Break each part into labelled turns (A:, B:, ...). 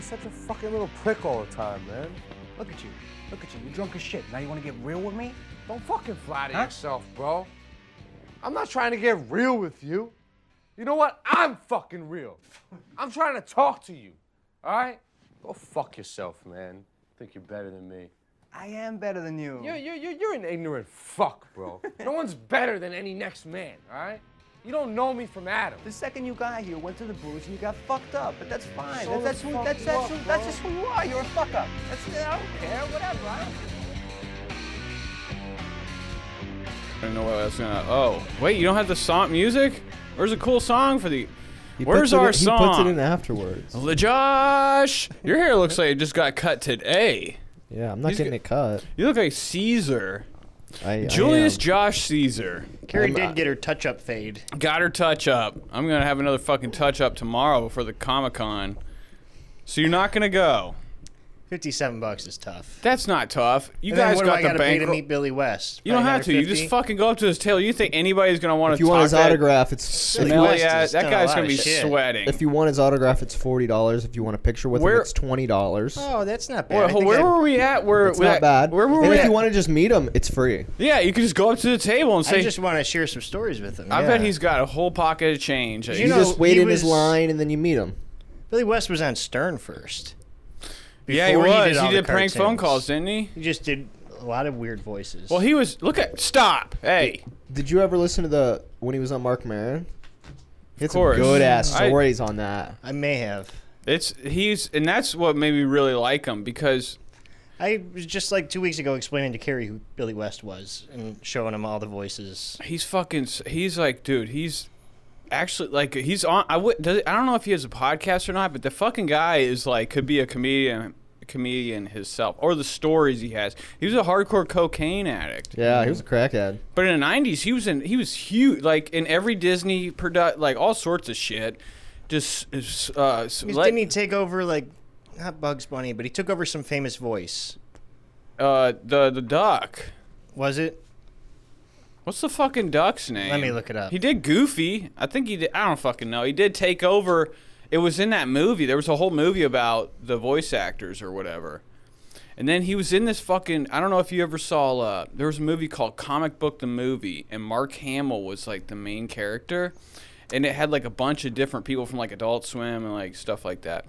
A: such a fucking little prick all the time, man.
B: Look at you. Look at you. You're drunk as shit. Now you want to get real with me?
A: Don't fucking flatter
B: Huh?
A: yourself, bro. I'm not trying to get real with you. You know what? I'm fucking real. I'm trying to talk to you. All right? Go fuck yourself, man. Think you're better than me.
B: I am better than you.
A: You're, you're, you're, you're an ignorant fuck, bro. no one's better than any next man, all right? You don't know me from Adam.
B: The second you got here, went to the booze and you got fucked up. But that's fine.
A: So
B: That- that's who.
A: fucked
B: That's that's
A: up,
B: who,
A: bro.
B: that's just who you are. You're a fuck up. That's I don't care. Whatever. I don't
C: I don't know what I was gonna. Oh, wait, you don't have the song music? Where's a cool song for the? Where's
D: puts it
C: our
D: in,
C: song? Oh.
D: He puts it in afterwards.
C: LaJosh, your hair looks like it just got cut today.
D: Yeah, I'm not
C: He's
D: getting
C: go-
D: it cut.
C: You look like Caesar,
D: I,
C: Julius
D: I am.
C: Josh Caesar.
E: Carrie
C: uh,
E: did get her touch up fade.
C: Got her touch up. I'm gonna have another fucking touch up tomorrow for the Comic Con. So you're not gonna go.
E: 57 bucks is tough.
C: That's not tough. You
E: then
C: guys
E: what
C: got
E: do I
C: the
E: gotta pay to
C: bankroll.
E: meet Billy West?
C: You don't
E: Probably
C: have to. You
E: 150?
C: just fucking go up to his tail. You think anybody's gonna want to?
D: If you want his autograph, it's
C: smelly
E: West
C: ass.
E: has
C: That
E: done a
C: guy's
E: lot
C: gonna
E: of
C: be
E: shit.
C: sweating.
D: if you want his autograph, it's forty dollars. If you want a picture with
C: Where-
D: him, it's twenty dollars.
E: Oh, that's not bad.
C: Where,
E: I think
C: where
E: I-
C: were we at? Where
D: it's not bad.
C: Where were
D: and
C: we?
D: if
C: at?
D: you want to just meet him, it's free.
C: yeah, you could just go up to the table and say.
E: I just want to share some stories with him.
C: I bet
D: yeah.
C: he's got a whole pocket of change.
D: You,
E: know,
D: just wait
E: he
D: in his
E: was-
D: line and then you meet him.
E: Billy West was on Stern first.
C: yeah, he
E: before
C: was.
E: he
C: He
E: did
C: did,
E: all the
C: prank phone
E: cartoons.
C: calls, didn't he?
E: He just did a lot of weird voices.
C: Well, he was. Look at. Stop. Hey.
D: Did you ever listen to the when he was on Mark Maron? He had some
C: course.
D: good ass
C: I-
D: stories on that.
E: I may have.
C: It's he's and that's what made me really like him because
E: I was just like two weeks ago explaining to Carrie who Billy West was and showing him all the voices.
C: he's fucking s- he's like dude he's actually like he's on I would does, I don't know if he has a podcast or not but the fucking guy is like could be a comedian comedian himself or the stories he has he was a hardcore cocaine addict
D: Yeah, he was a crackhead.
C: But in the nineties, he was in he was huge, like in every Disney product, like all sorts of shit. Just uh, s-
E: He-
C: let-
E: Didn't he take over like not Bugs Bunny, but he took over some famous voice?
C: uh, the the duck.
E: Was it?
C: What's the fucking duck's name?
E: Let me look it up.
C: He did Goofy. I think he did. I don't fucking know. He did take over. It was in that movie. There was a whole movie about the voice actors or whatever. And then he was in this fucking. I don't know if you ever saw. Uh, there was a movie called Comic Book the Movie, and Mark Hamill was like the main character, and it had like a bunch of different people from like Adult Swim and like stuff like that.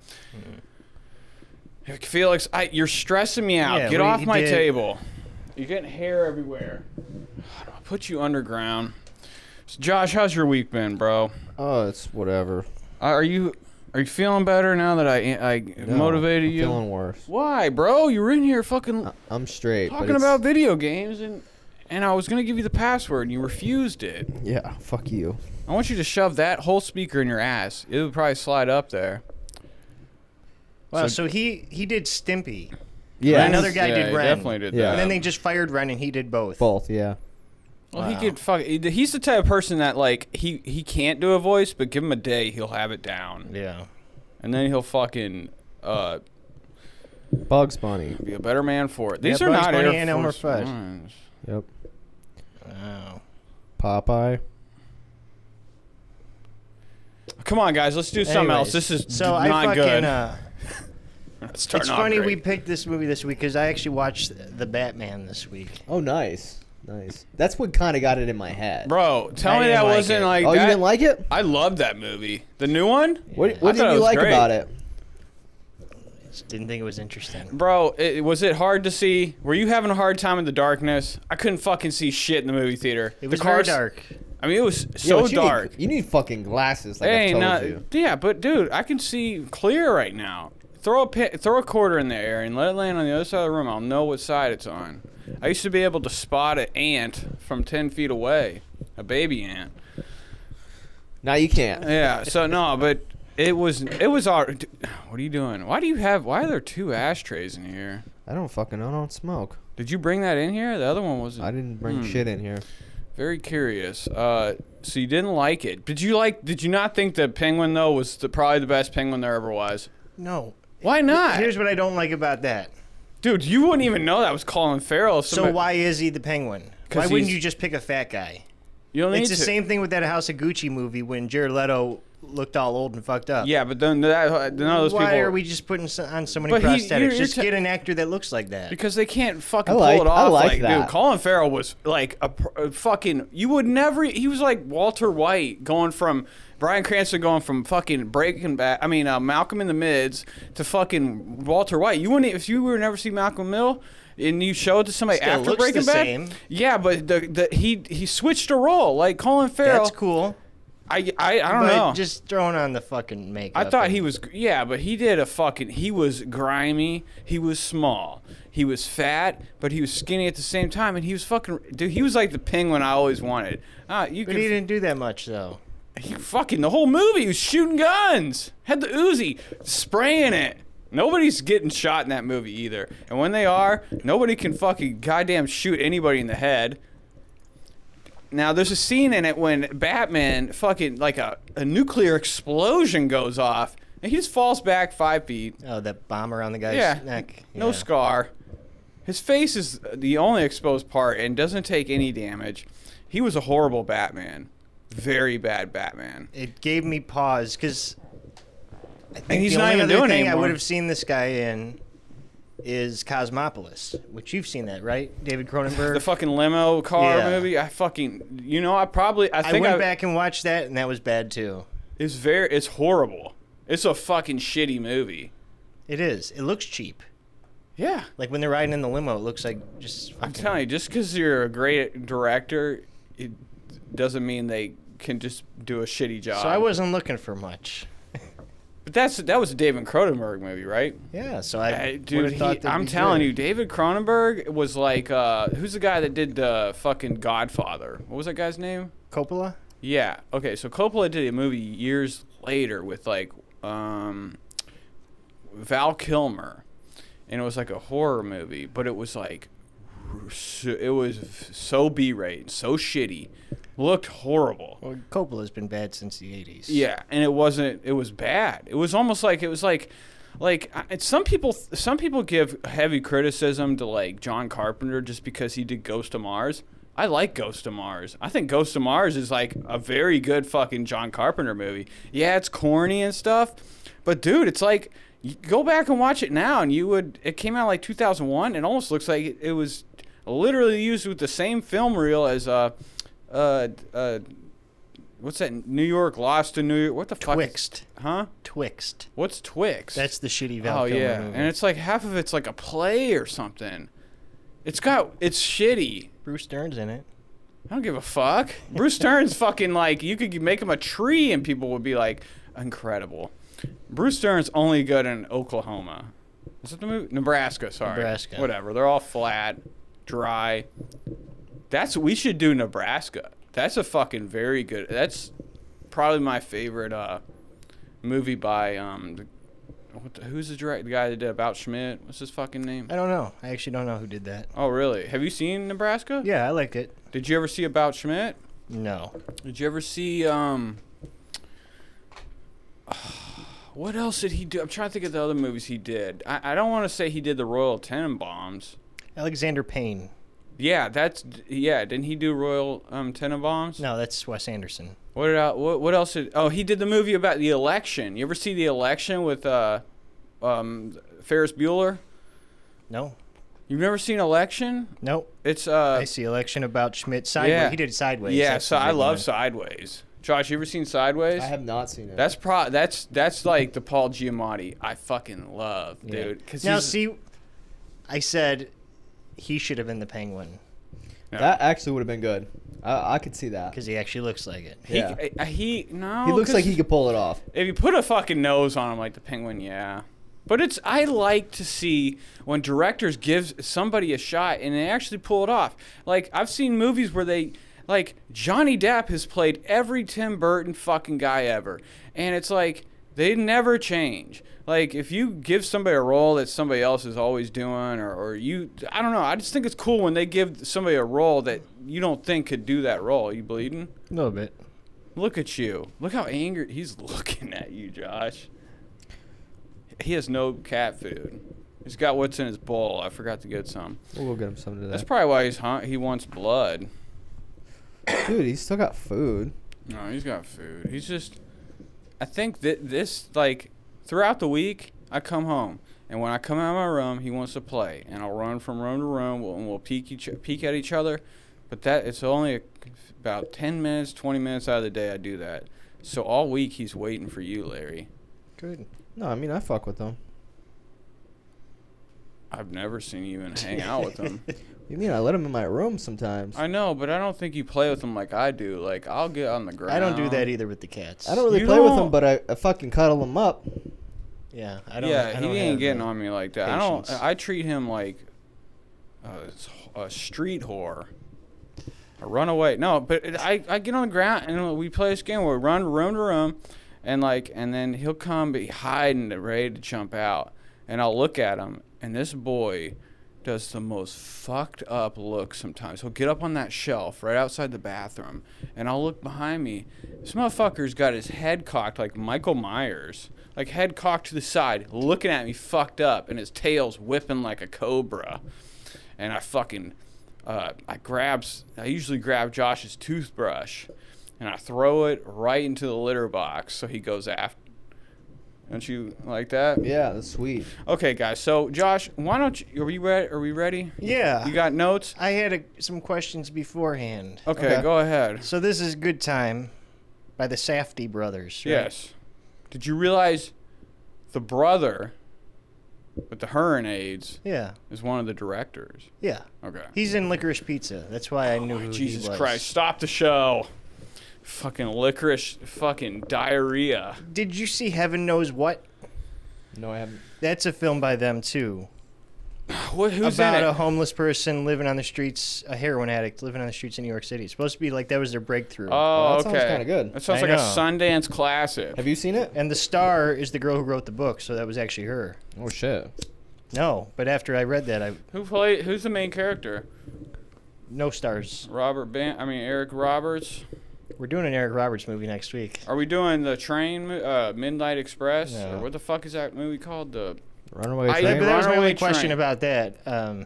C: Felix, I, you're stressing me out.
E: Yeah,
C: Get
E: what he-
C: off
E: he
C: my
E: did-
C: table. You're getting hair everywhere. I'll put you underground. So Josh, how's your week been, bro? Uh,
D: Oh, it's whatever.
C: Are you are you feeling better now that I I
D: No,
C: motivated
D: I'm
C: you?
D: Feeling Uh, worse.
C: Why, bro? You were in here fucking
D: I'm straight. but
C: talking
D: it's-
C: about video games and and I was gonna give you the password and you refused it.
D: yeah. Fuck you.
C: I want you to shove that whole speaker in your ass. It would probably slide up there.
E: Wow. So, he he did Stimpy,
D: Yeah.
E: Another guy
C: yeah,
E: did
C: he
E: Ren.
C: Definitely did.
D: Yeah.
C: that.
E: and then they just fired Ren, and he did both.
D: both. Yeah.
C: Well, he could fuck. He's the type of person that like he he can't do a voice, but give him a day, he'll have it down,
E: Yeah.
C: and then he'll fucking uh,
D: Bugs Bunny.
C: be a better man for it. These
E: Yeah,
C: are
E: Bugs
C: not
E: Bunny
C: Air
E: and Elmer
C: Force
E: Fudd.
C: Ones.
D: Yep.
E: Wow.
D: Popeye.
C: Come on, guys, let's do something else.
E: Anyways,
C: This is
E: so
C: not
E: I fucking,
C: good.
E: Uh,
C: it's
E: it's
C: starting off
E: funny we
C: great.
E: picked this movie this week because I actually watched the Batman this week.
D: Oh, nice. Nice. That's what kind of got it in my head.
C: bro. Tell
E: I
C: me
E: didn't
C: that
E: like
C: wasn't
E: it.
C: like.
D: oh,
C: that.
D: you didn't like it?
C: I loved that movie. The new one,
D: What,
C: I
D: what
C: thought
D: did
C: it
D: you
C: was
D: like
C: great.
D: about it?
E: Just didn't think it was interesting.
C: bro. It, was it hard to see? Were you having a hard time in the darkness? I couldn't fucking see shit in the movie theater.
E: It was
C: the
E: very
C: cars,
E: dark.
C: I mean, it was
D: Yeah,
C: so
D: but you need-
C: dark.
D: you need fucking glasses, like
C: Hey,
D: I told
C: not-
D: you.
C: Yeah, but dude, I can see clear right now. Throw a pi- throw a quarter in the air and let it land on the other side of the room. I'll know what side it's on. I used to be able to spot an ant from ten feet away, a baby ant.
D: Now you can't.
C: Yeah. So no, but it was it was all. d- What are you doing? Why do you have? Why are there two ashtrays in here?
D: I don't fucking. I don't smoke.
C: Did you bring that in here? The other one wasn't.
D: I didn't bring shit in here.
C: Very curious. Uh, so you didn't like it? Did you like? Did you not think the penguin though was the, probably the best penguin there ever was?
E: No.
C: Why not?
E: Here's what I don't like about that.
C: Dude, you wouldn't even know that was Colin Farrell.
E: So why is he the Penguin?
C: 'Cause
E: Why wouldn't
C: he's-
E: you just pick a fat guy?
C: You don't
E: It's
C: need
E: the
C: to.
E: same thing with that House of Gucci movie when Jared Leto looked all old and fucked up.
C: Yeah, but then that, then all those
E: Why
C: people
E: are we just putting so, on so many
C: But he-
E: prosthetics?
C: you're- you're
E: just
C: ta-
E: get an actor that looks like that.
C: because they can't fucking
D: I like-
C: pull it
D: I
C: off.
D: like that.
C: dude, Colin Farrell was like a, pr- a fucking. You would never. He was like Walter White going from Brian Cranston going from fucking Breaking Bad. I mean uh, Malcolm in the Mids to fucking Walter White. You wouldn't if you were never see Malcolm Mill. And you show it to somebody
E: Still
C: after
E: looks the
C: Breaking Bad.
E: same.
C: Yeah, but the, the he he switched a role like Colin Farrell.
E: That's cool.
C: I I, I don't
E: but
C: know.
E: Just throwing on the fucking makeup.
C: I thought
E: and-
C: he was yeah, but he did a fucking he was grimy, he was small, he was fat, but he was skinny at the same time, and he was fucking dude. He was like the penguin I always wanted. Ah, you
E: But he
C: could
E: didn't do that much though.
C: he fucking the whole movie he was shooting guns, had the Uzi, spraying it. Nobody's getting shot in that movie either, and when they are, nobody can fucking goddamn shoot anybody in the head. Now there's a scene in it when Batman fucking like a, a nuclear explosion goes off and he just falls back five feet.
E: Oh, that bomb around the guy's
C: Yeah.
E: neck.
C: No
E: Yeah.
C: scar. His face is the only exposed part and doesn't take any damage. He was a horrible Batman. Very bad Batman.
E: It gave me pause because.
C: And he's
E: the
C: not
E: only
C: even
E: other
C: doing
E: thing
C: anything.
E: I would have seen this guy in is Cosmopolis, which you've seen that, right? David Cronenberg.
C: the fucking limo car
E: Yeah.
C: movie. I fucking you know I probably I
E: I,
C: think
E: went
C: I,
E: back and watched that, and that was bad too.
C: it's very it's horrible. It's a fucking shitty movie.
E: It is. It looks cheap.
C: Yeah.
E: Like when they're riding in the limo, it looks like just.
C: I'm telling you, just because you're a great director, it doesn't mean they can just do a shitty job.
E: So I wasn't looking for much.
C: but that's that was a David Cronenberg movie, right?
E: Yeah. So I.
C: Hey,
E: would've
C: Uh, dude, he-
E: thought that'd
C: I'm
E: be
C: telling
E: good.
C: you, David Cronenberg was like, uh, who's the guy that did the fucking Godfather? What was that guy's name?
E: Coppola.
C: Yeah. Okay. So Coppola did a movie years later with like um, Val Kilmer, and it was like a horror movie, but it was like r- so- it was so B-rate, so shitty, looked horrible.
E: Well, Coppola's been bad since the '80s.
C: Yeah, and it wasn't. It was bad. It was almost like it was like, like I- it's some people. Some people give heavy criticism to like John Carpenter just because he did Ghost of Mars. I like Ghost of Mars. I think Ghost of Mars is like a very good fucking John Carpenter movie. Yeah, it's corny and stuff, but dude, it's like you go back and watch it now, and you would. It came out like 2001. It almost looks like it, it was literally used with the same film reel as uh, uh, uh What's that? New York Lost in New York. What the fuck? is-
E: Twixt.
C: huh?
E: Twixt.
C: What's Twix?
E: That's the shitty Val
C: oh
E: Kilmer
C: yeah,
E: movie.
C: and it's like half of it's like a play or something. It's got it's shitty.
E: Bruce Dern's in it.
C: I don't give a fuck. Bruce Stern's fucking like you could make him a tree and people would be like incredible. Bruce Stern's only good in Oklahoma. Is it the movie Nebraska? Sorry,
E: Nebraska.
C: Whatever. They're all flat, dry. That's we should do Nebraska. That's a fucking very good. That's probably my favorite uh, movie by um, the, what the, who's the direct the guy that did About Schmidt? What's his fucking name?
E: I don't know. I actually don't know who did that.
C: Oh really? Have you seen Nebraska?
E: Yeah, I liked it.
C: Did you ever see About Schmidt?
E: No.
C: Did you ever see um what else did he do? I'm trying to think of the other movies he did. I, I don't want to say he did the Royal Tenenbaums.
E: Alexander Payne.
C: Yeah, that's yeah. Didn't he do Royal um, Tenenbaums?
E: No, that's Wes Anderson.
C: What did I, what, what else did? Oh, he did the movie about the election. You ever see the election with uh, um, Ferris Bueller?
E: No.
C: You've never seen Election?
E: Nope.
C: It's uh,
E: I see election about Schmidt. Sideways.
C: yeah.
E: He did Sideways.
C: yeah.
E: That's
C: So
E: the
C: I
E: big
C: love
E: one.
C: Sideways. Josh, you ever seen Sideways?
D: I have not seen it.
C: That's pro. That's that's like the Paul Giamatti I fucking love,
E: Yeah.
C: dude. Because
E: Now, see, I said he should have been the penguin
D: that actually would have been good. I, I could see that.
E: because he actually looks like it.
C: he,
D: yeah.
C: uh, he no.
D: He looks like
C: 'cause
D: he could pull it off.
C: If you put a fucking nose on him like the penguin, yeah. But it's I like to see when directors give somebody a shot and they actually pull it off. Like I've seen movies where they like Johnny Depp has played every Tim Burton fucking guy ever. And it's like they never change. Like if you give somebody a role that somebody else is always doing or, or you I don't know, I just think it's cool when they give somebody a role that you don't think could do that role. You bleeding?
E: A little bit.
C: Look at you. Look how angry he's looking at you, Josh. He has no cat food. He's got what's in his bowl. I forgot to get some.
D: We'll go get him some today.
C: That's probably why he's hot. He wants blood.
D: Dude, he's still got food.
C: No, he's got food. He's just I think that this like throughout the week I come home and when I come out of my room he wants to play and I'll run from room to room we'll, and we'll peek each peek at each other, but that it's only a, about ten minutes twenty minutes out of the day I do that. So all week he's waiting for you, Larry.
E: Good.
D: No, I mean I fuck with them.
C: I've never seen you even hang out with him.
D: You mean I let them in my room sometimes? I,
C: I know, but I don't think you play with him like I do. Like I'll get on the ground.
E: I don't do that e- either with the cats.
D: don't really
C: You
D: play with them,
C: don't-
D: but I, I fucking cuddle them up.
E: Yeah, I don't.
C: yeah,
E: I don't
C: he ain't
E: have
C: getting
E: the-
C: on me like that. I
E: patience.
C: don't. I treat him like a, s- a street whore. I run away. No, but it, I I get on the ground and we play this game where we run room to room, and like and then he'll come be hiding ready to jump out, and I'll look at him and this boy does the most fucked up look sometimes. He'll get up on that shelf right outside the bathroom, and I'll look behind me. This motherfucker's got his head cocked like Michael Myers, like head cocked to the side, looking at me fucked up, and his tail's whipping like a cobra. And I fucking, uh, I grabs, I usually grab Josh's toothbrush, and I throw it right into the litter box, so he goes after. Don't you like that?
D: Yeah, that's sweet.
C: Okay, guys. So, Josh, why don't you? Are we ready? Are we ready?
E: Yeah.
C: You got notes?
E: I had a, some questions beforehand.
C: Okay,
D: Okay.
C: go ahead.
E: So this is Good Time by the Safety brothers. right?
C: Yes. Did you realize the brother with the hurricanes
E: Yeah.
C: is one of the directors?
E: Yeah.
C: Okay.
E: He's in Licorice Pizza. That's why I knew who he
C: Oh, Jesus
E: was.
C: Christ! Stop the show. Fucking licorice. Fucking diarrhea.
E: Did you see Heaven Knows What?
D: No, I haven't.
E: That's a film by them too.
C: What, who's in
E: about
C: it?
E: a homeless person living on the streets, a heroin addict living on the streets in New York City. It's supposed to be like that was their breakthrough.
C: oh,
D: that sounds
C: okay.
D: kinda good.
C: That sounds
E: I
C: like a
E: know.
C: Sundance classic.
D: Have you seen it?
E: and the star is the girl who wrote the book, so that was actually her.
D: Oh shit.
E: No, but after I read that, I
C: Who play? Who's the main character?
E: no stars.
C: Robert Ben. I mean Eric Roberts.
E: We're doing an Eric Roberts movie next week.
C: Are we doing the train, mo- uh, Midnight Express, or
E: No.
C: what the fuck is that movie called? The
D: Runaway
C: I-
E: That,
D: train.
E: but that was my
C: Runaway
E: only question
C: Train.
E: about that. Um,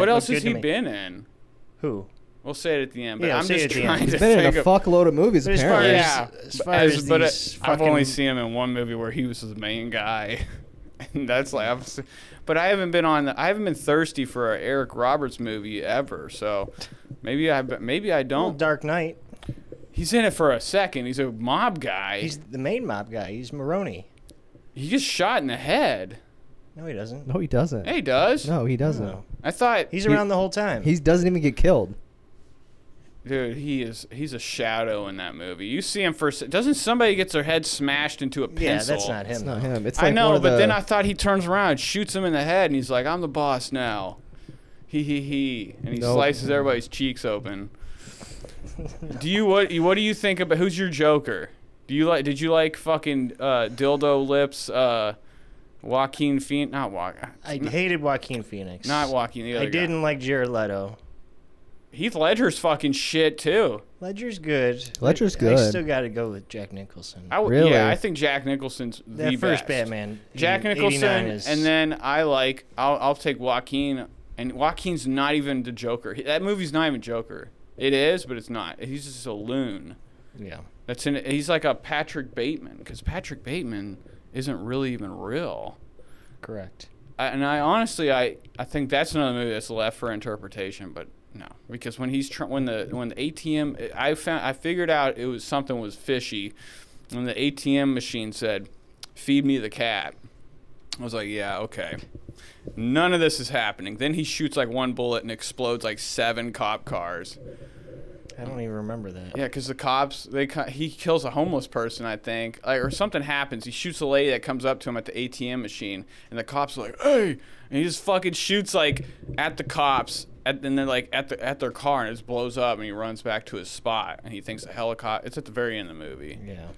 C: what
E: looked
C: else
E: good
C: has
E: to
C: he
E: me.
C: been in?
E: Who?
C: We'll say it at the end, but
E: Yeah,
C: I'm
E: say
C: just
E: it at the end.
C: trying to
D: He's been in
C: think
D: a
C: of.
D: fuckload of movies
E: But as far
D: apparently.
E: as-
C: yeah,
E: as far
C: as-
E: as
C: but uh,
E: these
C: I've only
E: fucking-
C: seen him in one movie where he was the main guy, and that's like, I've se- but I haven't been on. The, I haven't been thirsty for an Eric Roberts movie ever, so maybe I maybe I don't.
E: Dark Knight.
C: He's in it for a second. He's a mob guy.
E: He's the main mob guy. He's Maroney.
C: he gets shot in the head.
E: No, he doesn't.
D: No, he doesn't.
C: Hey, he does
D: No, he doesn't.
E: No.
C: I thought
E: He's
C: he-
E: around the whole time.
D: He doesn't even get killed.
C: Dude, he is he's a shadow in that movie. You see him first. Doesn't somebody gets their head smashed into a pencil?
E: yeah, that's not him.
D: It's not him. It's
C: I
D: like one
C: know,
D: of
C: but
D: the,
C: then I thought he turns around, and shoots him in the head, and he's like, "I'm the boss now." He he he, and he
D: Nope.
C: slices everybody's cheeks open. do you what you- what do you think about who's your Joker? Do you like did you like fucking uh, dildo lips? Uh, Joaquin Phoenix, not Joaquin,
E: I hated Joaquin Phoenix.
C: not Joaquin. The other
E: I
C: guy.
E: didn't like Jared Leto.
C: Heath Ledger's fucking shit too.
E: Ledger's good.
D: Ledger's
E: I- I
D: good.
E: still got to go with Jack Nicholson.
C: I w-
D: Really?
C: Yeah, I think Jack Nicholson's
E: that
C: the
E: first
C: best.
E: Batman.
C: Jack
E: in 89
C: Nicholson,
E: is-
C: and then I like I'll, I'll take Joaquin, and Joaquin's not even the Joker. He- That movie's not even Joker. It is, but it's not. He's just a loon.
E: yeah,
C: That's in. He's like a Patrick Bateman because Patrick Bateman isn't really even real.
E: correct.
C: I, and I honestly, I, I think that's another movie that's left for interpretation, but no, because when he's tr- when the when the ATM, I found I figured out it was something was fishy, when the ATM machine said, "Feed me the cat," I was like, "Yeah, okay." None of this is happening. Then he shoots like one bullet and explodes like seven cop cars.
E: I don't even remember that.
C: Yeah, because the cops they co- he kills a homeless person, I think, like, or something happens. He shoots a lady that comes up to him at the ATM machine, and the cops are like, "Hey!" and he just fucking shoots like at the cops, at, and then like at the at their car, and it just blows up, and he runs back to his spot, and he thinks the helicopter. It's at the very end of the movie.
E: Yeah.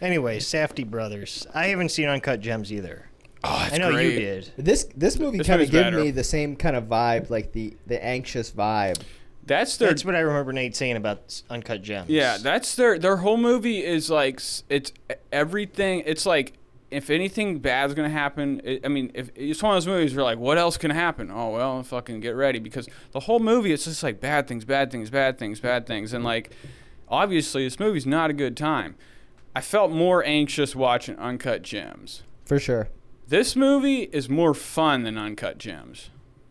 E: Anyway, Safety Brothers. I haven't seen Uncut Gems either.
C: Oh, that's
E: I know
C: great.
E: you did.
D: This this movie
C: This
D: kind
C: movie's
D: of gave
C: better.
D: me the same kind of vibe, like the the anxious vibe.
C: That's their
E: That's what I remember Nate saying about s- Uncut Gems.
C: Yeah, that's their their whole movie is like s- it's everything. It's like if anything bad's gonna happen, it, I mean, if it's one of those movies where like, what else can happen? Oh well, fucking get ready because the whole movie it's just like bad things, bad things, bad things, bad things, and like obviously this movie's not a good time. I felt more anxious watching Uncut Gems.
D: for sure.
C: This movie is more fun than Uncut Gems.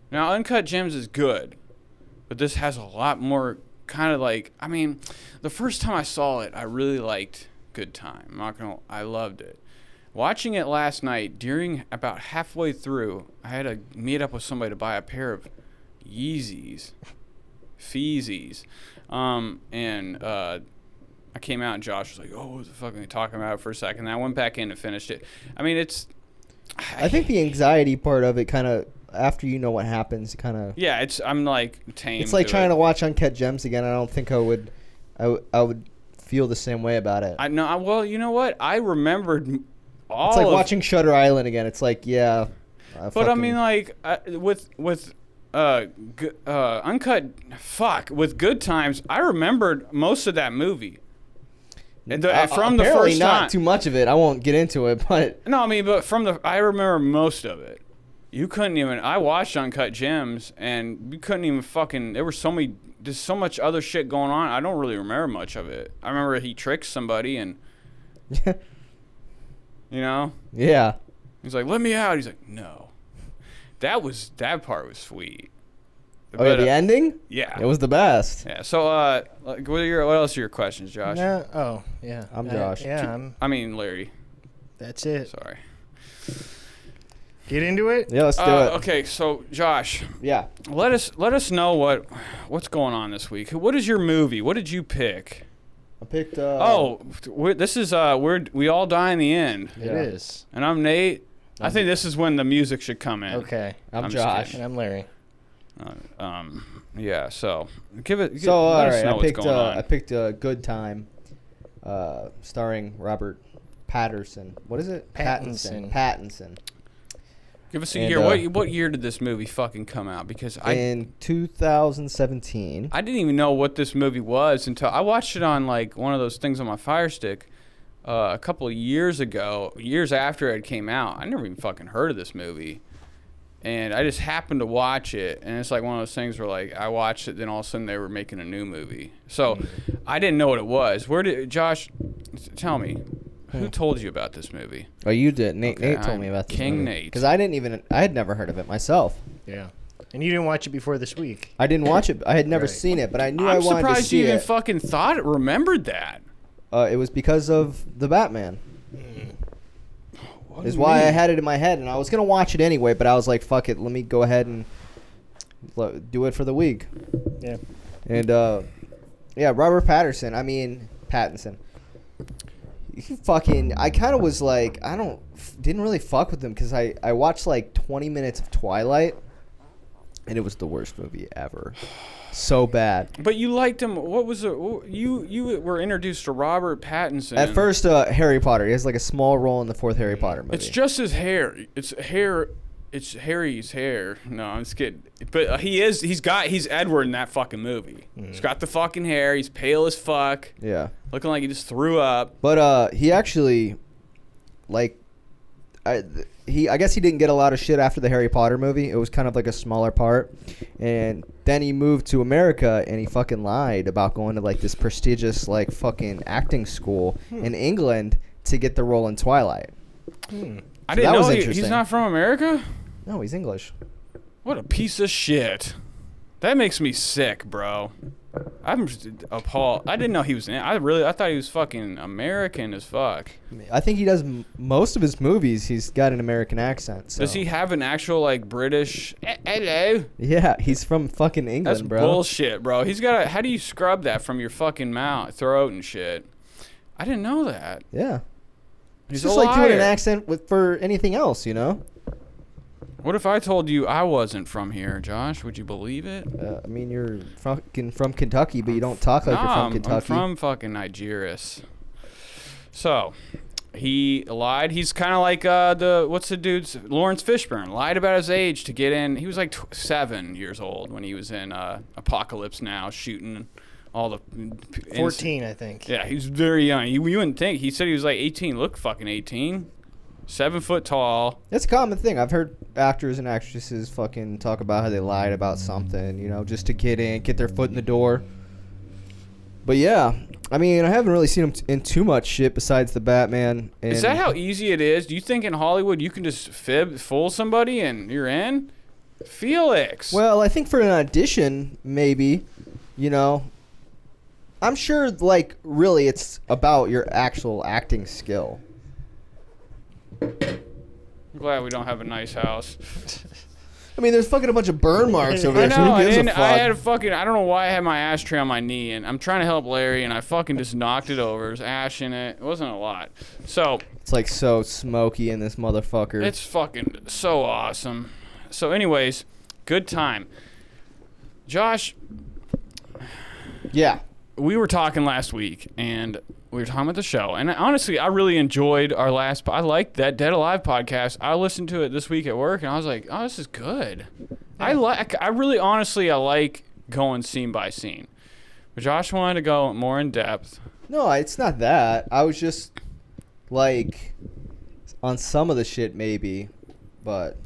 C: Now, Uncut Gems is good, but this has a lot more kind of like. I mean, the first time I saw it, I really liked Good Time. I'm not gonna. I loved it. Watching it last night, during about halfway through, I had to meet up with somebody to buy a pair of Yeezys, Feezies, um, and uh, I came out and Josh was like, "Oh, what the fuck are you talking about?" For a second, and I went back in and finished it. I mean, it's
D: I think the anxiety part of it kind of after you know what happens, kind of.
C: Yeah, it's I'm like tame.
D: It's like
C: to
D: trying
C: it.
D: to watch Uncut Gems again. I don't think I would, I, w- I would feel the same way about it.
C: I know. I- Well, you know what? I remembered m- all.
D: it's like
C: of-
D: watching Shutter Island again. It's like yeah. uh,
C: But I mean, uh, like I, with with uh, g- uh uncut fuck with good times. I remembered most of that movie. And the, from the
D: Uh, apparently
C: first
D: not
C: time.
D: too much of it. I won't get into it, but
C: No, I mean, but from the I remember most of it. You couldn't even. I watched Uncut Gems, and you couldn't even fucking. There were so many. There's so much other shit going on. I don't really remember much of it. I remember he tricks somebody, and you know,
D: yeah,
C: he's like, "Let me out." He's like, "No." That was that part was sweet.
D: oh yeah,
C: But,
D: the
C: uh,
D: ending.
C: Yeah.
D: It was the best.
C: yeah. So, uh, like, what are your what else are your questions, Josh?
E: No. Oh, yeah.
D: I'm
E: Uh,
D: Josh.
E: yeah, I'm,
C: I mean, Larry.
E: that's it.
C: Sorry.
E: Get into it.
D: Yeah, let's do
C: Uh,
D: it.
C: okay, so Josh,
D: Yeah.
C: let us let us know what what's going on this week. What is your movie? What did you pick?
D: I picked. Uh,
C: Oh, we're, this is uh, we're we all die in the end,
E: It
D: Yeah.
E: is.
C: and I'm Nate. I think this is when the music should come in.
E: Okay.
D: I'm,
C: I'm just
D: Josh.
C: kidding.
E: And I'm Larry.
C: Uh, um, yeah. So give it.
D: So all
C: let us
D: right,
C: know
D: I
C: what's
D: picked.
C: going
D: Uh,
C: on.
D: I picked a good time, uh, starring Robert Patterson. What is it?
E: Pattinson.
D: Pattinson.
C: give us a
D: and,
C: year.
D: uh,
C: what what year did this movie fucking come out? Because I
D: in 2017.
C: I didn't even know what this movie was until I watched it on like one of those things on my Fire Stick uh, a couple of years ago, years after it came out. I never even fucking heard of this movie, and I just happened to watch it, and it's like one of those things where like I watched it, then all of a sudden they were making a new movie, so I didn't know what it was. Where did Josh? t- Tell me, who told you about this movie?
D: oh, you did. Nate,
C: Okay,
D: Nate told
C: I'm
D: me about this
C: King Nate.
D: because I didn't even. I had never heard of it myself.
E: Yeah. And you didn't watch it before this week.
D: I didn't watch it. I had never
E: Right.
D: seen it, but I knew i
C: I'm
D: wanted to
C: surprised
D: see
C: you even
D: it.
C: fucking thought it remembered that.
D: uh, it was because of the Batman.
C: What do
D: Is
C: you
D: why I
C: mean?
D: had it in my head, and I was gonna watch it anyway. But I was like, "Fuck it, let me go ahead and lo- do it for the week."
E: Yeah.
D: And uh, yeah, Robert Patterson. I mean Pattinson. He fucking. I kind of was like, I don't f- didn't really fuck with him because I I watched like 20 minutes of Twilight, and it was the worst movie ever. So bad.
C: But you liked him. What was it? wh- You you were introduced to Robert Pattinson.
D: At first, uh, Harry Potter. He has like a small role in the fourth Harry Potter movie.
C: it's just his hair. It's hair. It's Harry's hair. No, I'm just kidding. But uh, he is. He's got. He's Edward in that fucking movie. He's
D: Mm.
C: got the fucking hair. He's pale as fuck,
D: yeah.
C: looking like he just threw up.
D: But uh, he actually, like, I th- he I guess he didn't get a lot of shit after the Harry Potter movie. It was kind of like a smaller part, and then he moved to America and he fucking lied about going to like this prestigious like fucking acting school
C: Hmm.
D: in England to get the role in Twilight.
C: I didn't
D: that
C: know
D: was
C: he- he's
D: interesting.
C: not from America.
D: No, he's English.
C: What a piece of shit. That makes me sick, bro. I'm just appalled. I didn't know he was. In, I really. I thought he was fucking American as fuck.
D: I think he does m- most of his movies. He's got an American accent. So.
C: Does he have an actual like British? "Eh, Hello.
D: Yeah, he's from fucking England,
C: That's
D: bro.
C: bullshit, bro. He's got. to How do you scrub that from your fucking mouth, throat, and shit? I didn't know that.
D: Yeah,
C: He's
D: just
C: a
D: like doing an
C: liar.
D: accent with for anything else, you know.
C: What if I told you I wasn't from here, Josh? Would you believe it?
D: Uh, I mean, you're fucking from Kentucky, but you don't talk like
C: Nah,
D: you're
C: I'm-
D: from Kentucky.
C: I'm from fucking Nigeria. So he lied. He's kind of like uh, the what's the dude's Lawrence Fishburne lied about his age to get in. He was like tw- seven years old when he was in uh, Apocalypse Now, shooting all the innocent-
E: 14, I think.
C: Yeah, he was very young. You, you wouldn't think. He said he was like 18. Look, fucking 18. Seven foot tall.
D: That's a common thing. I've heard actors and actresses fucking talk about how they lied about something, you know, just to get in, get their foot in the door. But yeah, I mean, I haven't really seen him t- in too much shit besides the Batman. And
C: Is that how easy it is? Do you think in Hollywood you can just fib fool somebody and you're in? Felix.
D: Well, I think for an audition, maybe, you know, I'm sure. Like, really, it's about your actual acting skill.
C: I'm glad we don't have a nice house.
D: I mean, there's fucking a bunch of burn marks over
C: I
D: there. so
C: know.
D: who
C: I,
D: gives a
C: didn't,
D: fuck?
C: I had a fucking. I don't know why I had my ashtray on my knee, and I'm trying to help Larry, and I fucking just knocked it over. There's ash in it. It wasn't a lot. So
D: it's like so smoky in this motherfucker.
C: It's fucking so awesome. So, anyways, good time. Josh,
D: yeah.
C: we were talking last week, and we were talking about the show. And I, honestly, I really enjoyed our last. po- I liked that Dead Alive podcast. I listened to it this week at work, and I was like, "Oh, this is good." I like. I really, honestly, I like going scene by scene. But Josh wanted to go more in depth.
D: No, it's not that. I was just like on some of the shit maybe, but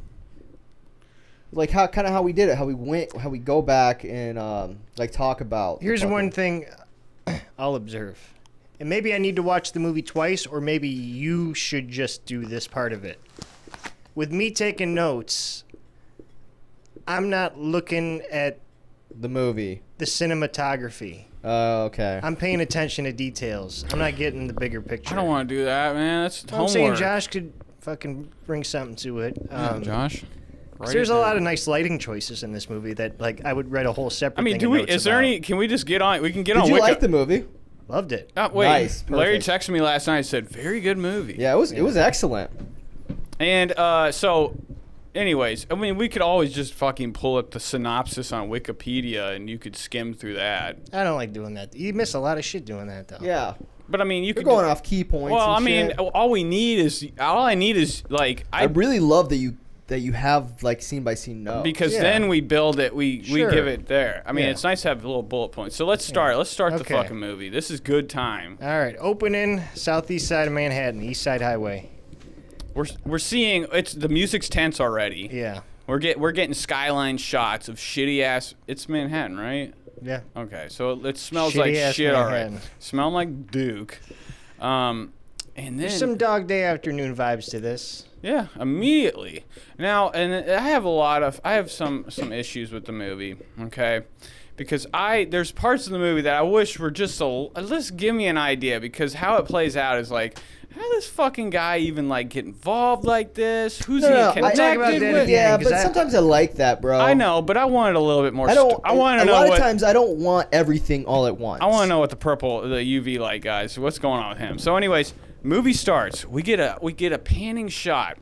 D: like how kind of how we did it, how we went, how we go back and um like talk about. the
E: Here's
D: fucking-
E: one thing I'll observe. And maybe I need to watch the movie twice, or maybe you should just do this part of it. With me taking notes, I'm not looking at
D: the movie.
E: the cinematography.
D: Oh, okay.
E: I'm paying attention to details. I'm not getting the bigger picture.
C: I don't want to do that, man. That's
E: I'm
C: homework.
E: saying Josh could fucking bring something to it.
C: Yeah,
E: Um,
C: Josh. Write
E: 'cause
C: it
E: There's a
C: down.
E: lot of nice lighting choices in this movie that, like, I would write a whole separate.
C: I mean,
E: thing
C: do
E: of
C: we?
E: notes
C: Is there
E: about.
C: any? Can we just get on? We can get
D: Did
C: on.
D: you
C: Wiki-
D: like the movie?
E: Loved it.
C: Oh, wait,
D: Nice,
C: Larry
D: perfect.
C: texted me last night. Said very good movie.
D: Yeah, it was it was excellent.
C: And uh, so, anyways, I mean, we could always just fucking pull up the synopsis on Wikipedia, and you could skim through that.
E: I don't like doing that. You miss a lot of shit doing that, though.
D: Yeah,
C: But I mean, you
D: you're
C: could.
D: going
C: do-
D: off key points.
C: Well, I
D: and
C: mean,
D: shit.
C: all we need is all I need is like
D: I
C: I.
D: really love that you that you have like scene by scene notes.
C: because
E: yeah.
C: then we build it, we,
E: Sure.
C: we give it there. I mean,
E: Yeah.
C: it's nice to have little bullet points. So let's start. Let's start the
E: Okay.
C: fucking movie. This is good time.
E: All right, opening southeast side of Manhattan, East Side Highway.
C: We're we're seeing it's the music's tense already.
E: Yeah,
C: We're get we're getting skyline shots of shitty ass. It's Manhattan, right?
E: yeah.
C: Okay, so it, it smells
E: Shitty
C: like
E: ass
C: shit. All right,
E: Manhattan.
C: smell like Duke. Um, and then
E: There's some dog day afternoon vibes to this.
C: yeah, immediately. Now, and I have a lot of I have some some issues with the movie, okay? Because I there's parts of the movie that I wish were just a l- uh, let's give me an idea because how it plays out is like how does fucking guy even like get involved like this? Who's
D: No,
C: he
D: no, I-
C: connected
E: Talk about that
C: with?
E: at the
D: yeah,
E: end, 'cause
D: but
E: I-
D: sometimes I like that, bro.
C: I know, but I wanted a little bit more.
D: I don't.
C: st- I want to know
D: A lot
C: what
D: of times, I don't want everything all at once.
C: I want to know what the purple, the UV light guys. What's going on with him? So, anyways, movie starts. We get a we get a panning shot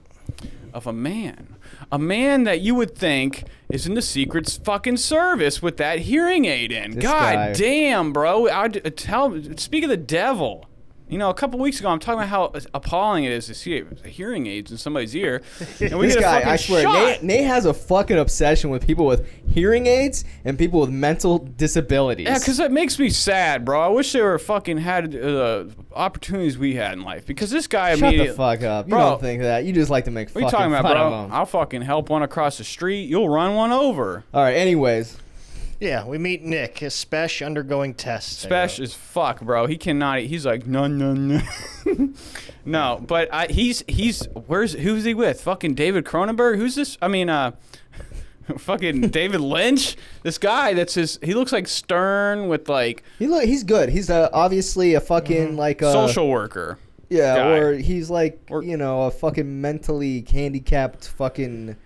C: of a man, a man that you would think is in the secret fucking service with that hearing aid in. God
D: guy.
C: damn, bro! I d- tell. Speak of the devil. You know, a couple weeks ago, I'm talking about how appalling it is to see a hearing aids in somebody's ear, and we
D: This
C: get a
D: guy,
C: fucking
D: I swear,
C: shot.
D: Nate, Nate has a fucking obsession with people with hearing aids and people with mental disabilities.
C: Yeah, because that makes me sad, bro. I wish they were fucking had uh, the opportunities we had in life. Because this guy
D: shut the
C: immediately,
D: fuck up. You
C: Bro,
D: don't think that. You just like to make
C: What
D: fun
C: are you
D: of
C: talking about, bro?
D: them.
C: I'll fucking help one across the street. You'll run one over.
D: All right. Anyways,
E: Yeah, we meet Nick, a spesh undergoing tests. I
C: Spesh
E: wrote.
C: as fuck, bro. He cannot. e-, He's like no, no, no. no, but I, he's he's where's who's he with? Fucking David Cronenberg. Who's this? I mean, uh, fucking David Lynch. This guy that's his. He looks like Stern with like
D: he look. He's good. He's uh, obviously a fucking like a
C: Mm-hmm. social worker.
D: Yeah,
C: guy.
D: or he's like
C: Or-
D: you know a fucking mentally handicapped fucking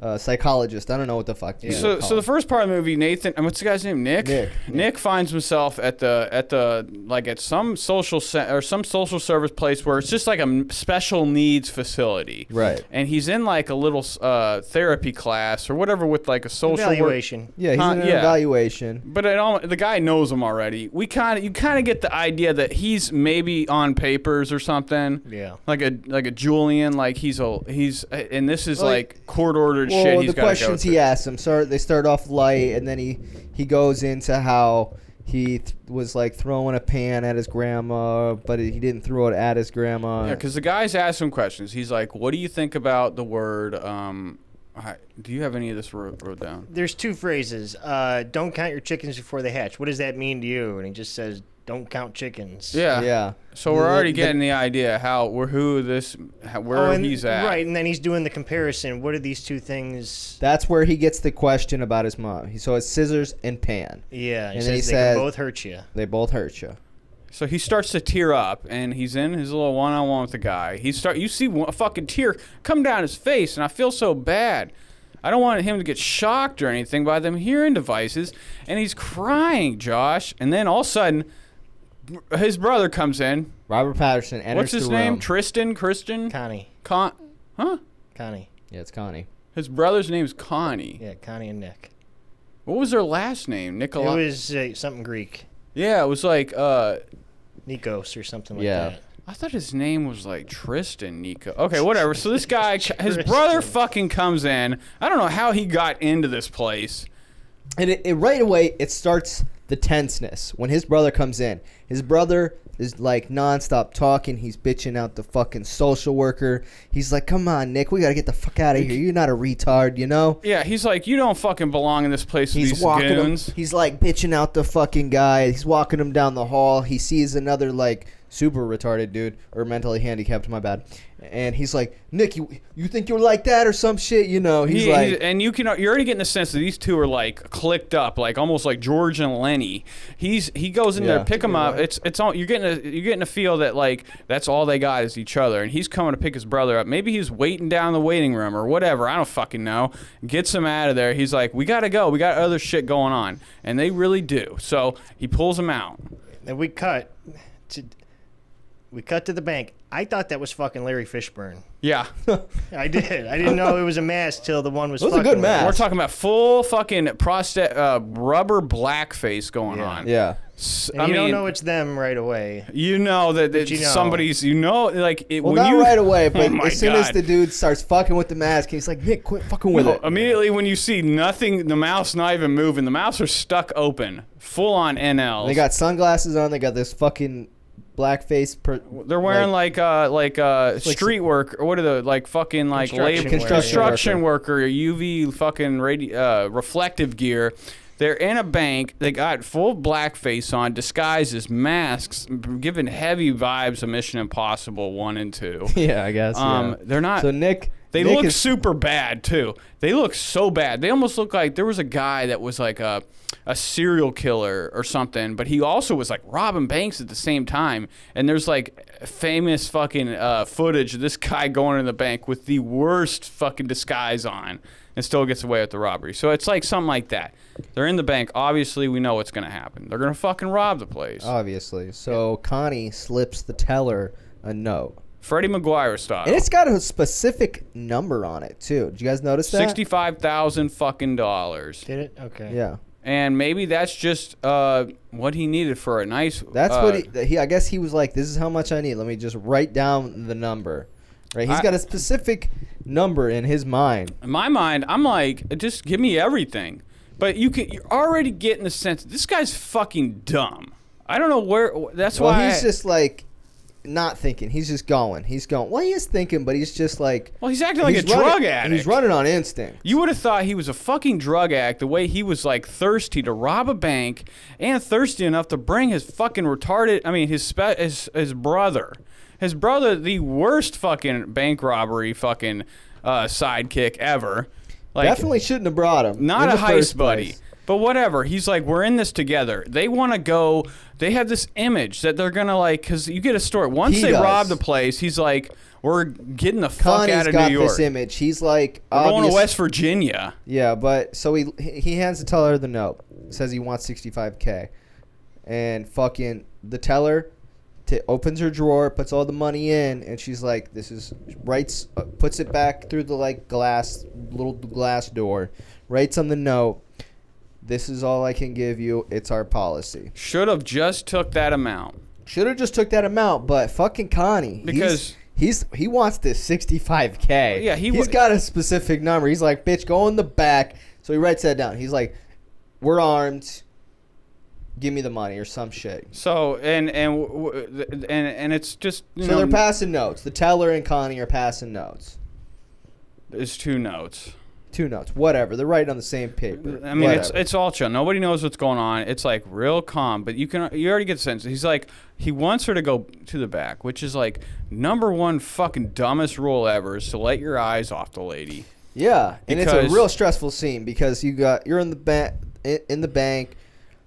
D: uh, psychologist. I don't know what the fuck. you
C: So,
D: would
C: so
D: call
C: the
D: him.
C: first part of the movie, Nathan, and what's the guy's name? Nick.
D: Nick.
C: finds himself at the at the like at some social se- or some social service place where it's just like a m- special needs facility.
D: Right.
C: And he's in like a little uh, therapy class or whatever with like a social work-
E: evaluation.
D: yeah, he's
C: huh,
D: in an
C: yeah.
D: evaluation.
C: But it all, the guy knows him already. We kind of you kind of get the idea that he's maybe on papers or something.
E: Yeah.
C: Like a like a Julian, like he's a he's and this is
D: Well,
C: like court ordered
D: Well,
C: shit. He's
D: the
C: got to go
D: questions
C: through.
D: he asks him. So they start off light, and then he he goes into how he th- was like throwing a pan at his grandma, but he didn't throw it at his grandma.
C: Yeah, because the guys asked him questions. He's like, "What do you think about the word? Um, I, do you have any of this wrote, wrote down?"
E: There's two phrases. Uh, don't count your chickens before they hatch. What does that mean to you? And he just says, don't count chickens.
C: Yeah.
D: Yeah.
C: So we're
D: The-
C: already
D: the-
C: getting the idea how where who this how, where
E: Oh, and,
C: he's at.
E: Right, and then he's doing the comparison. What are these two things?
D: That's where he gets the question about his mom. He- So it's scissors and pan.
E: Yeah, he
D: And
E: says
D: then he
E: they can
D: says-
E: both hurt you.
D: They both hurt you.
C: So he starts to tear up, and he's in his little one-on-one with the guy. He start you see one, a fucking tear come down his face, and I feel so bad. I don't want him to get shocked or anything by them hearing devices, and he's crying, Josh. And then all of a sudden, br- his brother comes in.
D: Robert Patterson enters
C: What's his
D: the
C: name?
D: room.
C: Tristan, Kristen,
E: Connie,
C: Con, huh?
E: Connie,
D: yeah, it's Connie.
C: His brother's name's Connie.
E: yeah, Connie and Nick.
C: What was their last name?
E: It
C: Nicola.
E: was uh, something Greek,
C: yeah, it was like uh,
E: Nikos or something like
D: Yeah.
E: that.
C: I thought his name was like Tristan Nico. Okay, whatever. So this guy, his brother
E: Tristan.
C: fucking comes in. I don't know how he got into this place.
D: And it, it right away it starts the tenseness when his brother comes in. His brother is like nonstop talking. He's bitching out the fucking social worker. He's like, "Come on, Nick, we gotta get the fuck out of here. You're not a retard, you know."
C: Yeah, he's like, you don't fucking belong in this place with
D: He's
C: these
D: walking. Him,
C: goons.
D: he's like bitching out the fucking guy. He's walking him down the hall. He sees another like super retarded dude or mentally handicapped. My bad. And he's like, "Nick, you, you think you're like that or some shit?" You know. He's
C: He-
D: like,
C: he's- and you can you're already getting the sense that these two are like clicked up, like almost like George and Lenny. He's he goes in there,
D: Yeah.
C: pick him up. It's it's all you're getting a you're getting a feel that like that's all they got is each other, and he's coming to pick his brother up. Maybe he's waiting down in the waiting room or whatever. I don't fucking know. Gets him out of there. He's like, we gotta go. We got other shit going on, and they really do. So he pulls him out.
E: Then we cut to we cut to the bank. I thought that was fucking Larry Fishburne.
C: Yeah,
E: I did. I didn't know it was a mask till the one was.
D: was a
E: fucking
D: good
E: with
D: mask.
C: we're talking about full fucking prostate uh, rubber blackface going
E: Yeah.
C: on.
D: "Yeah."
C: S-
E: And
C: I
E: you
C: mean,
E: don't know it's them right away.
C: You know that, that
E: you know.
C: somebody's. You know, like it,
D: Well,
C: when
D: not
C: you
D: right away,
C: Oh
D: but
C: my
D: as soon as
C: God.
D: the dude starts fucking with the mask, he's like, Nick, quit fucking with it.
C: Immediately when you see nothing, the mouth's not even moving. The mouths are stuck open, full on NL.
D: They got sunglasses on. They got this fucking blackface. Per-
C: They're wearing like uh like uh
D: like
C: street work or what are the like fucking like
E: Construction
C: labor
E: worker.
C: construction worker UV fucking radio uh, reflective gear. They're in a bank. They got full blackface on, disguises, masks, giving heavy vibes of Mission Impossible one and two.
D: yeah, I guess.
C: Um,
D: yeah.
C: they're not.
D: So Nick,
C: They
D: Nick
C: look
D: is-
C: super bad too. They look so bad. They almost look like there was a guy that was like a a serial killer or something, but he also was like robbing banks at the same time. And there's like famous fucking uh, footage of this guy going in the bank with the worst fucking disguise on, and still gets away with the robbery. So it's like something like that. They're in the bank. Obviously, we know what's gonna happen. They're gonna fucking rob the place.
D: Uh, obviously. So Connie slips the teller a note,
C: Freddie Maguire style.
D: and it's got a specific number on it too. Did you guys notice that?
C: Sixty-five thousand fucking dollars.
E: Did it? Okay.
D: Yeah,
C: and maybe that's just uh, what he needed for a nice.
D: that's
C: uh,
D: what he, that he. I guess he was like, "This is how much I need. Let me just write down the number." Right? He's
C: I-
D: got a specific number in his mind.
C: In my mind, I'm like, just give me everything. But you can, you're already getting the sense this guy's fucking dumb. I don't know where. That's
D: Well,
C: why
D: he's just like not thinking. He's just going. He's going. Well, he is thinking, but he's just like.
C: well, he's acting like a
D: he's running-
C: drug addict.
D: He's running on instinct.
C: You would have thought he was a fucking drug addict the way he was like thirsty to rob a bank and thirsty enough to bring his fucking retarded, I mean, his spe- his, his brother. His brother, the worst fucking bank robbery fucking uh, sidekick ever. Like,
D: Definitely shouldn't have brought him.
C: not
D: in
C: a
D: the
C: heist
D: first
C: buddy.
D: place.
C: But whatever. He's like, we're in this together. They want to go. They have this image that they're gonna like, cause you get a story. Once
D: He
C: they
D: does.
C: rob the place, he's like, we're getting the fuck
D: Connie's
C: out of
D: got
C: New York.
D: this image. He's like,
C: We're going to
D: obvious-
C: West Virginia.
D: Yeah, but so he he hands the teller the note. Says he wants 65k, and fucking the teller t- opens her drawer, puts all the money in, and she's like, "This is writes uh, puts it back through the like glass little glass door, writes on the note." This is all I can give you. It's our policy.
C: Should have just took that amount.
D: Should have just took that amount, but fucking Connie.
C: Because-
D: he's, he's he wants this 65k.
C: Yeah, he
D: he's
C: wa-
D: got a specific number. He's like, bitch, go in the back. So he writes that down. He's like, we're armed. Give me the money or some shit.
C: So and and w- w- th- and and it's just you
D: So
C: know
D: they're passing notes. The teller and Connie are passing notes.
C: it's two notes.
D: two nuts, whatever. They're writing on the same paper.
C: I mean, it's
D: whatever.
C: it's all chill. Nobody knows what's going on. It's like real calm, but you can you already get the sense. He's like he wants her to go to the back, which is like number one fucking dumbest rule ever is to let your eyes off the lady.
D: yeah, and it's a
C: because-
D: real stressful scene because you got you're in the bank in the bank,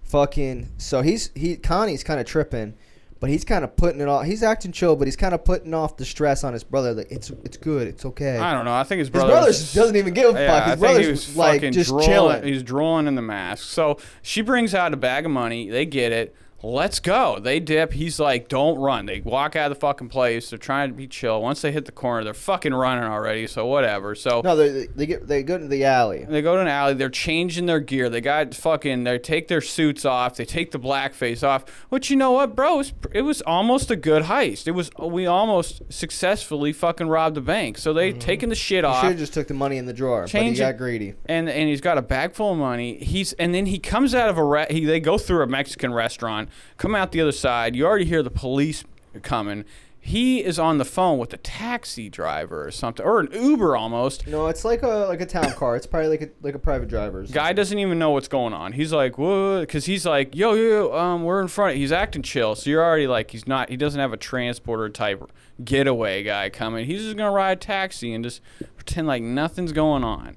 D: fucking. So he's he Connie's kind of tripping, but he's kind of putting it off. He's acting chill, but he's kind of putting off the stress on his brother. Like it's it's good, it's okay.
C: I don't know. I think his
D: His
C: brother
D: brother
C: was-
D: doesn't even give a fuck.
C: Yeah, I
D: His
C: think
D: brother's
C: he was
D: like
C: fucking
D: just
C: drooling.
D: chilling.
C: He's drooling in the mask. So she brings out a bag of money. They get it. Let's go. They dip. He's like, don't run. They walk out of the fucking place. They're trying to be chill. Once they hit the corner, they're fucking running already. So whatever. So
D: No, they they get they go to the alley.
C: they go to an alley. They're changing their gear. They got fucking. They take their suits off. They take the blackface off. Which you know what, bro? It was, it was almost a good heist. It was. We almost successfully fucking robbed a bank. So they taking the shit
D: Mm-hmm. He
C: off.
D: should have just took the money in the drawer, but he
C: Change
D: got
C: it.
D: greedy.
C: and and he's got a bag full of money. He's and then he comes out of a re- he they go through a Mexican restaurant, come out the other side. You already hear the police coming. He is on the phone with a taxi driver or something or an Uber almost.
D: No, it's like a like a town car. It's probably like a like a private driver's.
C: Guy doesn't even know what's going on. He's like, "Whoa," because he's like, "Yo, yo, yo, um, we're in front." He's acting chill, so you're already like, he's not. He doesn't have a transporter type getaway guy coming. He's just gonna ride a taxi and just pretend like nothing's going on.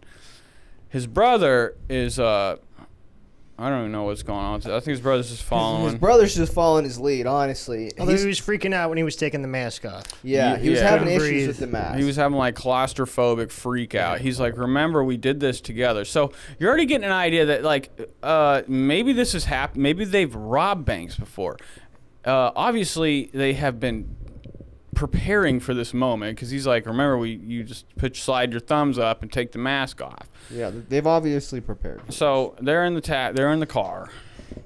C: His brother is, uh, I don't even know what's going on. I think his brother's just following.
D: His brother's just following his lead, honestly.
E: Although
D: He's-
E: he was freaking out when he was taking the mask off.
D: yeah, he was
C: Oh, Yeah.
D: having
E: Couldn't
D: issues
E: breathe.
D: with the mask.
C: He was having like claustrophobic freak out. He's like, remember we did this together. So you're already getting an idea that like uh, maybe this has happened. Maybe they've robbed banks before. Uh, obviously, they have been preparing for this moment because he's like, remember we you just put slide your thumbs up and take the mask off.
D: yeah, th- they've obviously prepared.
C: So they're in the ta- they're in the car.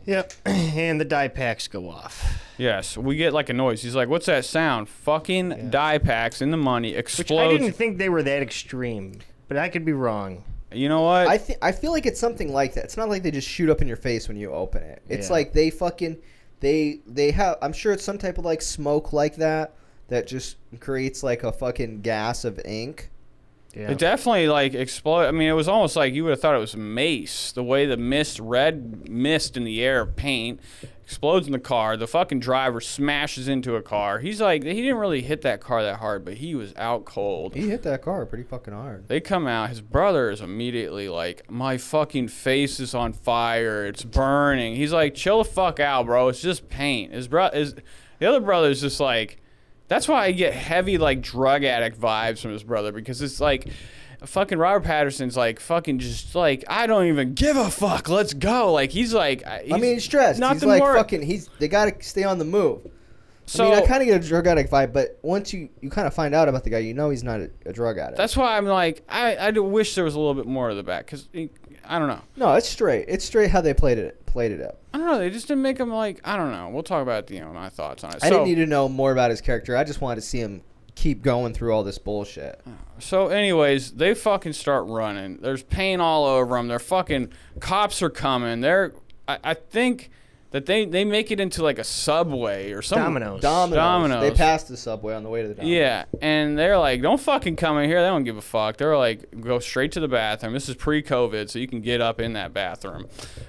E: Yep. And the die packs go off.
C: Yes, we get like a noise. He's like, "What's that sound? Fucking die packs in the money
E: Which
C: explodes."
E: I didn't think they were that extreme, but I could be wrong.
C: you know what?
D: I th- I feel like it's something like that. It's not like they just shoot up in your face when you open it. It's
E: Yeah.
D: like they fucking they they have. I'm sure it's some type of like smoke like that that just creates like a fucking gas of ink.
E: Yeah.
C: It definitely like exploded. I mean, it was almost like you would have thought it was mace. The way the mist, red mist in the air, paint explodes in the car. The fucking driver smashes into a car. He's like, he didn't really hit that car that hard, but he was out cold.
D: He hit that car pretty fucking hard.
C: They come out. His brother is immediately like, "My fucking face is on fire. It's burning." He's like, "Chill the fuck out, bro. It's just paint." His bro is the other brother is just like, that's why I get heavy like drug addict vibes from his brother because it's like. Fucking Robert Patterson's like fucking just like I don't even give a fuck. Let's go. Like he's like uh, he's
D: I mean, he's stressed.
C: Not
D: he's
C: the
D: like
C: more-
D: fucking. He's they gotta stay on the move.
C: So
D: I mean, I kind of get a drug addict vibe, but once you you kind of find out about the guy, you know he's not a, a drug addict.
C: that's why I'm like I I do wish there was a little bit more of the back because I don't know.
D: no, it's straight. It's straight how they played it played it up.
C: I don't know. They just didn't make him like I don't know. We'll talk about it at the end. My thoughts on it.
D: I
C: So-
D: didn't need to know more about his character. I just wanted to see him keep going through all this bullshit.
C: So, anyways, they fucking start running. There's paint all over them. They're fucking cops are coming. They're I, I think that they they make it into like a subway or something.
E: Dominoes.
D: Domino's.
C: Domino's.
D: They passed the subway on the way to the Domino's.
C: Yeah, and they're like, "Don't fucking come in here." They don't give a fuck. They're like, "Go straight to the bathroom." This is pre-COVID, so you can get up in that bathroom.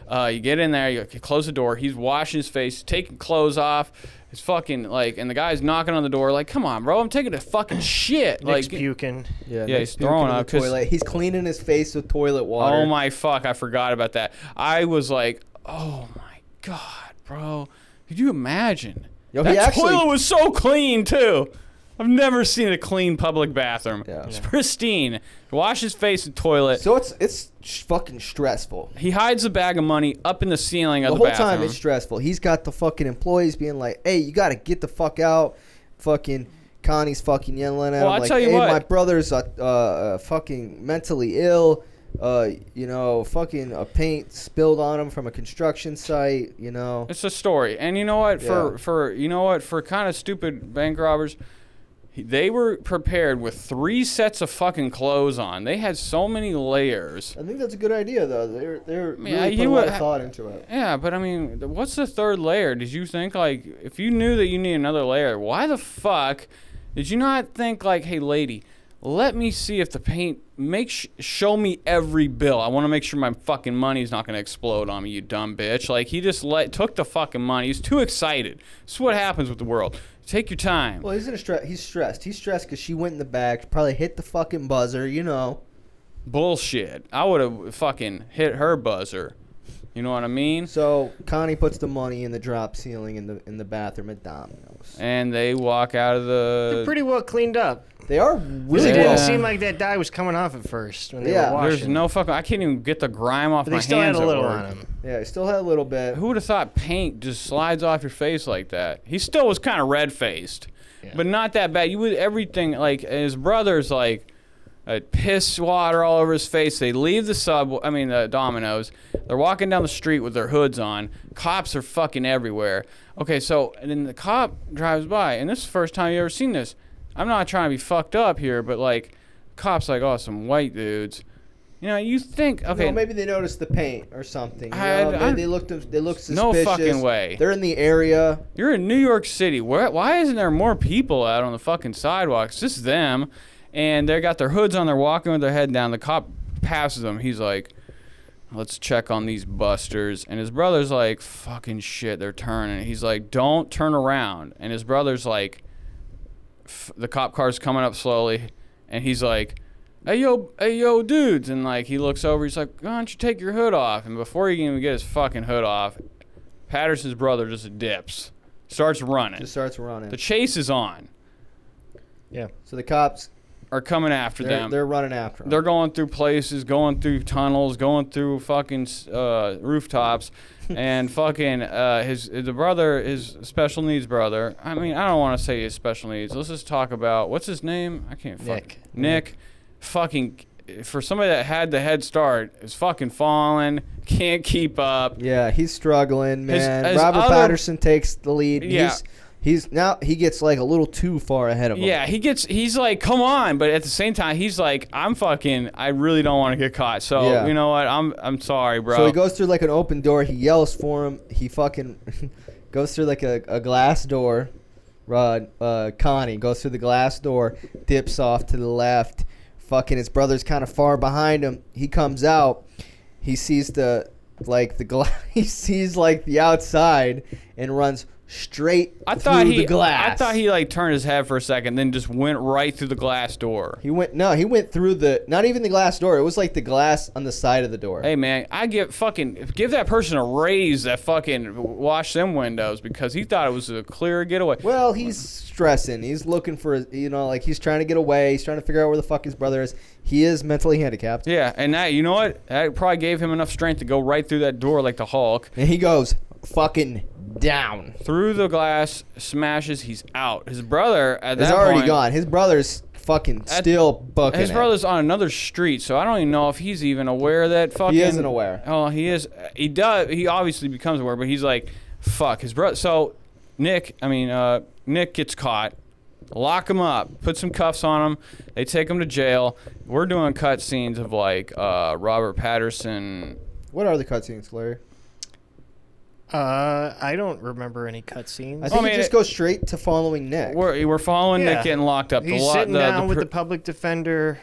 C: Uh, you get in there, you close the door. He's washing his face, taking clothes off. It's fucking like, and the guy's knocking on the door, like, "Come on, bro, I'm taking a fucking shit."
E: Nick's
C: like,
E: puking.
C: Yeah,
D: Nick's
C: he's throwing
D: puking in
C: up
D: the
C: 'cause-
D: toilet. He's cleaning his face with toilet water.
C: Oh my fuck, I forgot about that. I was like, oh my god, bro. Could you imagine?
D: Yo, he
C: that
D: actually-
C: toilet was so clean too. I've never seen a clean public bathroom.
D: Yeah.
C: It's pristine. Wash his face in toilet.
D: So it's it's sh- fucking stressful.
C: he hides the bag of money up in the ceiling of
D: The
C: the,
D: whole
C: bathroom.
D: time it's stressful. He's got the fucking employees being like, "Hey, you got to get the fuck out." Fucking Connie's fucking yelling at
C: Well,
D: him
C: I'll
D: like,
C: tell you
D: "Hey,
C: what."
D: my brother's uh, uh, uh, fucking mentally ill. Uh, you know, fucking a paint spilled on him from a construction site. You know,
C: It's a story, and you know what? For
D: Yeah.
C: for you know what? For kind of stupid bank robbers, he- they were prepared with three sets of fucking clothes on. They had so many layers.
D: I think that's a good idea though. They're they're
C: mean, I-
D: really
C: you
D: putting a lot
C: would-
D: of thought into it.
C: Yeah, but I mean, th- what's the third layer? Did you think like if you knew that you need another layer, why the fuck did you not think like, hey, lady, let me see if the paint make sh- show me every bill. I want to make sure my fucking money's not going to explode on me, you dumb bitch. Like he just let took the fucking money. He's too excited. This is what happens with the world. Take your time.
D: Well, he's in a stress. He's stressed. He's stressed because she went in the back, probably hit the fucking buzzer. You know.
C: Bullshit. I would have fucking hit her buzzer. You know what I mean?
D: So Connie puts the money in the drop ceiling in the in the bathroom at Domino's.
C: And they walk out of the.
E: They're pretty well cleaned up.
D: They are
E: It
D: really
C: Yeah.
E: didn't
D: well.
E: seem like that dye was coming off at first when they
D: Yeah.
E: were washing.
C: There's no fucking. I can't even get the grime off
E: But
C: my
E: they still had
C: hands.
E: a
C: at
E: little
C: work.
E: on them.
D: Yeah, he still had a little bit.
C: Who would have thought paint just slides off your face like that? He still was kind of red faced, but not that bad. You would everything like his brothers like. Uh, piss water all over his face. They leave the sub. I mean the Domino's. They're walking down the street with their hoods on. Cops are fucking everywhere. Okay, so and then the cop drives by, and this is the first time you ever seen this. I'm not trying to be fucked up here, but like, cops like oh some white dudes. You know you think okay
D: No, maybe they noticed the paint or something. You
C: I-
D: know,
C: I-
D: they, they looked. They looked
C: No
D: suspicious.
C: fucking way.
D: They're in the area.
C: You're in New York City. Where, why isn't there more people out on the fucking sidewalks? Just them, and they got their hoods on. They're walking with their head down. The cop passes them. He's like, "Let's check on these busters." And his brother's like, "Fucking shit, they're turning." He's like, "Don't turn around." And his brother's like, f- "The cop car's coming up slowly," and he's like. Hey yo, hey yo, dudes! And like he looks over, he's like, "Why don't you take your hood off?" And before he can even get his fucking hood off, Patterson's brother just dips, starts running.
D: Just starts running.
C: the chase is on.
E: Yeah.
D: so the cops.
C: Are coming after
D: They're,
C: them.
D: they're running after him.
C: They're going through places, going through tunnels, going through fucking uh, rooftops, and fucking uh, his the brother, his special needs brother. I mean, I don't want to say his special needs. Let's just talk about what's his name. I can't. fuck-
E: Nick.
C: Nick, fucking. For somebody that had the head start, is fucking falling, can't keep up.
D: Yeah, he's struggling,
C: His-
D: man.
C: his
D: Robert
C: other-
D: Patterson takes the lead.
C: Yeah.
D: He's, he's now he gets like a little too far ahead of him.
C: Yeah, he gets. He's like, come on, but at the same time, he's like, I'm fucking. I really don't want to get caught. So
D: Yeah.
C: you know what? I'm I'm sorry, bro.
D: So he goes through like an open door. He yells for him. He fucking goes through like a, a glass door. Rod, uh, Connie goes through the glass door, dips off to the left. Fucking his brother's kind of far behind him. He comes out. He sees the like the glass. He sees like the outside and runs straight
C: I
D: through
C: thought he.
D: the glass.
C: I thought he like turned his head for a second, then just went right through the glass door.
D: He went no, he went through the not even the glass door. It was like the glass on the side of the door.
C: Hey man, I give fucking give that person a raise that fucking wash them windows because he thought it was a clear getaway.
D: Well, he's stressing. He's looking for his- you know like he's trying to get away. He's trying to figure out where the fuck his brother is. He is mentally handicapped.
C: Yeah, and that you know what? That probably gave him enough strength to go right through that door like the Hulk.
D: And he goes fucking down.
C: Through the glass, smashes. He's out. His brother at
D: He's
C: that
D: already
C: point-
D: gone. His brother's fucking
C: At-
D: still bucking.
C: His
D: it.
C: brother's on another street, so I don't even know if he's even aware that fucking.
D: isn't aware.
C: Oh, he is. He does. He obviously becomes aware, but he's like, "Fuck his brother." So, Nick, I mean, uh, Nick gets caught. Lock him up. Put some cuffs on him. They take him to jail. We're doing cut scenes of like uh, Robert Patterson.
D: What are the cutscenes, Larry?
E: Uh, I don't remember any cutscenes.
D: I think
C: mean,
D: he just
C: Oh, it-
D: goes straight to following Nick.
C: We're, we're following
E: Yeah.
C: Nick getting locked up. The
E: He's
C: lo-
E: sitting
C: the- the
E: down with
C: pr-
E: the public defender.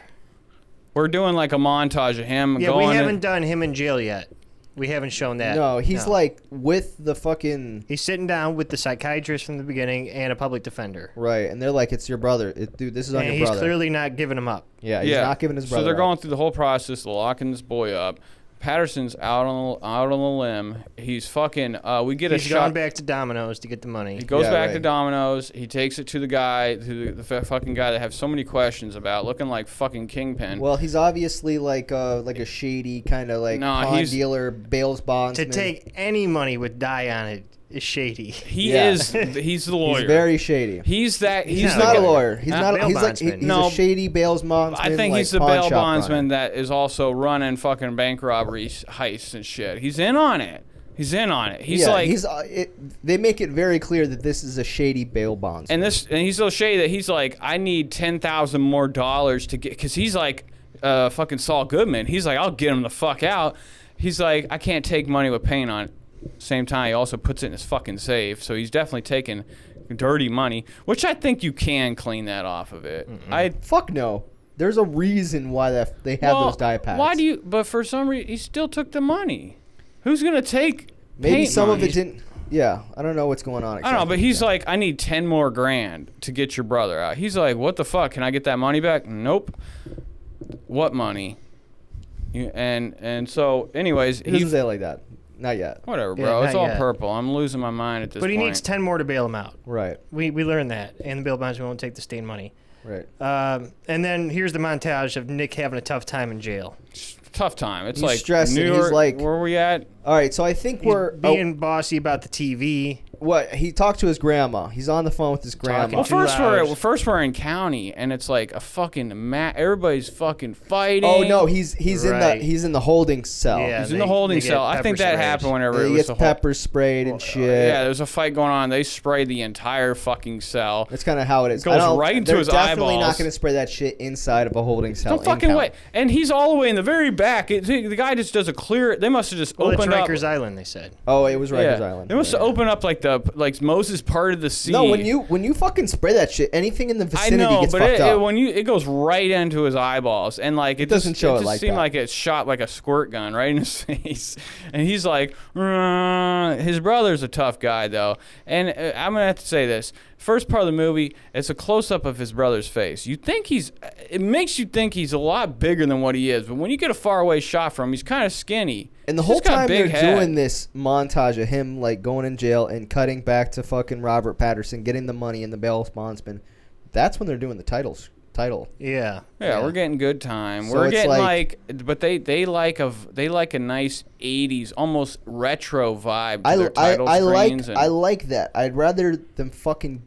C: we're doing like a montage of him
E: Yeah,
C: going.
E: we
C: in-
E: haven't done him in jail yet. We haven't shown that.
D: No, he's like with the fucking
E: he's sitting down with the psychiatrist from the beginning and a public defender,
D: right, and they're like, "It's your brother, it, dude. This is on
E: and
D: your
E: he's
D: brother."
E: clearly not giving him up.
D: yeah, he's not giving his brother.
C: So they're
D: up.
C: going through the whole process, locking this boy up. Patterson's out on the, out on the limb. He's fucking. Uh, we get
E: He's
C: a
E: gone
C: shot.
E: back to Domino's to get the money.
C: He goes
D: Yeah,
C: back
D: right.
C: to Domino's. He takes it to the guy, to the, the f- fucking guy that have so many questions about, looking like fucking kingpin.
D: Well, he's obviously like a like a shady kind of like
C: Nah,
D: pawn
C: he's-
D: dealer, bails
E: to
D: bondsman.
E: take any money with dye on it is shady.
C: he
D: yeah.
C: is. He's the lawyer.
D: he's very shady.
C: He's that. He's,
D: He's
C: the
D: not a
C: guy-
D: lawyer. He's
C: Huh?
D: not. A,
E: Bail
D: he's like he-
E: bondsman.
D: he's
C: No.
D: a shady bails bondsman.
C: I think
D: like,
C: he's the
D: pawn
C: bail
D: shop
C: bondsman
D: runner.
C: that is also running fucking bank robberies, heists and shit. He's in on it. He's in on it. He's
D: yeah,
C: like
D: he's. Uh, it, they make it very clear that this is a shady bail bondsman.
C: And this, and he's O'Shea that he's like, I need ten thousand more dollars to get, because he's like, uh, fucking Saul Goodman. He's like, I'll get him the fuck out. He's like, I can't take money with paint on. it. Same time, he also puts it in his fucking safe, so he's definitely taking dirty money, which I think you can clean that off of it. I
D: Fuck no. There's a reason why that they have
C: Well,
D: those die packs.
C: Why do you? But for some reason, he still took the money. Who's gonna take?
D: Maybe
C: paint
D: some of
C: money?
D: it didn't. Yeah, I don't know what's going on.
C: I don't know,
D: exactly.
C: but he's like, I need ten more grand to get your brother out. He's like, what the fuck? Can I get that money back? Nope. What money? You- And and so, anyways,
D: He doesn't
C: he
D: say it like that. Not yet.
C: whatever,
E: Yeah,
C: bro. it's
E: not
C: all
E: yet.
C: purple. I'm losing my mind at this.
E: But he
C: point.
E: needs 10 more to bail him out.
D: Right.
E: We, we learned that. And the bail bondsman won't take the state money.
D: Right.
E: Um, and then here's the montage of Nick having a tough time in jail.
C: tough time. It's
D: He's
C: like
D: stressed and
C: New
D: he's
C: York.
D: like-
C: where we at?
D: All right. So I think
E: He's
D: we're. oh,
E: being bossy about the TV.
C: Oh,
D: what he talked to his grandma. He's on the phone with his grandma.
C: Well,
E: Talking Two
C: first we're
E: hours.
C: first we're in county, and it's like a fucking ma- everybody's fucking fighting.
D: Oh no, he's he's in
E: Right.
D: the he's in the holding cell.
E: Yeah.
C: he's in
E: they-
C: the holding
E: they get
C: cell. I think
E: pepper
C: that
E: sprayed.
C: happened whenever it
D: He
C: was
D: gets
C: the whole, Oh,
D: pepper sprayed and shit.
C: Yeah, there's a fight going on. They sprayed the entire fucking cell.
D: That's kind of how it is.
C: Goes
D: I don't-
C: right into
D: they're
C: his
D: definitely
C: eyeballs.
D: not going to spray that shit inside of a holding cell.
C: No
D: in
C: fucking
D: town.
C: way. And he's all the way in the very back. It, the the guy just does a clear. They must have just
E: Well, it's
C: opened up.
E: Rikers Island, they said.
D: Oh, it was Rikers
C: yeah.
D: Island.
C: They must
D: Yeah.
C: have opened up like the like Moses part of the sea.
D: No, when you when you fucking spray that shit, anything in the
C: I
D: vicinity
C: know,
D: gets
C: but
D: fucked
C: it,
D: up.
C: it- when you it goes right into his eyeballs, and like it,
D: doesn't
C: just,
D: show it
C: just
D: like
C: seemed
D: that.
C: like it shot like a squirt gun right in his face, and he's like, "Rrrr." his brother's a tough guy though, and uh, I'm gonna have to say this. First part of the movie, it's a close up of his brother's face. You think he's, uh, it makes you think he's a lot bigger than what he is, but when you get a far away shot from him, he's kind of skinny.
D: and the
C: He's
D: whole
C: just got a
D: time
C: big
D: they're
C: head.
D: doing this montage of him like going in jail and cutting back to fucking Robert Patterson getting the money and the bail bondsman. That's when they're doing the titles title.
E: Yeah.
C: Yeah, we're getting good time.
D: So
C: we're
D: it's
C: getting like,
D: like-
C: but they they like a v- they like a nice '80s, almost retro vibe. To
D: I
C: their
D: I,
C: title
D: I
C: screens
D: like
C: and,
D: I like that. I'd rather them fucking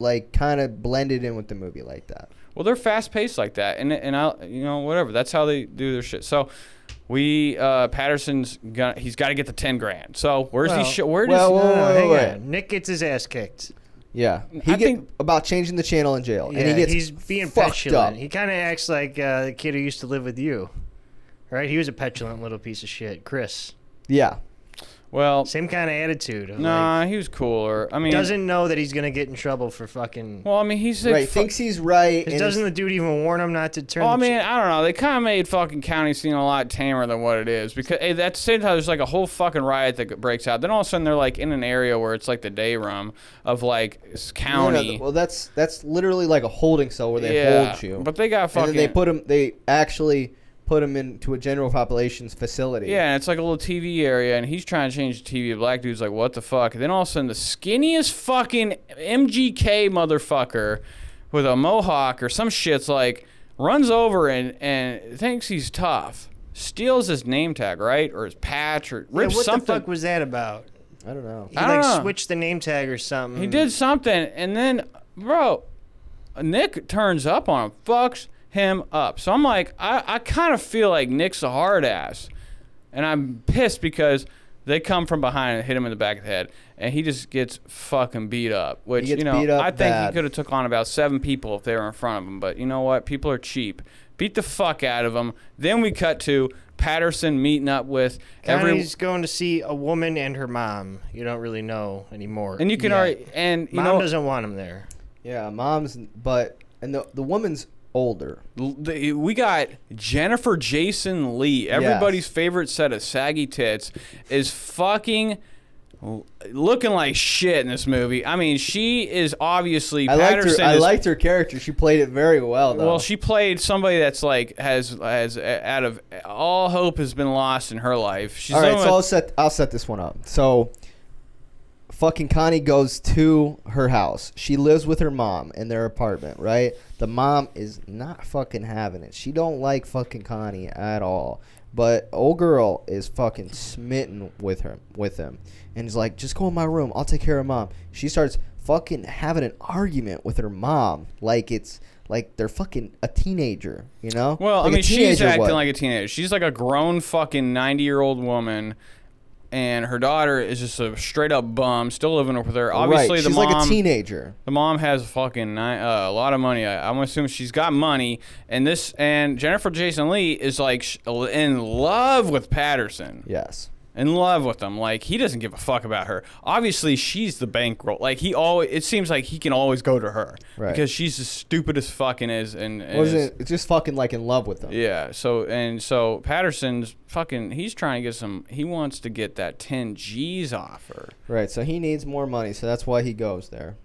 D: like kind of blend it in with the movie like that.
C: well, they're fast paced like that, and and I you know whatever. That's how they do their shit. So. We uh, Patterson's gonna he's got to get the ten grand. So where's
E: Well,
C: he? Sh- where does
D: well,
C: he-
D: well,
E: No, no,
D: Wait,
E: hang
D: wait.
E: on. Nick gets his ass kicked.
D: Yeah, he
C: I
D: get
C: think-
D: about changing the channel in jail,
E: Yeah,
D: and he gets
E: he's being
D: fucked up.
E: petulant. He kind of acts like uh, the kid who used to live with you, right? He was a petulant little piece of shit, Chris.
D: yeah,
C: well,
E: Same kind of attitude. Of like,
C: nah, he was cooler. I mean,
E: doesn't know that he's gonna get in trouble for fucking.
C: well, I mean, he said
D: right.
C: fu-
D: Thinks he's right.
E: Cause
D: and
E: doesn't the dude even warn him not to turn?
C: Well, I
E: the
C: mean, I don't know. They kind of made fucking county scene a lot tamer than what it is because hey, at the same time, there's like a whole fucking riot that breaks out. Then all of a sudden, they're like in an area where it's like the day room of like s-
D: No, no,
C: county.
D: well, that's that's literally like a holding cell where they
C: yeah,
D: hold you.
C: but they got
D: and
C: fucking.
D: then they put him. They actually put him into a general population's facility.
C: yeah, and it's like a little TV area, and he's trying to change the TV. The black dude's like, "What the fuck?" And then all of a sudden, the skinniest fucking MGK motherfucker with a mohawk or some shit's like runs over and and thinks he's tough, steals his name tag, right, or his patch, or
E: Yeah,
C: rips
E: what
C: something.
E: the fuck was that about?
D: I don't know.
E: He
C: I don't
E: like
C: know.
E: switched the name tag or something.
C: He
D: Mm.
C: did something, and then, bro, Nick turns up on him, fucks him up. So I'm like, I, I kind of feel like Nick's a hard ass, and I'm pissed because they come from behind and hit him in the back of the head, and he just gets fucking beat up. Which
D: gets
C: you know,
D: beat up
C: I think he
D: bad.
C: could have took on about seven people if they were in front of him. But you know what? People are cheap. Beat the fuck out of him. Then we cut to Patterson meeting up with every.
E: Connie's going to see a woman and her mom. You don't really know anymore.
C: And you can
E: yet.
C: already and you
E: Mom
C: know
E: doesn't want him there.
D: Yeah, mom's but and the the woman's older.
C: L- the- We got Jennifer Jason Lee, everybody's favorite set of saggy tits, is fucking l- looking like shit in this movie. I mean, she is obviously
D: I liked her.
C: Patterson.
D: I
C: is-
D: liked her character. She played it very well though.
C: well, she played somebody that's like has has uh, out of all hope has been lost in her life. She's
D: All right,
C: the
D: so I'll
C: one-
D: set I'll set this one up. So fucking Connie goes to her house. She lives with her mom in their apartment, right? The mom is not fucking having it. She don't like fucking Connie at all. But old girl is fucking smitten with her with him. And is like, "Just go in my room. I'll take care of mom." She starts fucking having an argument with her mom like it's like they're fucking a teenager, you know?
C: well,
D: Like a
C: I mean, she's
D: teenager
C: acting
D: would.
C: like a teenager. She's like a grown fucking ninety year old woman. And her daughter is just a straight up bum, still living with her. Obviously,
D: right.
C: the
D: she's
C: mom
D: like a teenager.
C: The mom has fucking ni- uh, a lot of money. I, I'm assuming she's got money, and this and Jennifer Jason Lee is like sh- in love with Patterson.
D: Yes.
C: in love with him. Like he doesn't give a fuck about her. Obviously, she's the bankroll. Like he always, it seems like he can always go to her
D: Right.
C: because she's as stupid as fucking is. And, and is-
D: Wasn't it's just fucking like in love with them?
C: yeah. So and so Patterson's fucking. He's trying to get some. He wants to get that ten G's off her.
D: Right. So he needs more money, so that's why he goes there.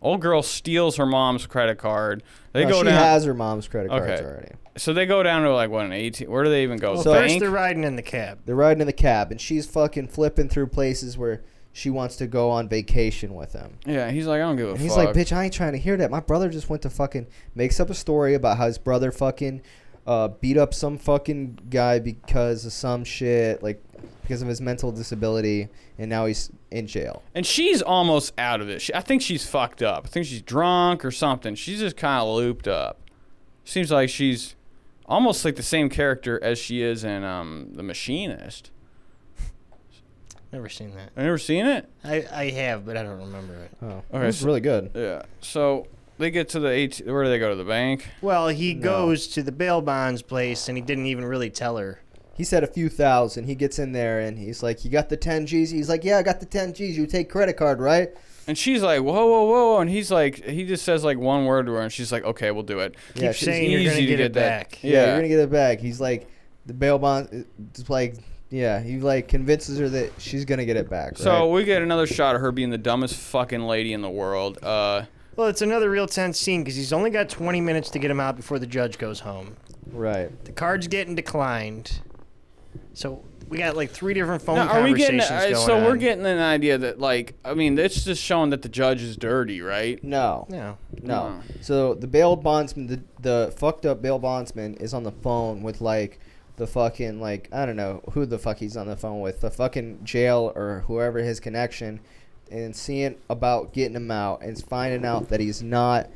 C: Old girl steals her mom's credit card. They
D: No,
C: go
D: she
C: down.
D: has her mom's credit cards
C: Okay.
D: already.
C: so they go down to like what an eighteen. Where do they even go?
E: Well,
D: So-
E: first
C: Bank?
E: they're riding in the cab.
D: They're riding in the cab, and she's fucking flipping through places where she wants to go on vacation with him.
C: yeah. He's like, I don't give a
D: And
C: fuck.
D: he's like, "Bitch, I ain't trying to hear that." My brother just went to fucking makes up a story about how his brother fucking uh, beat up some fucking guy because of some shit, like because of his mental disability, and now he's in jail.
C: And she's almost out of it. She, I think she's fucked up. I think she's drunk or something. She's just kind of looped up. Seems like she's almost like the same character as she is in um, The Machinist.
E: Never seen that.
C: Have you ever seen it?
E: I, I have, but I don't remember it.
D: Oh,
C: Okay,
D: okay, it's
C: so-
D: really good.
C: Yeah. So they get to the 18. Where do they go to the bank?
E: Well, he goes to the bail bonds place, and he didn't even really tell her.
D: He said a few thousand. He gets in there and he's like, "You got the ten G's?" He's like, "Yeah, I got the ten G's. You take credit card, right?"
C: And she's like, whoa, whoa, whoa. And he's like, he just says like one word to her, and she's like, okay, we'll do it.
D: Yeah,
E: Keep
D: she's
E: saying you're gonna
C: easy to
E: get,
C: get
E: it
C: that-
E: back.
D: Yeah,
C: Yeah.
D: you're gonna get it back. He's like, the bail bond, it's like, yeah, he like convinces her that she's gonna get it back.
C: So
D: right?
C: we get another shot of her being the dumbest fucking lady in the world. Uh,
E: Well, it's another real tense scene because he's only got 20 minutes to get him out before the judge goes home.
D: right,
E: The card's getting declined, so we got like three different phone
C: Now, are we
E: conversations
C: getting? uh,
E: going
C: so we're
E: on.
C: getting an idea that, like, I mean, it's just showing that the judge is dirty, right?
D: no,
E: no.
D: no.
C: No.
D: So the bail bondsman, the the fucked up bail bondsman, is on the phone with like the fucking like I don't know who the fuck he's on the phone with, the fucking jail or whoever his connection, and seeing about getting him out and finding out that he's not.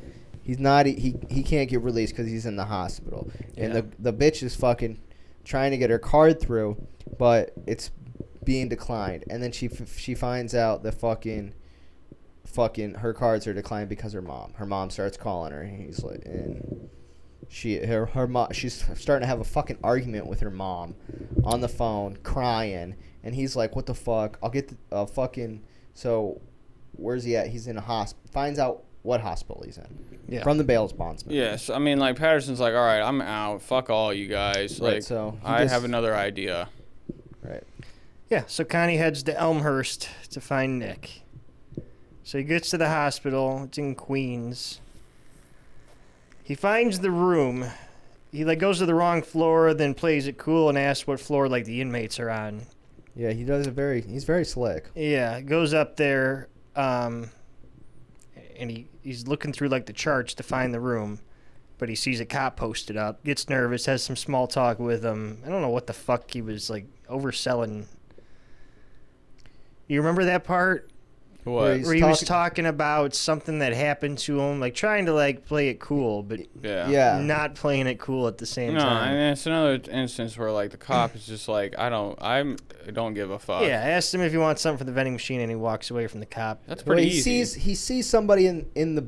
D: He's not. He he can't get released because he's in the hospital, and
C: Yeah.
D: the the bitch is fucking trying to get her card through, but it's being declined. And then she f- she finds out that fucking fucking her cards are declined because her mom. Her mom starts calling her, and he's like, and she her her mom. She's starting to have a fucking argument with her mom on the phone, crying, and he's like, "What the fuck? I'll get the uh, fucking so." Where's he at? He's in a hospital. Finds out what hospital he's in
E: Yeah.
D: from the bail's bondsman.
C: Yes. I mean, like Patterson's like, all right, I'm out. Fuck all you guys.
D: Right,
C: Like,
D: so he
C: I
D: just-
C: have another idea.
D: Right.
E: Yeah, so Connie heads to Elmhurst to find Nick. So he gets to the hospital. It's in Queens. He finds the room. He like goes to the wrong floor, then plays it cool and asks what floor like the inmates are on.
D: Yeah, he does a very. He's very slick.
E: Yeah, goes up there, um, and he, he's looking through like the charts to find the room, but he sees a cop posted up, gets nervous, has some small talk with him. I don't know what the fuck he was like overselling. You remember that part
C: What?
D: He's
E: where he was
D: talking-
E: talking about something that happened to him, like trying to like play it cool, but
C: Yeah.
D: Yeah.
E: not playing it cool at the same
C: No, I
E: time.
C: mean, it's another instance where like the cop is just like, I don't, I'm, I don't give a fuck.
E: yeah, I asked him if he wants something for the vending machine, and he walks away from the cop.
C: That's
D: Well,
C: pretty
D: he
C: easy.
D: sees he sees somebody in in the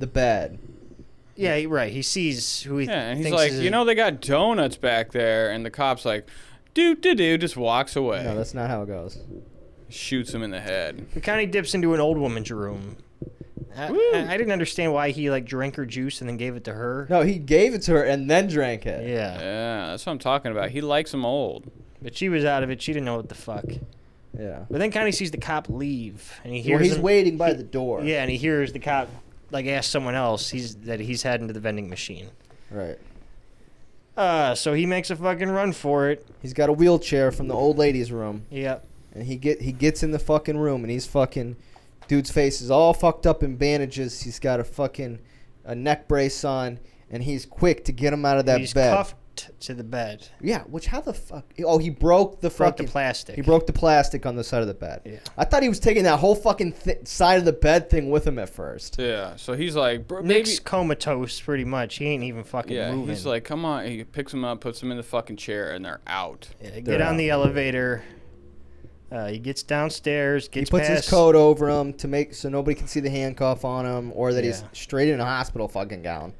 D: the bed.
E: Yeah, he- right. He sees who he
C: yeah, and he's
E: thinks
C: like,
E: is
C: you know, they got donuts back there, and the cop's like, doo doo doo, just walks away,
D: No, that's not how it goes.
C: shoots him in the head.
E: He kind of dips into an old woman's room. I,
C: Woo.
E: I, I didn't understand why he like drank her juice and then gave it to her.
D: No, he gave it to her and then drank it.
E: Yeah.
C: Yeah, that's what I'm talking about. He likes him old.
E: but she was out of it. She didn't know what the fuck.
D: Yeah.
E: But then Connie sees the cop leave, and he hears
D: Well, he's
E: him-
D: waiting by the door.
E: Yeah, and he hears the cop like ask someone else he's that he's heading to the vending machine.
D: Right.
E: Uh, so he makes a fucking run for it.
D: He's got a wheelchair from the old lady's room,
E: Yep.
D: and he get he gets in the fucking room, and he's fucking dude's face is all fucked up in bandages. He's got a fucking a neck brace on, and he's quick to get him out of that
E: he's
D: bed.
E: cuffed to the bed.
D: Yeah. Which how the fuck? Oh, he broke the
E: Broke
D: fucking
E: the plastic.
D: He broke the plastic on the side of the bed.
E: Yeah.
D: I thought he was taking that whole fucking th- side of the bed thing with him at first.
C: Yeah, so he's like, "Bro,
E: Nick's
C: maybe.
E: comatose pretty much. He ain't even fucking
C: Yeah,
E: moving.
C: he's like, come on. He picks him up, puts him in the fucking chair, and they're out.
E: Yeah,
D: They're
E: get on
D: out.
E: the elevator. Uh, he gets downstairs.
D: He
E: Gets
D: puts his
E: past-
D: coat over him to make so nobody can see the handcuff on him or that he's
E: Yeah.
D: straight in a hospital fucking gown.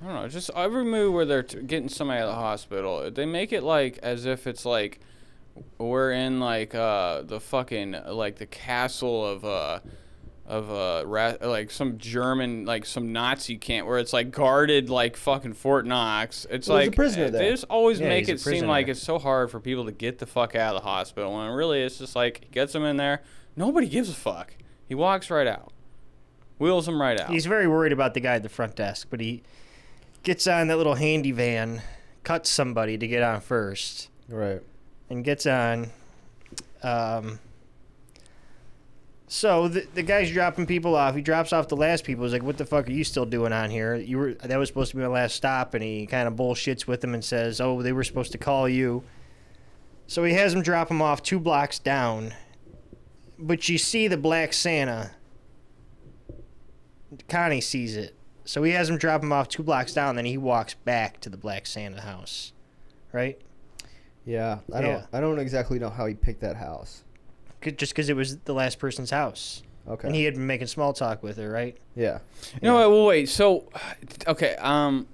C: I don't know. Just every move where they're t- getting somebody out of the hospital, they make it like as if it's like we're in like uh the fucking like the castle of uh of uh ra- like some German like some Nazi camp where it's like guarded like fucking Fort Knox. It's
D: Well,
C: like
D: there's a prisoner there.
C: they just always
E: Yeah,
C: make
E: he's a
C: it seem like
E: prisoner.
C: it's so hard for people to get the fuck out of the hospital when really it's just like he gets them in there. Nobody gives a fuck. He walks right out. Wheels him right out.
E: He's very worried about the guy at the front desk, but he gets on that little handy van, cuts somebody to get on first,
D: Right.
E: and gets on. Um, so the, the guy's dropping people off. He drops off the last people. He's like, "What the fuck are you still doing on here? You were that was supposed to be my last stop." And he kind of bullshits with him and says, "Oh, they were supposed to call you." So he has him drop him off two blocks down. But you see the Black Santa. Connie sees it. So he has him drop him off two blocks down, then he walks back to the Black Santa house. Right?
D: Yeah. I don't.
E: Yeah.
D: I don't exactly know how he picked that house.
E: 'Cause- Just because it was the last person's house.
D: Okay.
E: And he had been making small talk with her, right?
D: yeah.
C: No, wait, well, wait. So, okay. Um,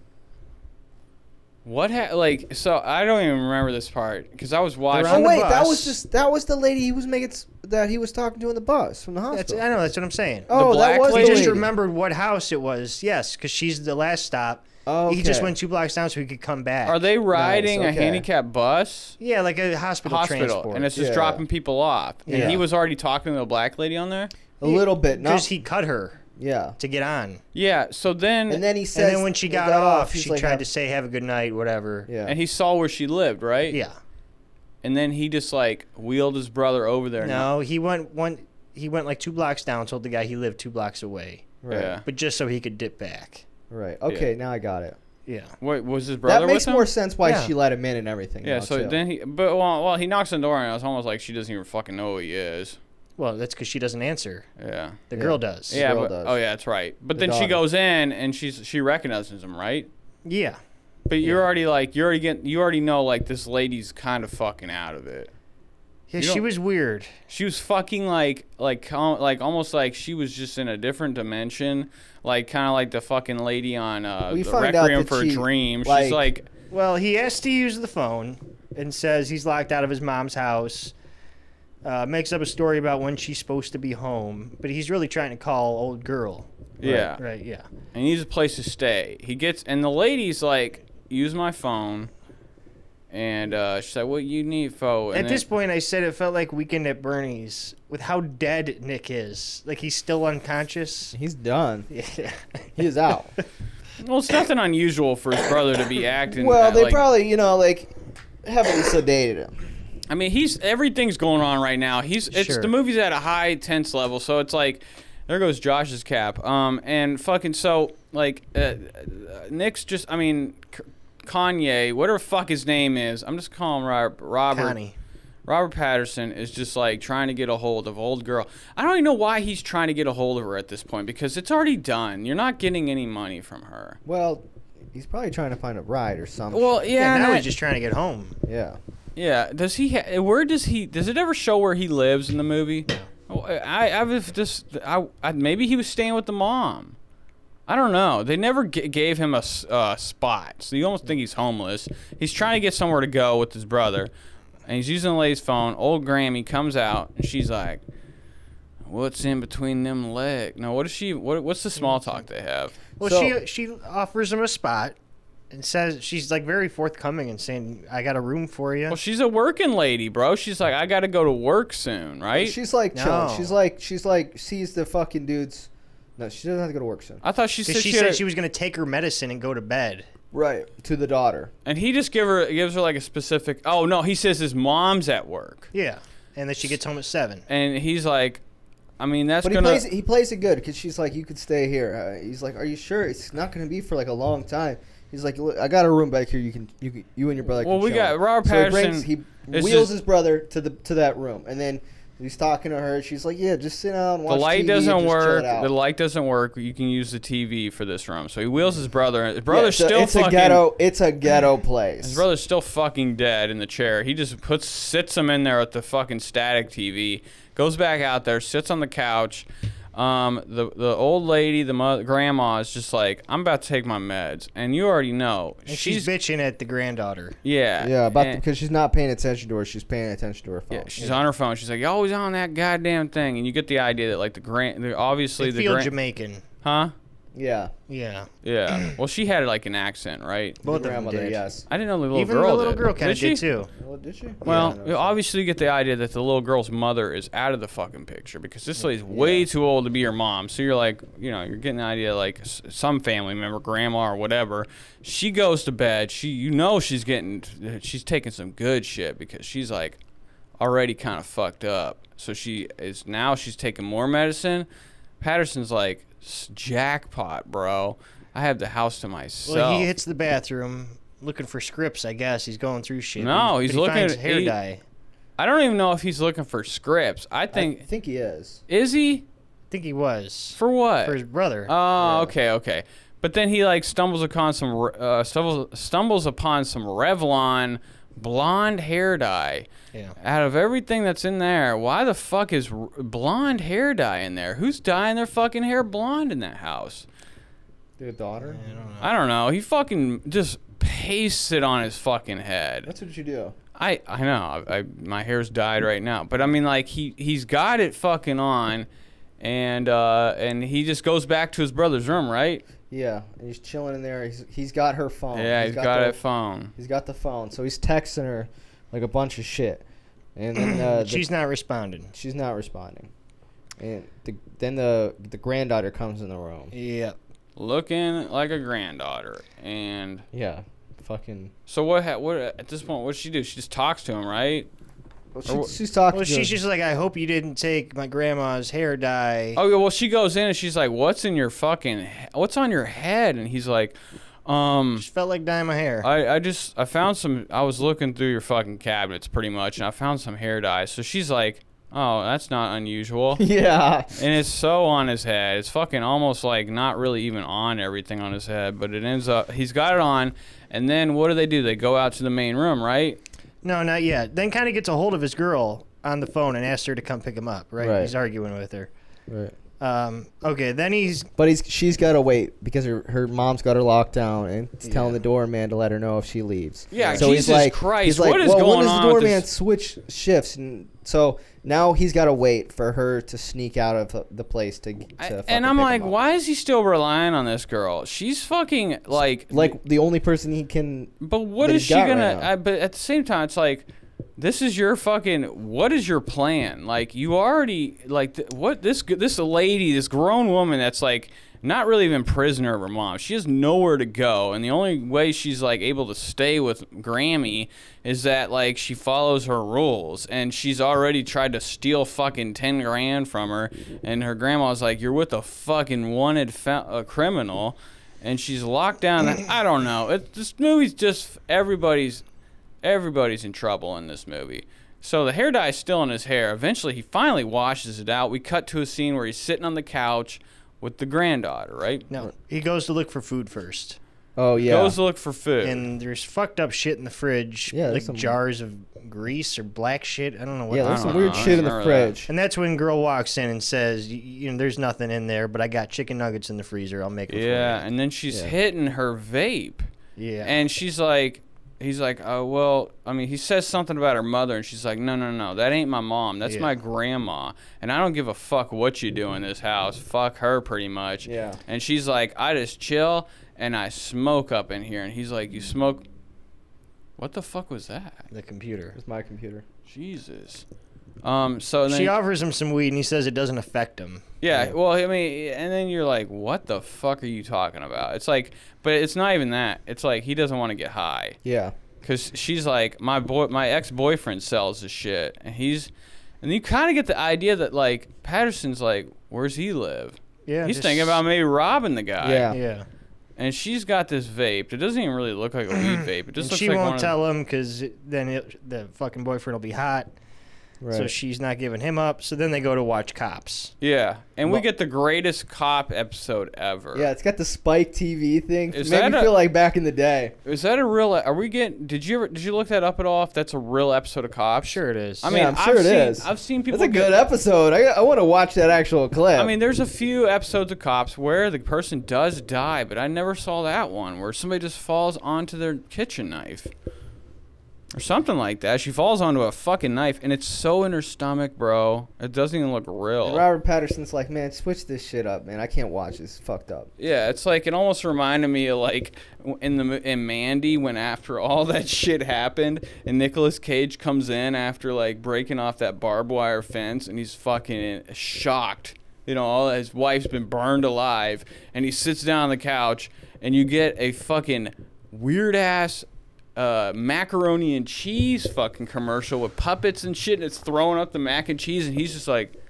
C: what ha- like? So I don't even remember this part because I was watching.
E: on
D: Oh
E: the
D: wait, that
E: bus.
D: was just that was the lady he was making s- that he was talking to in the bus from the
E: That's,
D: hospital.
E: I know, that's what I'm saying.
D: oh,
C: black
D: that was
E: he
C: lady.
D: the
E: just
D: lady.
E: remembered what house it was. Yes, because she's the last stop. He just
D: Okay.
E: went two blocks down so he could come back.
C: Are they riding
D: okay.
C: a handicapped bus?
E: Yeah, like a hospital,
C: Hospital,
E: transport.
C: and it's just
D: Yeah.
C: dropping people off. And
E: Yeah.
C: he was already talking to the black lady on there.
D: a little bit. Not
E: because he cut her
D: yeah.
E: to get on.
C: Yeah. So then,
D: And
C: and,
D: then he says.
E: And then when she got off, she tried to say, have a good night, whatever.
D: Yeah.
C: he saw where she lived, right?
E: Yeah.
C: And then he just like wheeled his brother over there. and-
E: No, he went one. He went like two blocks down. Told the guy he lived two blocks away,
D: Right.
C: Yeah.
E: but just so he could dip back.
D: Right. Okay. Now I got it.
E: Yeah.
C: Wait, was his brother
D: That makes
C: with him?
D: more sense why
E: Yeah.
D: she let him in and everything.
C: yeah.
D: now,
C: So
D: too.
C: then he, but well, well, he knocks on the door, and I was almost like she doesn't even fucking know who he is.
E: Well, that's because she doesn't answer.
C: Yeah.
E: The girl does.
C: Yeah,
D: girl
C: but,
D: does.
C: oh yeah, that's right. But
D: The
C: then she
D: daughter.
C: goes in and she's she recognizes him, right?
E: Yeah.
C: But you're already like you're already getting you already know like this lady's kind of fucking out of it.
E: Yeah.
C: You
E: she
C: don't-
E: was weird.
C: She was fucking like like com- like almost like she was just in a different dimension, like kind of like the fucking lady on uh
D: We
C: the
D: found out
C: Requiem
D: that
C: for
D: she,
C: a Dream.
D: like-
C: She's like
E: Well, he asks to use the phone and says he's locked out of his mom's house. Uh, makes up a story about when she's supposed to be home, but he's really trying to call old girl.
C: yeah,
E: Right. Yeah.
C: and he needs a place to stay. He gets and the lady's like use my phone. And uh, she's like, "What you need for?"
E: At this point, I said it felt like Weekend at Bernie's with how dead Nick is. Like he's still unconscious.
D: he's done.
E: Yeah.
D: He is out.
C: well, it's nothing unusual for his brother to be acting.
D: well,
C: at,
D: they
C: like,
D: probably you know like heavily sedated him.
C: I mean, he's everything's going on right now. He's it's
E: Sure.
C: the movie's at a high tense level, so it's like there goes Josh's cap. Um, and fucking so like uh, uh, Nick's just I mean K- Kanye, whatever fuck his name is, I'm just calling Robert. Robert
E: Connie.
C: Robert Patterson is just like trying to get a hold of old girl. I don't even know why he's trying to get a hold of her at this point because it's already done. You're not getting any money from her.
D: Well, he's probably trying to find a ride or something.
C: Well,
E: Yeah,
C: yeah, and
E: now he's
C: that-
E: just trying to get home.
D: yeah.
C: Yeah. Does he? Ha- where does he? Does it ever show where he lives in the movie? Oh, I, I was just, I, I, maybe he was staying with the mom. I don't know. They never g- gave him a s- uh, spot, so you almost think he's homeless. He's trying to get somewhere to go with his brother, and he's using the lady's phone. Old Grammy comes out, and she's like, "What's in between them leg?" No, what is she? What, what's the small talk they have?
E: Well,
D: So-
E: she she offers him a spot and says she's like very forthcoming and saying, "I got a room for you."
C: Well, she's a working lady, bro. She's like, "I got to go to work soon, right?"
D: She's like
E: No.
D: chilling. She's like she's like sees the fucking dudes. No, she doesn't have to go to work soon.
C: I thought she said
E: 'Cause she
C: had
E: said
C: a-
E: she was going to take her medicine and go to bed.
D: Right to the daughter.
C: And he just give her gives her like a specific. Oh no, he says his mom's at work,
E: Yeah, and then she gets home at seven.
C: and he's like, I mean that's
D: But he
C: gonna.
D: plays he plays it good because she's like, you could stay here. Uh, he's like, are you sure? It's not going to be for like a long time. He's like, look, I got a room back here. You can you can, you and your brother.
C: Well,
D: can
C: we
D: chill
C: got
D: in."
C: Robert
D: so
C: Pattinson
D: He, brings,
C: is
D: he wheels
C: just-
D: his brother to the to that room, and then he's talking to her. She's like, yeah, just sit down.
C: the
D: Watch TV
C: light
D: and
C: doesn't
D: just chill it
C: work.
D: out."
C: The light doesn't work. You can use the TV for this room. So he wheels his brother. His
D: Yeah,
C: brother's
D: so
C: still
D: it's
C: fucking.
D: a ghetto. It's a ghetto place.
C: His brother's still fucking dead in the chair. He just puts sits him in there with the fucking static TV. Goes back out there, sits on the couch. Um, the the old lady, the mother, grandma is just like, I'm about to take my meds, and you already know
E: And she's, bitching at the granddaughter.
C: yeah
D: Yeah, about
C: and-
D: because she's not paying attention to her. She's paying attention to her phone.
C: Yeah, she's on her phone. She's like, "You always on that goddamn thing," and you get the idea that like the grand, the, obviously
E: They
C: the
E: feel
C: grand,
E: Jamaican.
C: huh?
D: yeah.
E: Yeah.
C: Yeah. well, she had like an accent, right?
E: Both
D: the
E: of them
D: grandmother,
E: did.
D: yes.
C: I didn't know the little
E: Even
C: girl.
E: the little
C: did.
E: girl kind of
C: she?
E: did too.
D: Well, did she?
C: Well,
D: Yeah, I
C: you
D: know.
C: obviously you get the idea that the little girl's mother is out of the fucking picture because this lady's way too old to be your mom. So you're like, you know, you're getting the idea like s- some family member, grandma or whatever. She goes to bed. She, you know, she's getting, she's taking some good shit because she's like already kind of fucked up. So she is now she's taking more medicine. Patterson's like "S- jackpot, bro. I have the house to myself.
E: Well, he hits the bathroom looking for scripts. I guess he's going through shit.
C: No,
E: but he-
C: he's
E: but
C: looking
E: he finds
C: at-
E: hair
C: he-
E: dye.
C: I don't even know if he's looking for scripts. I
D: I
C: think
D: think he is.
C: is he
E: I think he was
C: for what?
E: for his brother.
C: Oh, okay, okay. But then he like stumbles upon some re- uh, stumbles stumbles upon some Revlon blonde hair dye.
E: yeah.
C: Out of everything that's in there, why the fuck is r- blonde hair dye in there? Who's dyeing their fucking hair blonde in that house?
D: Their daughter.
C: I don't know. He fucking just pastes it on his fucking head.
D: That's what you do.
C: I I know. I, I my hair's dyed right now, but I mean, like he he's got it fucking on, and uh and he just goes back to his brother's room, right?
D: Yeah, and he's chilling in there. He's he's got her phone.
C: Yeah, Oh, he's got,
D: the-
C: a phone.
D: He's got the phone, so he's texting her like a bunch of shit, and then uh, the-
E: She's not responding.
D: she's not responding. And the, then the the granddaughter comes in the room.
E: Yeah.
C: Looking like a granddaughter. And
D: Yeah, fucking.
C: so what? Ha- what at this point? What does she do? She just talks to him, right?
D: She, she's talking.
E: Well,
D: to
E: she's
D: him.
E: just like, I hope you didn't take my grandma's hair dye.
C: Oh yeah. Well, she goes in and she's like, "What's in your fucking? He- what's on your head?" And he's like, "Um."
E: Just felt like dyeing my hair.
C: I, I just I found some I was looking through your fucking cabinets pretty much and I found some hair dye. So she's like, Oh, that's not unusual.
D: Yeah.
C: and it's so on his head. It's fucking almost like not really even on everything on his head, but it ends up he's got it on and then what do they do? They go out to the main room, right?
E: no, not yet. Then kind of gets a hold of his girl on the phone and asks her to come pick him up. Right?
D: Right.
E: He's arguing with her.
D: Right.
E: Um, okay. Then he's
D: But he's she's got to wait because her, her mom's got her locked down and it's telling the doorman to let her know if she leaves.
C: Yeah,
D: so he's
C: Jesus
D: like,
C: Christ,
D: he's like,
C: what is
D: well,
C: going
D: when does
C: on
D: the
C: with
D: doorman
C: this-
D: switch shifts? And so now he's got to wait for her to sneak out of the- the place to. to
C: I-
D: fucking
C: and I'm
D: pick him
C: like,
D: up.
C: why is he still relying on this girl? She's fucking like
D: Like the only person he can.
C: But what
D: that
C: is
D: he's
C: she
D: got right
C: gonna?
D: now.
C: I, but at the same time, it's like, this is your fucking. What is your plan? Like you already like th- what this g- this lady, this grown woman that's like not really even prisoner of her mom. She has nowhere to go, and the only way she's like able to stay with Grammy is that like she follows her rules, and she's already tried to steal fucking ten grand from her, and her grandma's like, you're with a fucking wanted fa- a criminal and she's locked down. I don't know. It, this movie's just everybody's everybody's in trouble in this movie. So the hair dye is still in his hair. Eventually, he finally washes it out. We cut to a scene where he's sitting on the couch with the granddaughter. Right?
E: no. He goes to look for food first,
D: Oh yeah.
C: Goes to look for food.
E: and there's fucked up shit in the fridge,
D: Yeah, there's
E: like
D: some-
E: jars of grease or black shit. I don't know what.
D: yeah,
E: the-
D: there's
C: I
D: some
C: don't
D: weird
C: know, I
D: shit in the
C: remember that.
D: fridge.
E: and that's when girl walks in and says, "Y- you know, there's nothing in there, but I got chicken nuggets in the freezer. I'll make them for you."
C: yeah, and then she's hitting her vape.
E: Yeah.
C: And she's like, he's like, oh, well, I mean, he says something about her mother, and she's like, no, no, no, that ain't my mom. That's
E: Yeah.
C: my grandma. And I don't give a fuck what you do in this house. Fuck her, pretty much.
D: Yeah.
C: And she's like, I just chill and I smoke up in here. And he's like, you smoke. What the fuck was that?
E: the computer.
D: It's my computer.
C: Jesus. Um. So then,
E: She offers him some weed, and he says it doesn't affect him.
C: yeah, Well, I mean, and then you're like, what the fuck are you talking about? It's like, but it's not even that. It's like he doesn't want to get high.
D: Yeah.
C: because she's like my boy my ex-boyfriend sells this shit and he's and you kind of get the idea that like patterson's like where's he live
E: Yeah,
C: he's
E: just-
C: thinking about maybe robbing the guy
D: Yeah.
E: Yeah,
C: and she's got this vape it doesn't even really look like a weed vape it just
E: and
C: looks
E: she
C: like one
E: won't
C: of-
E: tell him because then it, the fucking boyfriend will be hot. So
D: Right.
E: she's not giving him up. So then they go to watch Cops.
C: Yeah, and we
D: Well-
C: get the greatest cop episode ever.
D: Yeah, it's got the Spike TV thing.
C: Is
D: Made
C: that
D: me
C: a-
D: feel like back in the day.
C: Is that a real? Are we getting? Did you ever? Did you look that up at all? If that's a real episode of Cops?
E: Sure it is.
C: I
D: Yeah,
C: mean,
D: I'm sure
C: have
D: it
C: seen,
D: is.
C: I've seen people.
D: That's a
C: get-
D: good episode. I, I want to watch that actual clip.
C: I mean, there's a few episodes of Cops where the person does die, but I never saw that one where somebody just falls onto their kitchen knife or something like that. She falls onto a fucking knife, and it's so in her stomach, bro. It doesn't even look real.
D: And Robert Patterson's like, man, switch this shit up, man. I can't watch this. It's fucked up.
C: Yeah, it's like it almost reminded me of like w- in the mo- in Mandy when after all that shit happened and Nicolas Cage comes in after like breaking off that barbed wire fence and he's fucking shocked. You know, all his wife's been burned alive and he sits down on the couch and you get a fucking weird ass uh, macaroni and cheese fucking commercial with puppets and shit and it's throwing up the mac and cheese and he's just like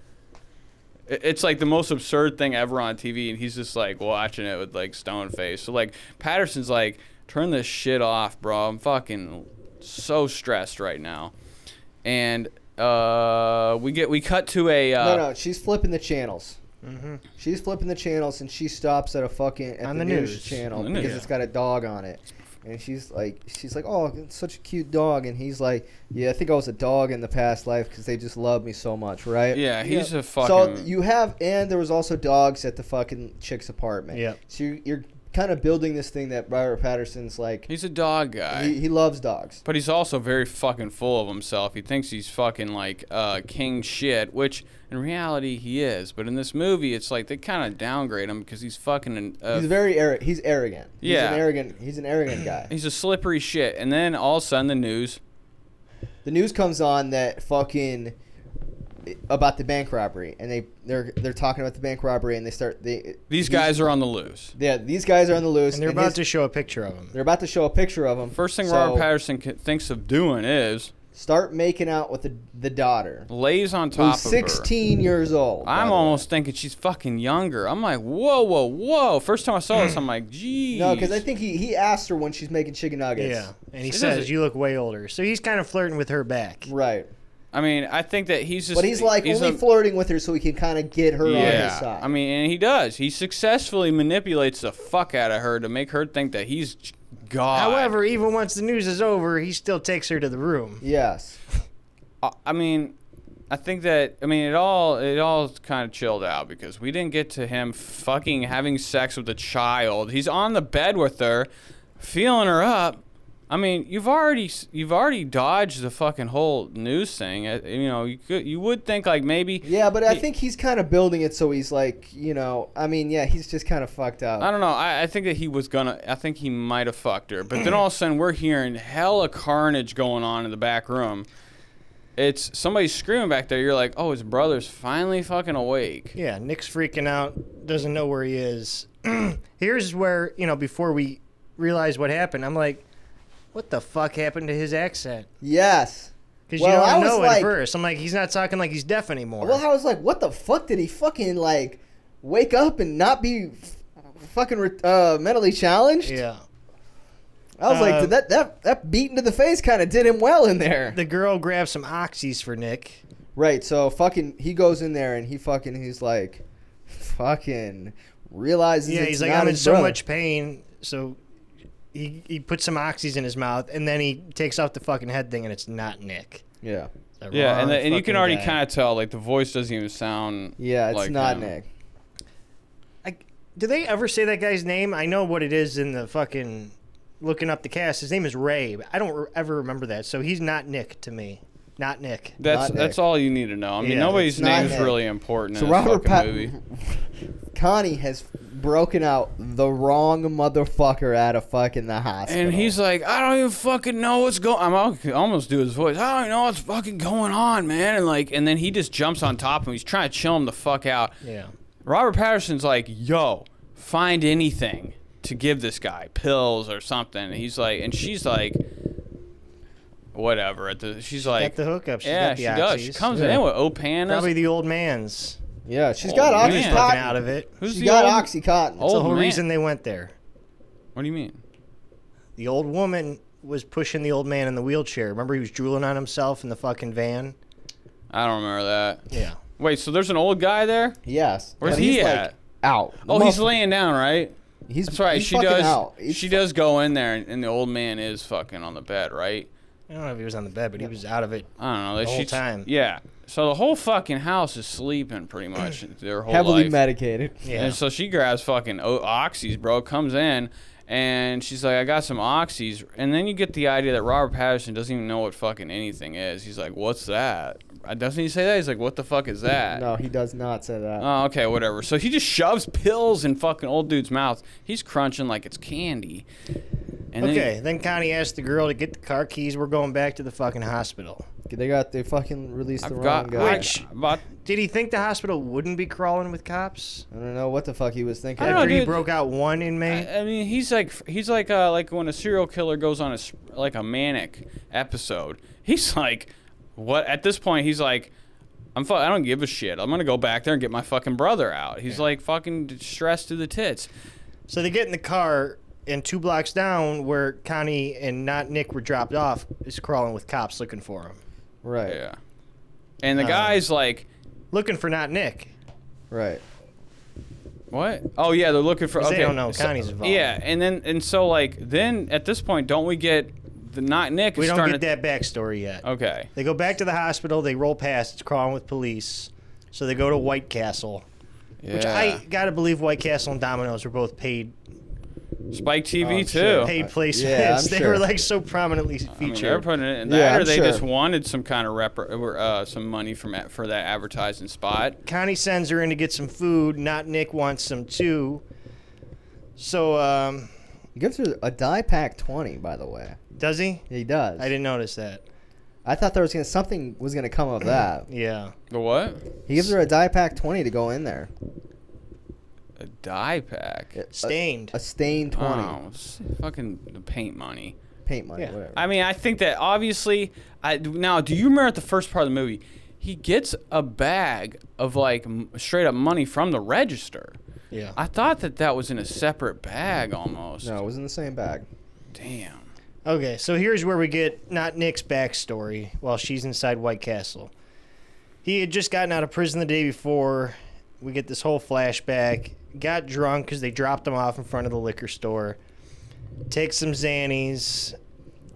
C: it- it's like the most absurd thing ever on TV, and he's just like watching it with like stone face. So like Patterson's like, turn this shit off, bro. I'm fucking so stressed right now. And uh, we get we cut to a uh,
D: no, no, she's flipping the channels. She's flipping the channels, and she stops at a fucking at
E: On
D: the,
E: the
D: news,
E: news.
D: channel
C: On the
D: because
C: news.
D: it's got a dog on it. And she's like, she's like, oh, it's such a cute dog. And he's like, yeah, I think I was a dog in the past life because they just love me so much, right?
C: yeah, he's a fucking
D: So you have, and there was also dogs at the fucking chick's apartment.
E: Yep.
D: So you, you're kind of building this thing that Robert Patterson's like,
C: he's a dog guy.
D: he, he loves dogs.
C: But he's also very fucking full of himself. He thinks he's fucking like uh, king shit, which in reality he is. But in this movie, it's like they kind of downgrade him because he's fucking an, uh, a
D: He's very arrogant. He's arrogant. He's
C: Yeah.
D: an arrogant. He's an arrogant guy.
C: he's a slippery shit. And then all of a sudden, the news.
D: the news comes on that fucking about the bank robbery, and they they're they're talking about the bank robbery, and they start they
C: These
D: he's-
C: guys are on the loose.
D: yeah these guys are on the loose,
E: And they're about
D: his-
E: to show a picture of him.
D: they're about to show a picture of him.
C: First thing
D: so
C: Robert Patterson c- thinks of doing is
D: start making out with the the daughter
C: lays on top
D: who's
C: of her.
D: sixteen years old. by
C: I'm
D: the way.
C: almost thinking she's fucking younger. I'm like, whoa, whoa, whoa. First time I saw this, I'm like, geez.
D: no because I think he he asked her when she's making chicken nuggets.
E: Yeah. And he
C: She
E: says,
C: doesn't-
E: You look way older. So he's kind of flirting with her back.
D: right.
C: I mean, I think that he's just.
D: But he's like only
C: a-
D: flirting with her so he can kind of get her on his
C: Yeah,
D: side.
C: I mean, and he does. He successfully manipulates the fuck out of her to make her think that he's God.
E: However, even once the news is over, he still takes her to the room.
D: yes.
C: I- Uh, I mean, I think that I mean it all. It all kind of chilled out because we didn't get to him fucking having sex with a child. He's on the bed with her, feeling her up. I mean, you've already s- you've already dodged the fucking whole news thing. Uh, You know, you could you would think like maybe
D: Yeah, but I
C: He-
D: think he's kind of building it so he's like, you know, I mean, yeah, he's just kind of fucked up.
C: I don't know. I, I think that he was gonna. I think he might have fucked her. But then all of a sudden, we're hearing hella carnage going on in the back room. It's somebody screaming back there. You're like, oh, his brother's finally fucking awake.
E: Yeah, Nick's freaking out, doesn't know where he is. Here's where, you know, before we realize what happened, I'm like, what the fuck happened to his accent?
D: Yes.
E: Because
D: Well, I
E: you don't
D: was
E: know
D: like-
E: at first. I'm like, he's not talking like he's deaf anymore.
D: Well, I was like, what the fuck did he fucking like wake up and not be f- fucking re- uh, mentally challenged?
E: yeah.
D: I was
E: Uh,
D: like, did that that that beat into the face kind of did him well in there.
E: The girl grabs some oxys for Nick.
D: right. So fucking he goes in there and he fucking he's like, fucking realizes.
E: Yeah,
D: it's
E: he's like,
D: not
E: I'm in
D: his
E: so
D: brother."
E: much pain. So he, he puts some oxys in his mouth, and then he takes off the fucking head thing, and it's not Nick.
D: Yeah.
E: The
C: Yeah, and,
E: wrong
C: the, and you can
E: fucking
C: already
E: guy.
C: kind of tell like the voice doesn't even sound.
D: Yeah, it's
C: like
D: not
E: um,
C: him.
D: Nick.
E: I, do they ever say that guy's name? I know what it is in the fucking looking up the cast. His name is Ray. but I don't re- ever remember that, so he's not Nick to me. Not Nick.
C: That's
D: Not
C: that's
D: Nick.
C: all you need to know. I mean,
E: Yeah,
C: nobody's
D: it's not
C: name is
D: Nick.
C: really important
D: So
C: in this fucking
D: Robert Pat-
C: movie.
D: Connie has broken out the wrong motherfucker out of fucking the hospital.
C: And he's like, I don't even fucking know what's going. I'm al- could almost do his voice. I don't even know what's fucking going on, man. And like, and then he just jumps on top of him. He's trying to chill him the fuck out.
E: Yeah.
C: Robert Patterson's like, yo, find anything to give this guy, pills or something. And he's like, and she's like, whatever. At the, she's like,
E: got the hookup. She's
C: yeah,
E: got the
C: she does. She
E: oxys.
C: comes
D: Yeah.
C: in with Opana.
E: Probably the old man's
D: yeah, she's
C: Oh,
D: got
C: man.
E: He's
C: Yeah.
E: fucking
D: oxycontin.
E: out of it.
C: Who's Oh.
D: She
C: the
D: got
C: old-
D: oxycontin.
E: That's the
C: Old
E: whole
C: man.
E: reason they went there.
C: What do you mean?
E: The old woman was pushing the old man in the wheelchair. Remember, he was drooling on himself in the fucking van.
C: I don't remember that.
E: Yeah.
C: Wait, so there's an old guy there?
D: Yes.
C: Where's
D: But
C: he
D: he's,
C: at?
D: Like, out.
C: Oh, he's
D: Motherf-
C: laying down, right?
D: He's
C: That's right.
D: he's
C: she
D: fucking
C: does.
D: Out. He's
C: She does go in there, and the old man is fucking on the bed, right?
E: I don't know if he was on the bed, but he was out of it.
C: I don't know. The
E: whole time.
C: Yeah. So the whole fucking house is sleeping pretty much their whole
D: heavily
C: life.
D: medicated.
E: Yeah.
C: And so she grabs fucking o- oxys, bro. Comes in and she's like, "I got some oxys." And then you get the idea that Robert Patterson doesn't even know what fucking anything is. He's like, "What's that?" Uh, Doesn't he say that? He's like, "What the fuck is that?"
D: No, he does not say that.
C: Oh, okay, whatever. So he just shoves pills in fucking old dude's mouth. He's crunching like it's candy. And then-
E: Okay, then Connie asked the girl to get the car keys. We're going back to the fucking hospital.
D: they got they fucking released the
C: I've
D: wrong
C: got,
D: guy.
C: which, but
E: Did he think the hospital wouldn't be crawling with cops?
D: I don't know what the fuck he was thinking.
C: I don't know,
E: After he
C: dude.
E: broke out one inmate?
C: I mean, he's like he's like uh, like when a serial killer goes on a s- like a manic episode. He's like, what? At this point, he's like, I'm fu- I don't give a shit. I'm gonna go back there and get my fucking brother out. He's like fucking stressed to the tits.
E: So they get in the car, and two blocks down, where Connie and not Nick were dropped off, is crawling with cops looking for him.
D: Right.
C: Yeah. And the
E: Um,
C: guy's like,
E: Looking for not Nick.
D: Right.
C: what? Oh yeah, they're looking for.
E: 'Cause
C: Okay.
E: they don't know
C: so-
E: Connie's involved.
C: Yeah, and then and so like then at this point, don't we get the not Nick?
E: We
C: is
E: don't
C: starting
E: get that backstory yet.
C: to- Okay.
E: They go back to the hospital. They roll past. It's crawling with police. So they go to White Castle,
C: Yeah.
E: which I gotta believe White Castle and Domino's were both paid
C: Spike TV
E: Oh,
D: I'm
C: too.
D: sure.
E: paid
D: Yeah,
E: placements.
D: I'm
E: they
D: sure.
E: were like so prominently
C: I mean, they're
E: featured.
C: putting it in
D: Yeah,
C: that, or
D: I'm
C: they
D: sure.
C: just wanted some kind of rep- uh, some money from a- for that advertising spot.
E: Connie sends her in to get some food. Not Nick wants some too. So um,
D: He gives her a die pack twenty, by the way.
E: does he?
D: He does.
E: I didn't notice that.
D: I thought there was gonna something was gonna come of that.
E: Yeah.
C: The what?
D: He gives her a die pack twenty to go in there.
C: A die pack.
D: A-
E: Stained.
D: A stained twenty.
C: Oh, it's fucking the paint money.
D: Paint money,
E: Yeah.
D: whatever.
C: I mean, I think that obviously. I now, do you remember at the first part of the movie, he gets a bag of like m- straight up money from the register.
E: yeah.
C: I thought that that was in a separate bag almost.
D: no, it was in the same bag.
C: Damn.
E: Okay, so here's where we get not Nick's backstory while she's inside White Castle. He had just gotten out of prison the day before. We get this whole flashback. Got drunk because they dropped him off in front of the liquor store. Takes some Xannies.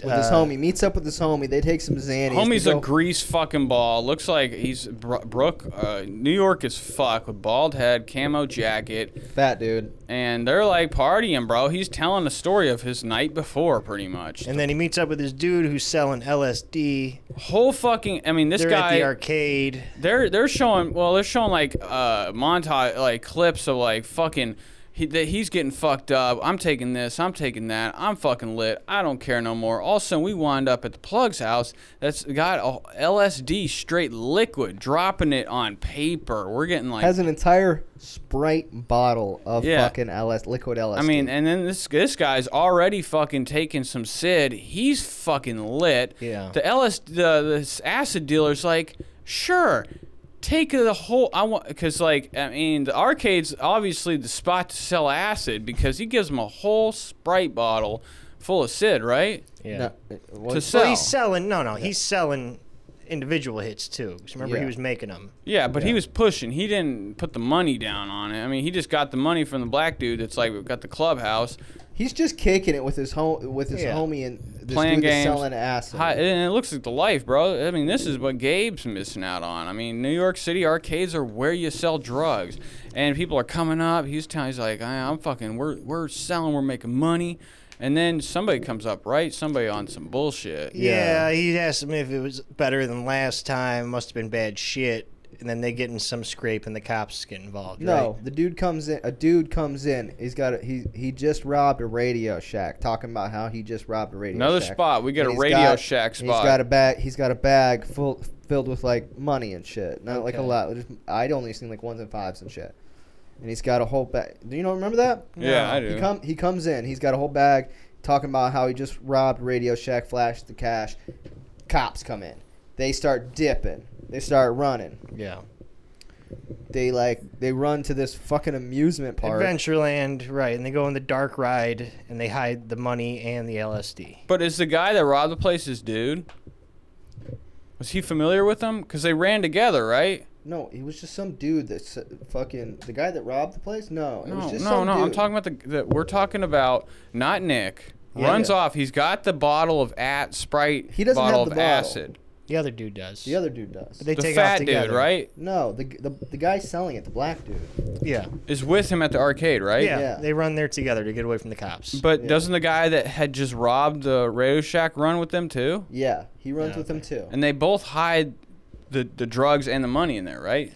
D: With his homie. Meets up with his homie. They take some Xannies. They
C: Uh, Homie's a
D: go-
C: grease fucking ball. Looks like he's Bro- Brooke, uh, New York as fuck with bald head, camo jacket,
D: fat dude.
C: and they're like partying, bro. He's telling the story of his night before, pretty much.
E: And then he meets up with this dude who's selling LSD.
C: Whole fucking. I mean, this
E: They're at
C: guy.
E: the arcade.
C: they're they're showing. Well, they're showing like uh montage, like clips of like fucking. He, that he's getting fucked up. I'm taking this. I'm taking that. I'm fucking lit. I don't care no more. All of a sudden, we wind up at the plug's house. That's got a LSD straight liquid, dropping it on paper. We're getting like
D: Has an entire Sprite bottle of
C: Yeah.
D: fucking LS liquid LSD.
C: I mean, and then this this guy's already fucking taking some Sid. He's fucking lit.
E: Yeah.
C: The LS the this acid dealer's like, sure, take the whole. I want because like I mean the arcade's obviously the spot to sell acid because he gives him a whole Sprite bottle full of Sid, right?
E: Yeah.
D: No, it- well,
C: To
E: So
C: sell.
E: he's selling. No, no, he's selling individual hits too. 'cause remember
D: Yeah.
E: he was making them.
C: Yeah, but he was pushing. He didn't put the money down on it. I mean, he just got the money from the black dude that's like got the clubhouse.
D: he's just kicking it with his home with his
E: Yeah.
D: homie and this
C: Playing
D: dude that's
C: games.
D: selling acid.
C: Hi, and it looks like the life, bro. I mean, this is what Gabe's missing out on. I mean, New York City arcades are where you sell drugs, and people are coming up. He's telling, he's like, I, I'm fucking, we're we're selling, we're making money, and then somebody comes up, right? Somebody on some bullshit.
E: Yeah, he asked him if it was better than last time. Must have been bad shit. And then they get in some scrape, and the cops get involved.
D: No,
E: right?
D: the dude comes in. A dude comes in. He's got. A, he he just robbed a Radio Shack. Talking about how he just robbed a Radio
C: Another
D: Shack.
C: spot. We get
D: And
C: a
D: he's
C: Radio
D: got-
C: Shack
D: He's
C: spot.
D: got a bag. He's got a bag full filled with like money and shit. Not like a
E: Okay.
D: lot. Just- I'd only seen like ones and fives and shit. And he's got a whole bag. Do you not remember that?
C: Yeah, I
D: He
C: do.
D: come. He comes in. He's got a whole bag. Talking about how he just robbed Radio Shack, flashed the cash. Cops come in. They start dipping. They start running.
E: Yeah.
D: They like they run to this fucking amusement park.
E: Adventureland, right? And they go on the dark ride, and they hide the money and the LSD.
C: but is the guy that robbed the place his dude? Was he familiar with them? Because they ran together, right?
D: No, he was just some dude that s- fucking the guy that robbed the place. No, it
C: No,
D: was just
C: no,
D: some
C: no. I'm
D: dude.
C: talking about the, the. We're talking about not Nick. runs
D: yeah.
C: off. He's got the bottle of at Sprite.
D: He doesn't have
C: bottle
D: the
C: of
D: bottle.
C: acid.
E: The other dude does.
D: The other dude does.
E: They
C: The
E: take off
C: fat dude,
E: together.
C: right,
D: no, the, g- the the guy selling it, the black dude.
E: Yeah.
C: is with him at the arcade, right?
E: yeah.
D: Yeah.
E: They run there together to get away from the cops.
C: But
D: Yeah.
C: doesn't the guy that had just robbed the Radio Shack run with them too?
D: Yeah, he runs with him too.
C: And they both hide the the drugs and the money in there, right?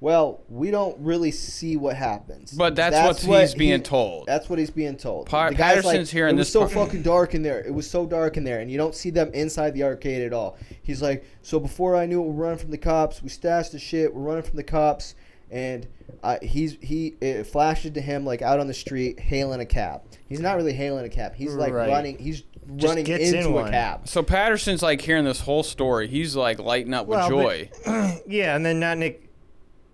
D: Well, we don't really see what happens.
C: But that's what he's being told.
D: That's what he's being told.
C: Pa-
D: the guy's
C: Patterson's
D: like,
C: here
D: it
C: in
D: was
C: this
D: so
C: part."
D: fucking dark in there. It was so dark in there, and you don't see them inside the arcade at all. He's like, so before I knew it, we're running from the cops. We stashed the shit. We're running from the cops, and I, he's he it flashes to him like out on the street hailing a cab. He's not really hailing a cab. He's like
E: Right.
D: running. He's running
E: gets in
D: into a
E: one.
D: cab.
C: So Patterson's like hearing this whole story. He's like lighting up with
E: Well, but-
C: joy.
E: yeah, and then not Nick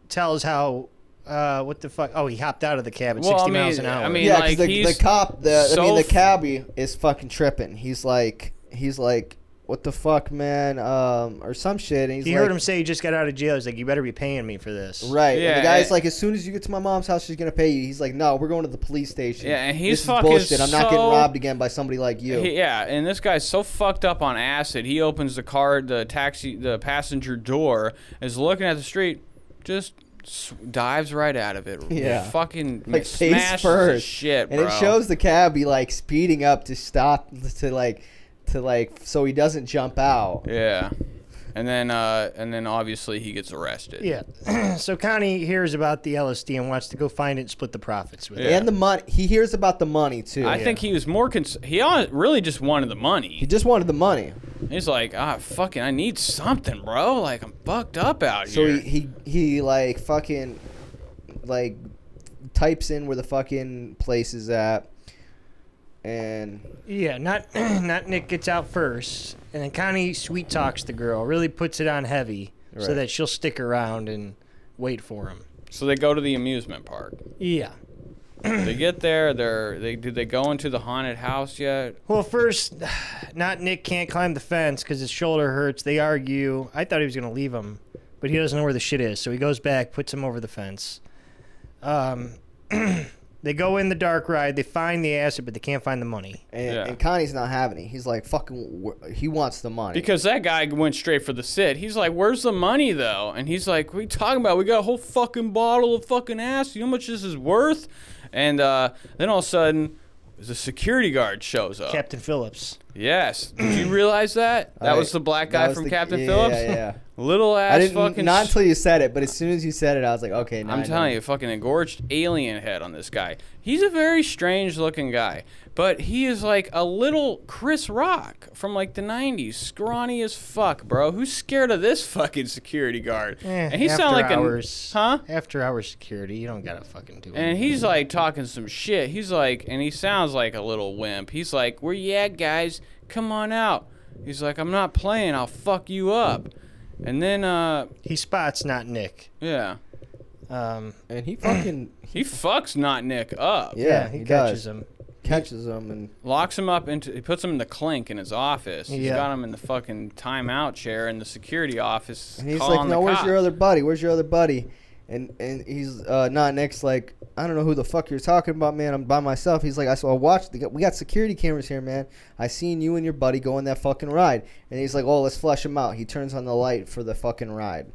E: tells how uh, what the fuck? Oh, he hopped out of the cab at
C: Well, I
E: 60 miles
C: mean-
E: an hour.
C: I mean-
D: Yeah,
C: like,
D: because the, the
C: he's
D: cop, the I
C: so
D: mean, the
C: f-
D: cabbie is fucking tripping. He's like, he's like, what the fuck, man, um, or some shit. And he's
E: he
D: like,
E: heard him say he just got out of jail. He's like, "You better be paying me for this."
D: right. and
C: Yeah,
D: the guy's
C: and-
D: like, as soon as you get to my mom's house, she's gonna pay you. He's like, no, we're going to the police station.
C: Yeah, and he's
D: this
C: fucking
D: is bullshit. I'm not getting
C: so-
D: robbed again by somebody like you.
C: He- yeah, and this guy's so fucked up on acid. He opens the car, the taxi, the passenger door, is looking at the street, just s- dives right out of it.
D: Yeah.
C: fucking
D: like face
C: smashes the
D: first,
C: shit,
D: and it
C: bro.
D: shows the cabbie like speeding up to stop to like to like so he doesn't jump out.
C: Yeah, and then uh, and then obviously he gets arrested.
E: Yeah. so Connie hears about the LSD and wants to go find it and split the profits with
C: Yeah.
E: it.
D: And the money, he hears about the money too.
C: I think he was more cons- he hon- really just wanted the
D: he
C: money.
D: just wanted the money.
C: He's like, ah, fucking, I need something, bro. Like I'm fucked up out
D: So
C: here.
D: he, he he like fucking like types in where the fucking place is at, and
E: Yeah, not not Nick gets out first, and then Connie sweet talks the girl, really puts it on heavy so
D: Right.
E: that she'll stick around and wait for him.
C: so they go to the amusement park.
E: Yeah.
C: they get there. They're they did they go into the haunted house yet?
E: Well, first, not Nick can't climb the fence because his shoulder hurts. They argue. I thought he was gonna leave him, but he doesn't know where the shit is, so he goes back, puts him over the fence. Um, they go in the dark ride. They find the acid, but they can't find the money.
D: and,
C: Yeah.
D: and Connie's not having it. He's like fucking. wh- He wants the money.
C: Because that guy went straight for the sit. He's like, "Where's the money, though?" And he's like, "What are you talking about? We got a whole fucking bottle of fucking ass. You know how much this is worth?" And uh, then all of a sudden, the security guard shows up.
E: Captain Phillips.
C: yes, did you realize that? That
D: I-
C: was the black
D: that
C: guy
D: was
C: from
D: the-
C: Captain
D: yeah,
C: Phillips.
D: Yeah, yeah.
C: Little ass
D: I didn't.
C: fucking.
D: not
C: s-
D: until you said it, but as soon as you said it, I was like, okay. Now
C: I'm
D: I
C: telling
D: know.
C: you, fucking engorged alien head on this guy. He's a very strange looking guy, but he is like a little Chris Rock from like the 90s, scrawny as fuck, bro. Who's scared of this fucking security guard?
D: Eh,
C: and he sound like
E: Eh, hours,
C: a huh?
E: After hours security, you don't gotta fucking do it.
C: And he's like talking some shit. He's like, and he sounds like a little wimp. He's like, "Where you at, guys? Come on out." He's like, "I'm not playing. I'll fuck you up." And then, uh,
E: he spots not Nick.
C: yeah,
E: Um,
D: And he fucking.
C: he fucks not Nick up.
D: Yeah,
E: yeah,
D: he,
E: he,
D: does.
E: catches him.
D: Catches him and
C: locks him up into he puts him in the clink in his office. He's
E: Yeah.
C: got him in the fucking timeout chair in the security office.
D: And he's
C: calling
D: like,
C: the
D: "No, where's
C: cops."
D: your other buddy? Where's your other buddy?" And and he's uh, not next. Like, I don't know who the fuck you're talking about, man. I'm by myself. He's like, "I saw. I watched. The, we got security cameras here, man. I seen you and your buddy go on that fucking ride." And he's like, "Oh, let's flush him out." He turns on the light for the fucking ride.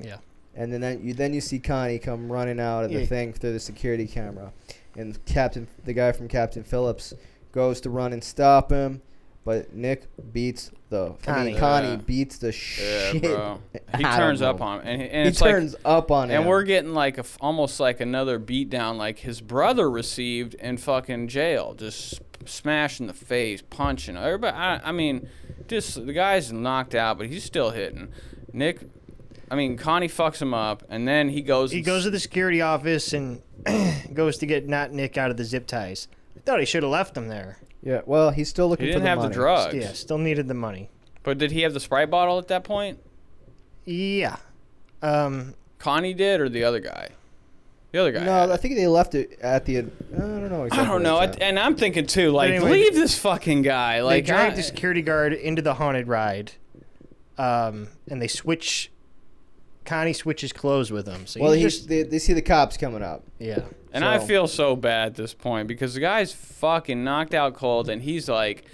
E: Yeah.
D: And then that, you then you see Connie come running out of the
E: Yeah.
D: thing through the security camera, and Captain the guy from Captain Phillips goes to run and stop him, but Nick beats the I
E: Connie.
D: mean, Connie
C: Yeah.
D: beats the
C: yeah,
D: shit.
C: bro. He
D: out of
C: turns up
D: him
C: on him, and, and
D: he
C: it's
D: turns
C: like,
D: up on him.
C: and we're getting like a f almost like another beatdown like his brother received in fucking jail, just smash in the face, punching everybody. I, I mean, just the guy's knocked out, but he's still hitting. Nick, I mean, Connie fucks him up, and then he goes.
E: He
C: and
E: goes to the security office and goes to get not Nick out of the zip ties. I thought he should have left him there.
D: yeah. Well, he's still looking
C: He didn't
D: for the
C: have
D: money.
C: the drugs.
E: Yeah, still needed the money.
C: But did he have the Sprite bottle at that point?
E: Yeah. Um,
C: Connie did or the other guy? The other guy. had
D: No, I
C: it.
D: think they left it at the. I don't know.
C: I
D: Exactly
C: don't know.
D: where
C: I,
D: it's at.
C: and I'm thinking too, like,
E: anyway,
C: leave this fucking guy.
E: they
C: Like,
E: drag
C: I-
E: the security guard into the haunted ride. um, and they switch. Connie switches clothes with him. So
D: Well,
E: you
D: he,
E: just
D: they, they see the cops coming up.
E: yeah.
C: And I
D: So-
C: feel so bad at this point because the guy's fucking knocked out cold, and he's like,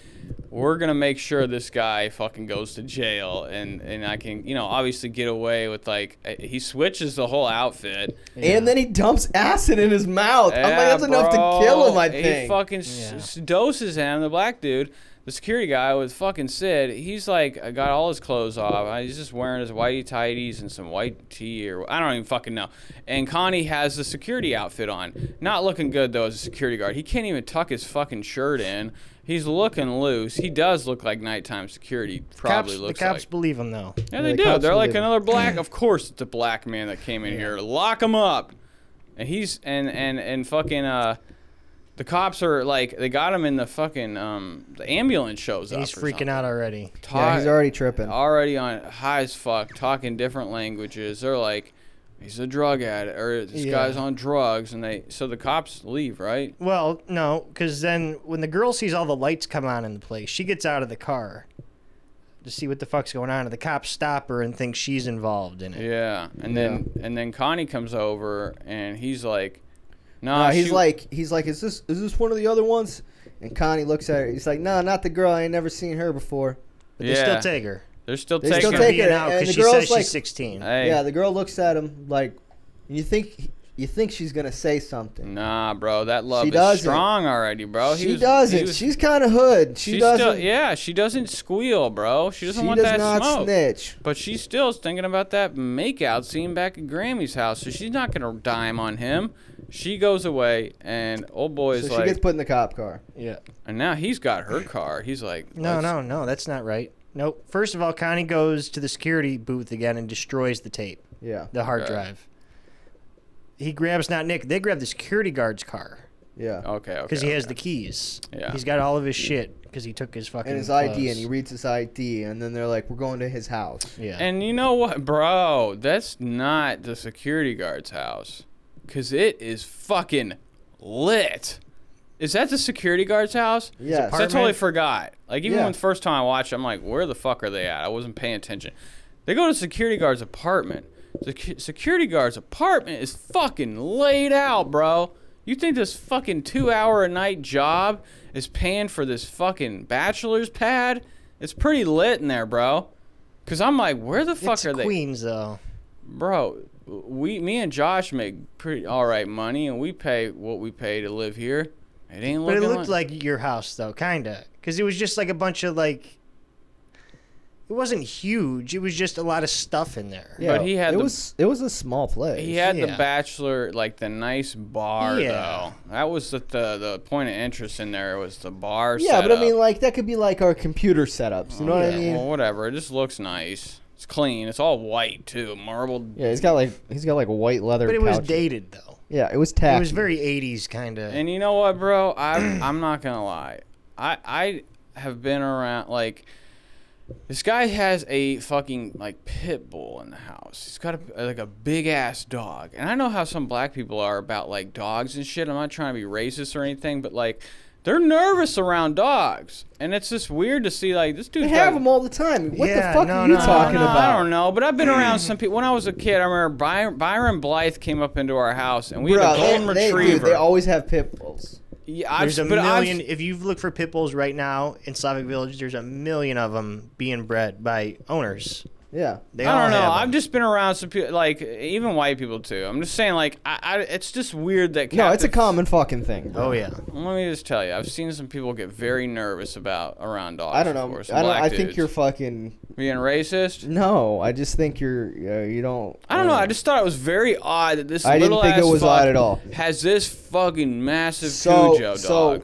C: "We're gonna make sure this guy fucking goes to jail, and and I can, you know, obviously get away with like uh, he switches the whole outfit.
D: And then he dumps acid in his mouth. I'm like,
C: Yeah,
D: that's enough
C: bro.
D: to kill him, I
C: He
D: think.
C: fucking s- s- doses him. The black dude, the security guy with fucking Sid, he's like uh, got all his clothes off. Uh, He's just wearing his whitey tighties and some white tee or I don't even fucking know. And Connie has the security outfit on. Not looking good though as a security guard. He can't even tuck his fucking shirt in. He's looking loose. He does look like nighttime security. Probably
E: cops,
C: looks
E: the cops
C: like.
E: believe him though.
C: Yeah,
D: Yeah,
C: they
D: the
C: do.
D: cops
C: They're
D: will
C: like
D: leave him.
C: another black. Of course, it's a black man that came in here. Lock him up. And he's and and and fucking uh, the cops are like they got him in the fucking um the ambulance shows up.
E: He's
C: or
E: freaking
C: something.
E: out already.
D: yeah, he's
C: Ta-
D: already tripping.
C: already on high as fuck, talking different languages. They're like, he's a drug addict, or this
E: Yeah.
C: guy's on drugs, and they so the cops leave, right?
E: Well, no, because then when the girl sees all the lights come on in the place, she gets out of the car to see what the fuck's going on. And the cops stop her and think she's involved in it.
C: Yeah, and then and then Connie comes over, and he's like, nah,
D: Uh, he's
C: she-
D: like, he's like, is this is this one of the other ones? And Connie looks at her. He's like, no, not the girl. I ain't never seen her before.
E: But
C: yeah,
E: they still take her.
C: They're still
D: They
C: taking.
D: still
E: She's
D: take
E: being
D: her,
E: out
D: and the
E: because she
D: girl's
E: says
D: like-
E: she's 16.
C: Hey,
D: Yeah, the girl looks at him like, and you think you think she's gonna say something.
C: Nah, bro, that love
D: She
C: is
D: doesn't.
C: strong already, bro. He
D: she
C: was- he
D: doesn't.
C: was-
D: She's kind of hood. She
C: she's
D: doesn't.
C: Still, yeah, she doesn't squeal, bro. She doesn't
D: she
C: want
D: does
C: that
D: not
C: smoke.
D: snitch.
C: But she still is thinking about that makeout scene back at Grammy's house, so she's not gonna dime on him. She goes away, and old boy
D: So
C: is
D: she
C: like,
D: gets put in the cop car.
E: Yeah.
C: and now he's got her car. He's like,
E: No,
C: let's-
E: no, no, that's not right. Nope. First of all, Connie goes to the security booth again and destroys the tape,
D: Yeah,
E: the hard
C: Okay.
E: drive. He grabs not Nick. They grab the security guard's car
D: yeah.
C: Okay, okay.
E: because he has
C: okay.
E: the keys.
C: Yeah.
E: He's got all of his shit because he took his fucking
D: and his ID, and he
E: clothes.
D: reads his ID, and then they're like, we're going to his house.
E: yeah.
C: And you know what, bro? That's not the security guard's house. Cause it is fucking lit. Is that the security guard's house?
D: Yes.
C: So I totally
E: Apartment?
C: forgot. Like even
D: Yeah.
C: when the first time I watched, it, I'm like, where the fuck are they at? I wasn't paying attention. They go to security guard's apartment. The c- security guard's apartment is fucking laid out, bro. You think this fucking two hour a night job is paying for this fucking bachelor's pad? It's pretty lit in there, bro. Cause I'm like, where the fuck
E: it's
C: are they?
E: Queens though.
C: bro we me and josh make pretty all right money and we pay what we pay to live here it ain't
E: But
C: looking
E: it looked like your house though, kinda, because it was just like a bunch of like. It wasn't huge. It was just a lot of stuff in there.
D: Yeah,
C: But he had
D: it
C: the-
D: was it was a small place.
C: he had the
E: yeah.
C: bachelor like the nice bar
E: Yeah.
C: though that was the, the the point of interest in there was the bar
D: yeah, but I
C: setup.
D: mean, like that could be like our computer setups. You know what I
E: Yeah,
D: mean?
C: well, whatever it just looks nice it's clean it's all white too marble
D: yeah, he's got like he's got like white leather.
E: But it was
D: couches.
E: dated though.
D: Yeah, it was tacky.
E: It was very '80s kind of.
C: And you know what, bro? I I'm not gonna lie. I I have been around like this guy has a fucking like pit bull in the house. He's got a, like a big ass dog, and I know how some black people are about like dogs and shit. I'm not trying to be racist or anything, but like they're nervous around dogs, and it's just weird to see like this dude
D: They have them all the time. What
E: Yeah,
D: the fuck
E: no,
D: are you
E: no, no,
D: talking
C: no, I
D: about?
C: don't know, but I've been around some people. When I was a kid, I remember Byron, Byron Blythe came up into our house, and we had a golden
D: Bro, they, they,
C: retriever.
D: dude, they always have pit bulls.
C: yeah, I've,
E: There's a
C: but I've-
E: 1000000 if you've looked for pit bulls right now in Slavic Village, there's a million of them being bred by owners.
D: Yeah.
E: They
C: I
E: all
C: don't know.
E: have
C: I've
E: 'em.
C: just been around some people, like even white people too. I'm just saying, like, I, I it's just weird that.
D: No, it's a
C: captains-
D: common fucking thing. Bro.
E: Oh yeah.
C: Let me just tell you, I've seen some people get very nervous about around dogs.
D: I don't
C: of
D: know.
C: course,
D: I, don't,
C: black
D: I think
C: dudes.
D: you're fucking.
C: being racist.
D: No, I just think you're. Uh, you don't.
C: I don't know. I just thought it was very odd that this
D: I didn't
C: little
D: think
C: ass
D: it was
C: fuck
D: odd at all.
C: Has this fucking massive
D: So-
C: Cujo dog?
D: so-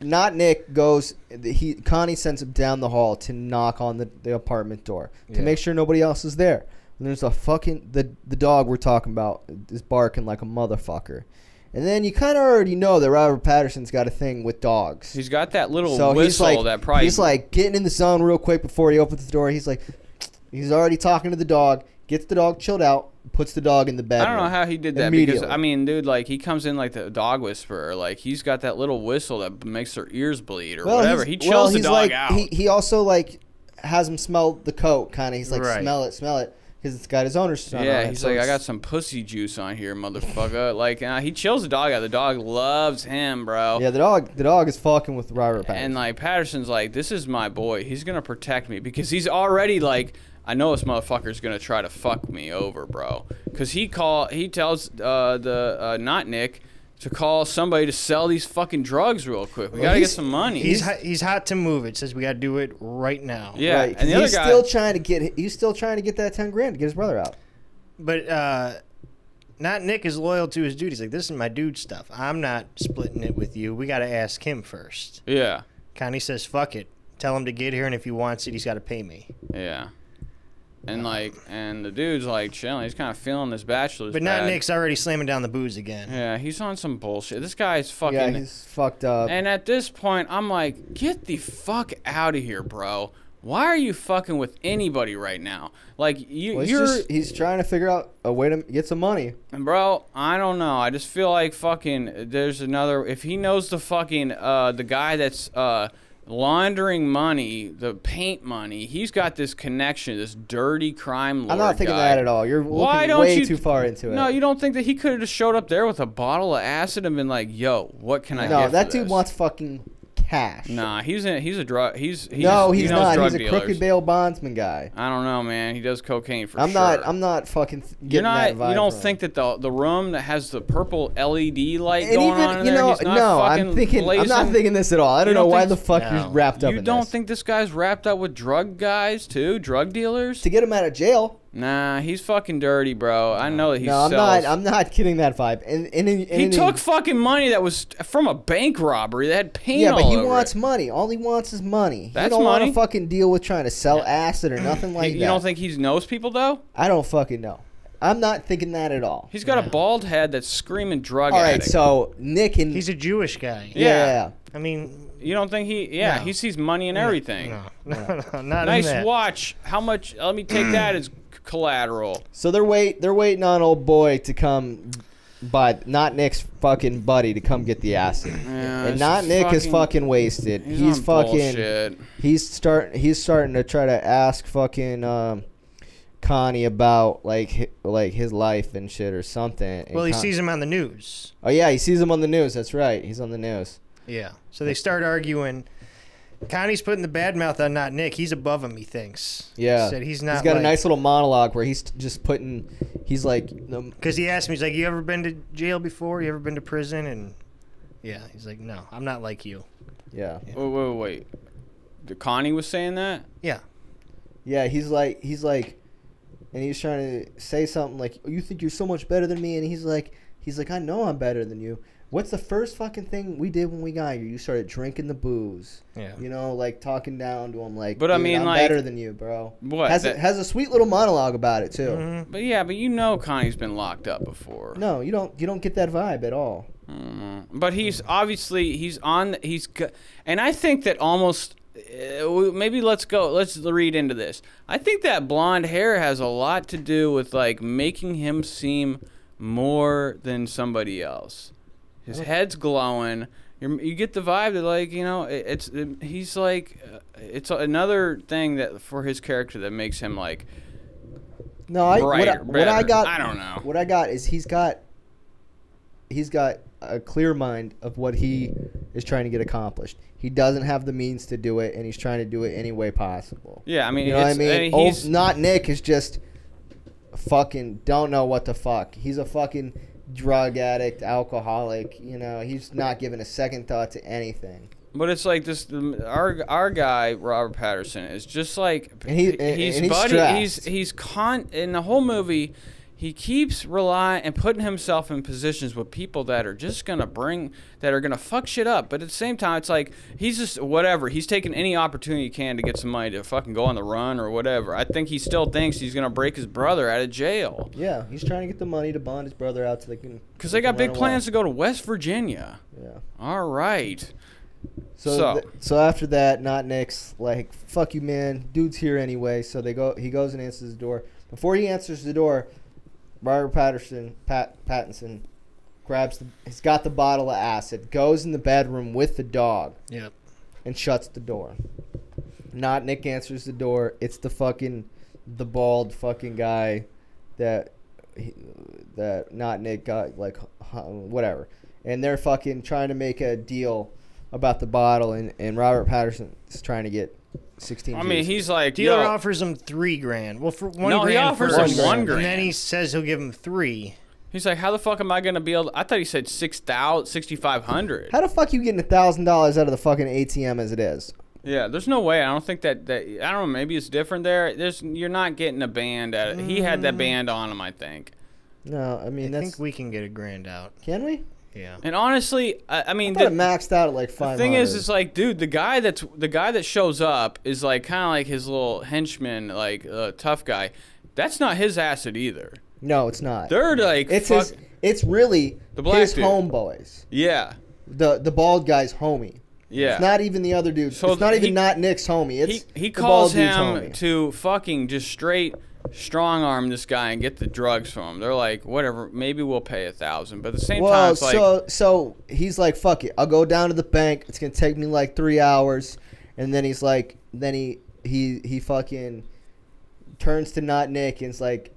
D: Not Nick goes. He Connie sends him down the hall to knock on the, the apartment door to make sure nobody else is there. And there's a fucking the the dog we're talking about is barking like a motherfucker. And then you kind of already know that Robert Patterson's got a thing with dogs.
C: he's got that little
D: so he's
C: whistle
D: like
C: that probably
D: he's like getting in the zone real quick before he opens the door. He's like he's already talking to the dog, gets the dog chilled out, puts the dog in the bed.
C: I don't know how he did that because
D: Immediately.
C: I mean, dude, like he comes in like the dog whisperer, like he's got that little whistle that makes their ears bleed or whatever. He chills
D: well,
C: the
D: he's
C: dog
D: like,
C: out.
D: He, he also like has him smell the coat, kind of. He's like,
E: Right.
D: smell it, smell it, because it's got his owner's son. on
C: yeah,
D: it,
C: he's
D: so
C: like, I
D: it's-
C: got some pussy juice on here, motherfucker. like, uh, he chills the dog out. The dog loves him, bro.
D: Yeah, the dog, the dog is fucking with Robert Pattinson.
C: And like Patterson's like, this is my boy. He's gonna protect me because he's already like, I know this motherfucker's gonna try to fuck me over, bro. Cause he call, he tells uh, the uh, not Nick to call somebody to sell these fucking drugs real quick. We gotta get
D: he's-
C: some money.
E: He's hot, he's hot to move. It says we got to do it right now.
C: yeah,
D: Right, 'cause
C: and the other
D: he's
C: guy,
D: still trying to get he's still trying to get that ten grand to get his brother out.
E: But uh, not Nick is loyal to his duties. Like this is my dude stuff. I'm not splitting it with you. We got to ask him first.
C: yeah,
E: Connie says, "Fuck it. Tell him to get here, and if he wants it, he's got to pay me."
C: yeah. And like, and the dude's like chilling. He's kind of feeling this bachelor's.
E: But not
C: bag.
E: Nick's already slamming down the booze again.
C: Yeah, he's on some bullshit. This guy's fucking.
D: Yeah, he's fucked up.
C: And at this point, I'm like, get the fuck out of here, bro. Why are you fucking with anybody right now? Like you,
D: Well, it's
C: you're,
D: just- he's trying to figure out a way to get some money.
C: bro. I don't know. I just feel like fucking. There's another. If he knows the fucking uh, the guy that's uh, laundering money, the paint money, he's got this connection, this dirty crime lord.
D: I'm not thinking
C: guy.
D: that at all. You're
C: Why
D: looking
C: don't
D: way
C: you
D: too far into it.
C: No, you don't think that he could have just showed up there with a bottle of acid and been like, "Yo, what can I get?"
D: No,
C: for
D: that dude
C: this?"
D: wants fucking cash.
C: Nah, he's a he's a drug. He's, he's
D: no,
C: he
D: he's
C: knows
D: not.
C: Drug
D: He's a
C: dealers.
D: crooked bail bondsman guy.
C: I don't know, man. He does cocaine for
D: I'm
C: sure.
D: not. I'm not fucking th- getting
C: You're not.
D: that vibe.
C: you don't
D: from him.
C: think that the the room that has the purple LED light
D: And
C: going
D: even
C: on in
D: you
C: there,
D: know,
C: he's not
D: no,
C: fucking
D: I'm thinking. I'm not
C: blazing?
D: thinking this at all. I
C: You
D: don't know
C: don't
D: why
C: think-
D: the fuck
E: No.
D: you're wrapped up.
C: You
D: in
C: don't
D: this.
C: think this guy's wrapped up with drug guys too, drug dealers?
D: to get him out of jail?
C: Nah, he's fucking dirty, bro. I know that he
D: no, I'm
C: sells.
D: not. I'm not getting that vibe. And, and, and
C: he
D: and-
C: took fucking money that was from a bank robbery that had paint
D: Yeah,
C: all
D: but he
C: over
D: wants
C: it.
D: money. All he wants is money.
C: That's
D: he don't want
C: money.
D: to fucking deal with trying to sell acid or nothing
C: you,
D: like that.
C: you don't think he knows people though?
D: I don't fucking know. I'm not thinking that at all.
C: He's got a bald head that's screaming drug
D: All right,
C: addict.
D: so Nick and
E: He's a Jewish guy.
D: yeah,
C: yeah.
E: I mean,
C: You don't think he? Yeah,
E: No.
C: he sees money in everything.
E: no, no, no, not in
C: Nice
E: that.
C: watch. How much? Let me take that as c- collateral.
D: so they're wait they're waiting on old boy to come, but not Nick's fucking buddy to come get the acid.
C: Yeah,
D: and not Nick is fucking wasted. He's, fucking
C: Bullshit.
D: he's start he's starting to try to ask fucking um, Connie about like hi- like his life and shit or something. And
E: Well, he
D: Con-
E: sees him on the news.
D: Oh yeah, he sees him on the news. That's right. He's on the news.
E: Yeah. So they start arguing. Connie's putting the bad mouth on not Nick. He's above him. He thinks.
D: Yeah.
E: Said he's not.
D: He's got a
E: like-
D: nice little monologue where he's t- just putting. He's like, um,
E: Because he asked me, he's like, "You ever been to jail before? You ever been to prison?" And yeah, he's like, "No, I'm not like you."
D: yeah,
C: Wait, wait, wait, wait. The Connie was saying that.
E: Yeah.
D: yeah. He's like, he's like, and he's trying to say something like, "You think you're so much better than me?" And he's like, he's like, "I know I'm better than you." What's the first fucking thing we did when we got here? You started drinking the booze.
E: Yeah.
D: You know, like talking down to him, like,
C: But I
D: "Dude,
C: mean,
D: I'm
C: like-
D: better than you, bro."
C: What,
D: Has
C: that- Mm-hmm.
D: a, has a sweet little monologue about it too.
E: Mhm.
C: But yeah, but you know Connie's been locked up before.
D: No, you don't. You don't get that vibe at all.
C: Mm. But he's obviously he's on he's go- and I think that almost uh, we- maybe let's go let's read into this. I think that blonde hair has a lot to do with like making him seem more than somebody else. His head's glowing. You're, you get the vibe that like you know it, it's it- he's like uh, it's another thing that for his character that makes him like
D: No, I, what, I,
C: Brighter,
D: what I
C: better.
D: got.
C: I don't know.
D: What I got is he's got. He's got a clear mind of what he is trying to get accomplished. He doesn't have the means to do it, and he's trying to do it any way possible.
C: yeah I mean
D: You know what I
C: it's-
D: mean?
C: mean,
D: Old,
C: he's,
D: not Nick is just fucking don't know what the fuck. He's a fucking drug addict, alcoholic. You know, he's not giving a second thought to anything.
C: But it's like this. Our our guy Robert Patterson is just like
D: And he-
C: he's
D: and-
C: he's
D: and he's
C: buddy.
D: stressed.
C: He's he's con in the whole movie. He keeps relying and putting himself in positions with people that are just gonna bring that are gonna fuck shit up. But at the same time, it's like he's just whatever. He's taking any opportunity he can to get some money to fucking go on the run or whatever. I think he still thinks he's gonna break his brother out of jail
D: Yeah, he's trying to get the money to bond his brother out so they can.
C: because they got
D: can run
C: big
D: away.
C: plans to go to West Virginia.
D: Yeah.
C: All right.
D: So
C: So-
D: so, so after that, not Nick's like, "Fuck you, man. Dude's here anyway." So they go. He goes and answers the door. Before he answers the door, Robert Patterson, Pat Pattinson, grabs the. He's got the bottle of acid. Goes in the bedroom with the dog
E: Yep.
D: and shuts the door. Not Nick answers the door. It's the fucking the bald fucking guy that he- that not Nick got like hu- whatever. And they're fucking trying to make a deal about the bottle and, and Robert Patterson is trying to get 16
C: I mean,
D: Gs.
C: he's like,
E: Dealer
C: yo,
E: offers him three grand. Well, for one
C: No, he
E: grand.
C: offers
D: him
E: first,
D: one
E: And
C: grand.
E: then he says he'll give him three.
C: he's like, how the fuck am I gonna be able? I thought he said six thousand, sixty five hundred.
D: How the fuck you getting $1,000 out of the fucking ATM as it is?
C: Yeah, there's no way. I don't think that, that I don't know. Maybe it's different there. There's you're not getting a band out. Of, He had
D: Mm.
C: that band on him, I think.
D: No, I mean
E: I
D: that's
E: think we can get a grand out.
D: can we?
E: Yeah.
C: And honestly, I, I mean,
D: I thought it
C: the-
D: maxed out at like
C: The
D: five.
C: thing is, is like, dude, the guy that's the guy that shows up is like kind of like his little henchman, like uh, tough guy. That's not his acid either.
D: no, it's not.
C: They're like,
D: It's
C: fuck,
D: his, It's really
C: The black
D: his
C: dude.
D: homeboys.
C: yeah,
D: The the bald guy's homie.
C: yeah.
D: It's not even the other dude.
C: So
D: it's not even
C: he-
D: not Nick's homie.
C: he
D: It's
C: he
D: the
C: calls
D: bald dude's
C: him
D: homie.
C: to fucking just straight strong arm this guy and get the drugs from him. They're like, whatever, maybe we'll pay a thousand, but at the same time,
D: Well,
C: it's like,
D: so so he's like, "Fuck it, I'll go down to the bank. It's gonna take me like three hours." And then he's like, then he he he fucking turns to not Nick and it's like,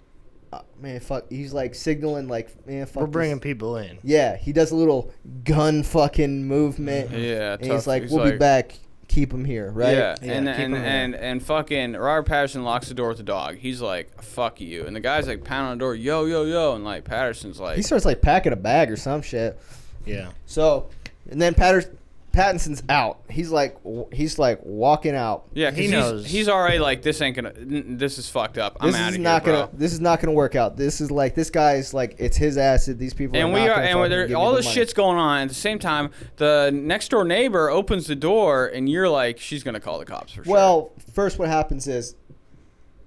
D: uh, "Man, fuck." He's like signaling like, "Man, fuck."
E: We're
D: this."
E: bringing people in.
D: Yeah, he does a little gun fucking movement.
C: yeah,
D: and
C: tough.
D: he's like, "We'll be back. Keep him here, right?"
C: Yeah,
E: Yeah,
C: and
E: keep
C: and,
E: 'em in.
C: and and fucking Robert Patterson locks the door with the dog. He's like, "Fuck you!" And the guy's like pounding on the door, "Yo, yo, yo!" And like Patterson's like,
D: He starts like packing a bag or some shit.
E: Yeah.
D: So, and then Patterson, Pattinson's out. He's like, w- he's like walking out.
C: "Yeah, 'cause
E: he
C: he's-
E: knows.
C: He's, already like, this ain't gonna, n- this is fucked up. I'm
D: This
C: out
D: is
C: of
D: not
C: here,
D: gonna.
C: bro."
D: This is not gonna work out. This is like this guy's like it's his acid. These people
C: And
D: are
C: we
D: not
C: are,
D: gonna
C: and we're
D: fucking give
C: there,
D: me
C: all
D: the
C: this
D: money.
C: shit's going on. At the same time, the next door neighbor opens the door, and you're like, "She's gonna call the cops for sure."
D: Well, first what happens is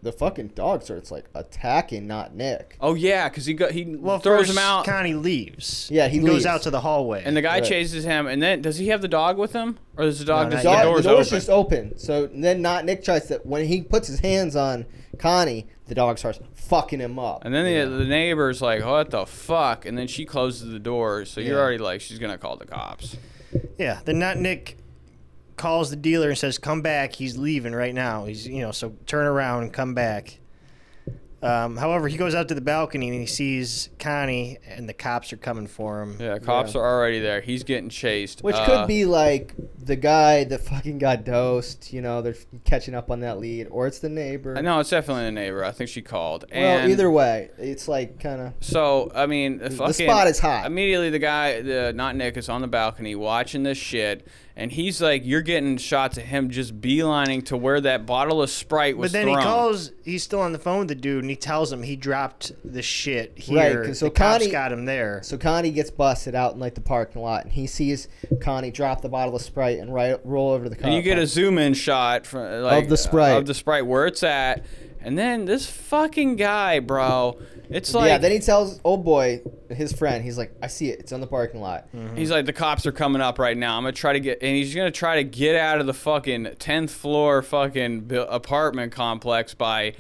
D: the fucking dog starts like attacking not Nick.
C: oh yeah, because he got he
E: Well,
C: throws
E: first,
C: him out,
E: Connie leaves.
D: Yeah, he
E: goes
D: leaves.
E: out to the hallway.
C: and the guy
D: Right.
C: chases him. And then does he have the dog with him, or does the dog
E: No,
C: just
E: not
D: Dog-
E: yet.
C: Uh, the door's, open?
D: just open. So then not Nick tries to when he puts his hands on Connie, the dog starts fucking him up.
C: And then the, the neighbor's like, what the fuck? And then she closes the door, so you're already like, she's gonna call the cops.
E: yeah, the nut Nick calls the dealer and says, "Come back. He's leaving right now. He's you know so turn around and come back." Um, however, he goes out to the balcony and he sees Connie and the cops are coming for him.
C: Yeah, cops are already there. He's getting chased.
D: Which
C: Uh,
D: could be like the guy that fucking got dosed, you know, they're catching up on that lead, or it's the neighbor.
C: No, it's definitely the neighbor. I think she called.
D: Well,
C: and
D: either way, it's like kind of.
C: So I mean, fucking,
D: spot is hot.
C: Immediately, the guy, the not Nick, is on the balcony watching this shit, and he's like, "You're getting shots of him just beelining to where that bottle of Sprite was
E: But then
C: thrown."
E: he calls. He's still on the phone with the dude, and he tells him he dropped the shit
D: Right,
E: here.
D: 'cause so
E: the cops
D: Connie-
E: got him there.
D: So Connie gets busted out in like the parking lot, and he sees Connie drop the bottle of Sprite and right roll over to the car.
C: And you get a zoom in shot from like,
D: the Sprite.
C: of the Sprite where it's at, and then this fucking guy, bro. It's like
D: yeah. Then he tells old boy, his friend, he's like, "I see it. It's on the parking lot."
C: He's like, the cops are coming up right now. I'm gonna try to get, and he's gonna try to get out of the fucking tenth floor fucking bu- apartment complex by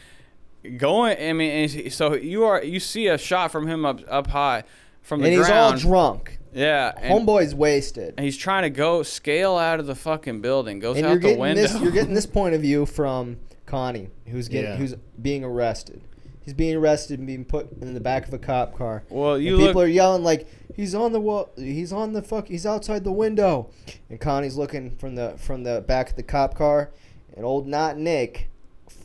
C: going. I mean, and he- so you are you see a shot from him up up high from the
D: And he's all
C: ground.
D: drunk.
C: Yeah, and,
D: Homeboy's wasted.
C: and he's trying to go scale out of the fucking building. Goes
D: and
C: out
D: you're
C: the
D: getting
C: window.
D: this you're getting this point of view from Connie, who's getting
E: Yeah.
D: who's being arrested. He's being arrested and being put in the back of a cop car.
C: Well,
D: And
C: you
D: people
C: look-
D: are yelling like he's on the wall, he's on the fuck, he's outside the window, and Connie's looking from the from the back of the cop car, and old not Nick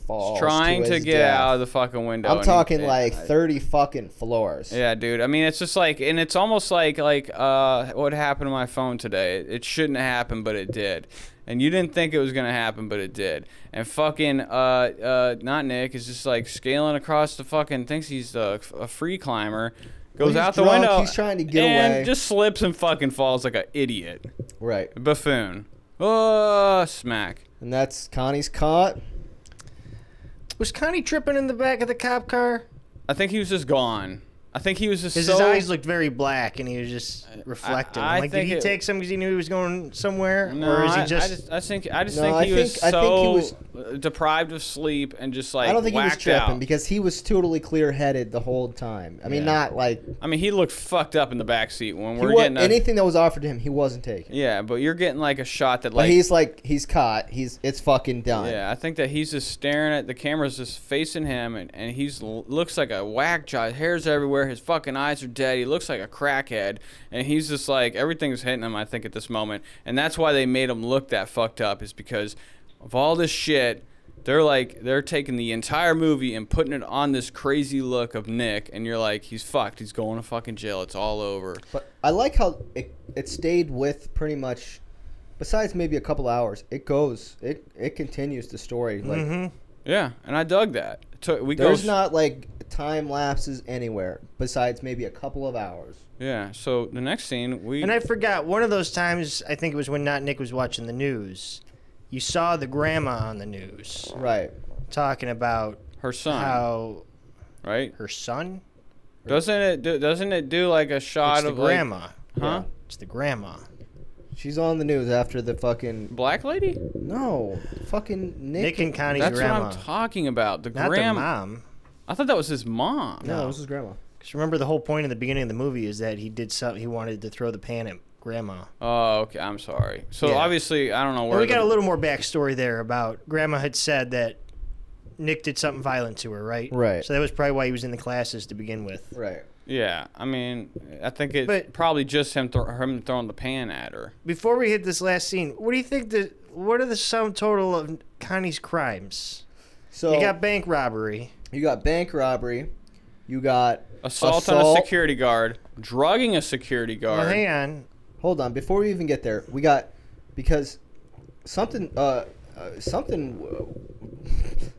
D: falls
C: trying to
D: his
C: get
D: death.
C: out of the fucking window.
D: I'm
C: and he-
D: talking
C: and-
D: like thirty fucking floors.
C: Yeah, dude. I mean, it's just like, and it's almost like like uh, what happened to my phone today. It, it shouldn't have happened, but it did. And you didn't think it was gonna happen, but it did. And fucking uh, uh, not Nick is just like scaling across the fucking thinks he's a, a free climber, goes
D: he's
C: out the
D: drunk,
C: window.
D: he's trying to get
C: and
D: away.
C: just slips and fucking falls like an idiot,
D: Right,
C: buffoon. Oh, smack.
D: and that's Connie's caught.
E: Was Connie tripping in the back of the cop car?
C: I think he was just gone. I think he was just
E: His,
C: so.
E: his eyes looked very black, and he was just reflecting.
C: I
E: like, did
C: think
E: he
C: it-
E: take some because he knew he was going somewhere,
C: no,
E: or is he
C: I,
E: just?
C: I just, I think, I just
D: No,
C: think
D: I
C: he was
D: think- I think he
C: so deprived of sleep and just like
D: I don't think he was
C: whacked
D: tripping
C: out.
D: because he was totally clear headed the whole time. I mean,
E: Yeah.
D: not like
C: I mean, he looked fucked up in the back seat when
D: he
C: we're
D: wa-
C: getting a,
D: anything that was offered to him, he wasn't taking.
C: Yeah, but you're getting like a shot that
D: but
C: like
D: he's like, he's caught. He's it's fucking done.
C: Yeah, I think that he's just staring at the camera's just facing him, and, and he's l- looks like a whack job. Hair's everywhere. His fucking eyes are dead. He looks like a crackhead, and he's just like everything's hitting him. I think at this moment, and that's why they made him look that fucked up is because of all this shit. They're like they're taking the entire movie and putting it on this crazy look of Nick, and you're like, he's fucked. He's going to fucking jail. It's all over.
D: But I like how it, it stayed with pretty much, besides maybe a couple hours. It goes. It it continues the story. Like
E: Mm-hmm.
C: Yeah, and I dug that. It took- we
D: there's
C: go,
D: not like time lapses anywhere besides maybe a couple of hours.
C: Yeah. So the next scene we
E: and I forgot one of those times. I think it was when not Nick was watching the news. You saw the grandma on the news
D: Right.
E: talking about
C: her son
E: how
C: right
E: her son.
C: Doesn't it do, doesn't it do like a shot
E: It's the
C: of like-
E: grandma.
C: huh?
E: It's the grandma.
D: She's on the news after the fucking
C: Black lady?
D: no fucking Nick.
E: Nick and Connie's
C: That's
E: grandma.
C: what I'm talking about. The
E: Not the
C: grandma.
E: mom.
C: I thought that was his mom.
D: no,
E: no.
D: this is grandma.
E: Because remember, the whole point of the beginning of the movie is that he did something. He wanted to throw the pan at grandma.
C: Oh, okay. I'm sorry. So
E: Yeah.
C: obviously, I don't know where
E: And we got
C: the-
E: a little more backstory there about grandma had said that Nick did something violent to her, right?
D: Right.
E: So that was probably why he was in the classes to begin with.
D: Right.
C: Yeah, I mean, I think it's
E: But-
C: probably just him thro- him throwing the pan at her.
E: Before we hit this last scene, what do you think the what are the sum total of Connie's crimes?
D: So
C: Oh.
E: you got bank robbery.
D: You got bank robbery. You got
C: Assault, on a
D: Assault.
C: security guard, drugging a security guard.
E: Well, hang on.
D: hold on before we even get there. We got because something uh, uh something uh,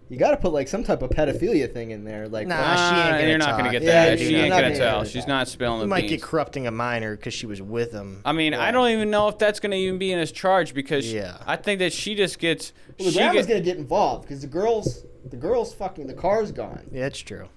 D: you got to put like some type of pedophilia thing in there like
E: Nah,
D: uh,
E: she ain't
C: Ah,
E: gonna
C: you're not
E: talk.
C: gonna get
D: Yeah,
C: that.
D: you're
C: she ain't
D: not
C: gonna
D: gonna
C: tell.
D: get
C: She's
D: that.
C: not spilling
E: You
C: the
E: might
C: beans.
E: get corrupting a minor because she was with him.
C: I mean, I don't even know if that's gonna even be in his charge because
E: Yeah.
C: I think that she just gets.
D: well, the
C: she
D: grandma's
C: get-
D: going to get involved cuz the girls the girls fucking the car's gone.
E: Yeah, that's true.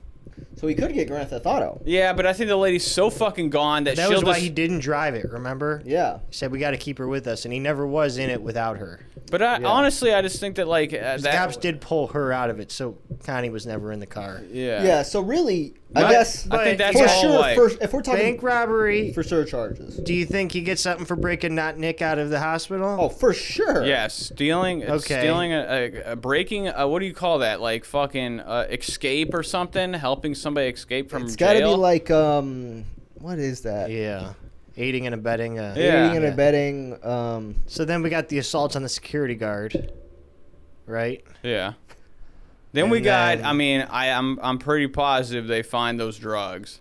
D: So he could get Grand Theft Auto.
C: Yeah, but I think the lady's so fucking gone that,
E: That
C: she'll
E: was why
C: just.
E: he didn't drive it. Remember?
D: Yeah.
E: He said we got to keep her with us, and he never was in it without her.
C: but I,
D: Yeah.
C: honestly, I just think that like uh,
E: The cops
C: that.
E: did pull her out of it, so Connie was never in the car.
C: Yeah.
D: Yeah, so really
C: But-
D: I guess
C: I think
E: But
C: that's
D: for
C: all
D: sure
C: like-
D: for, if we're talking
E: Bank robbery.
D: for surcharges.
E: Do you think he gets something for breaking not Nick out of the hospital?
D: Oh, for sure.
C: yeah, stealing, uh,
E: Okay.
C: stealing, a, a, a breaking. A, what do you call that? Like fucking uh, escape or something? Helping somebody escape from
D: It's got
C: jail.
D: to be like um what is that?
E: yeah, aiding and abetting. Uh,
C: Oh. Yeah.
D: Aiding and abetting um
E: So then we got the assault on the security guard, right?
C: yeah. Then
E: And
C: we got.
E: then-
C: I mean, I, I'm I'm pretty positive they find those drugs.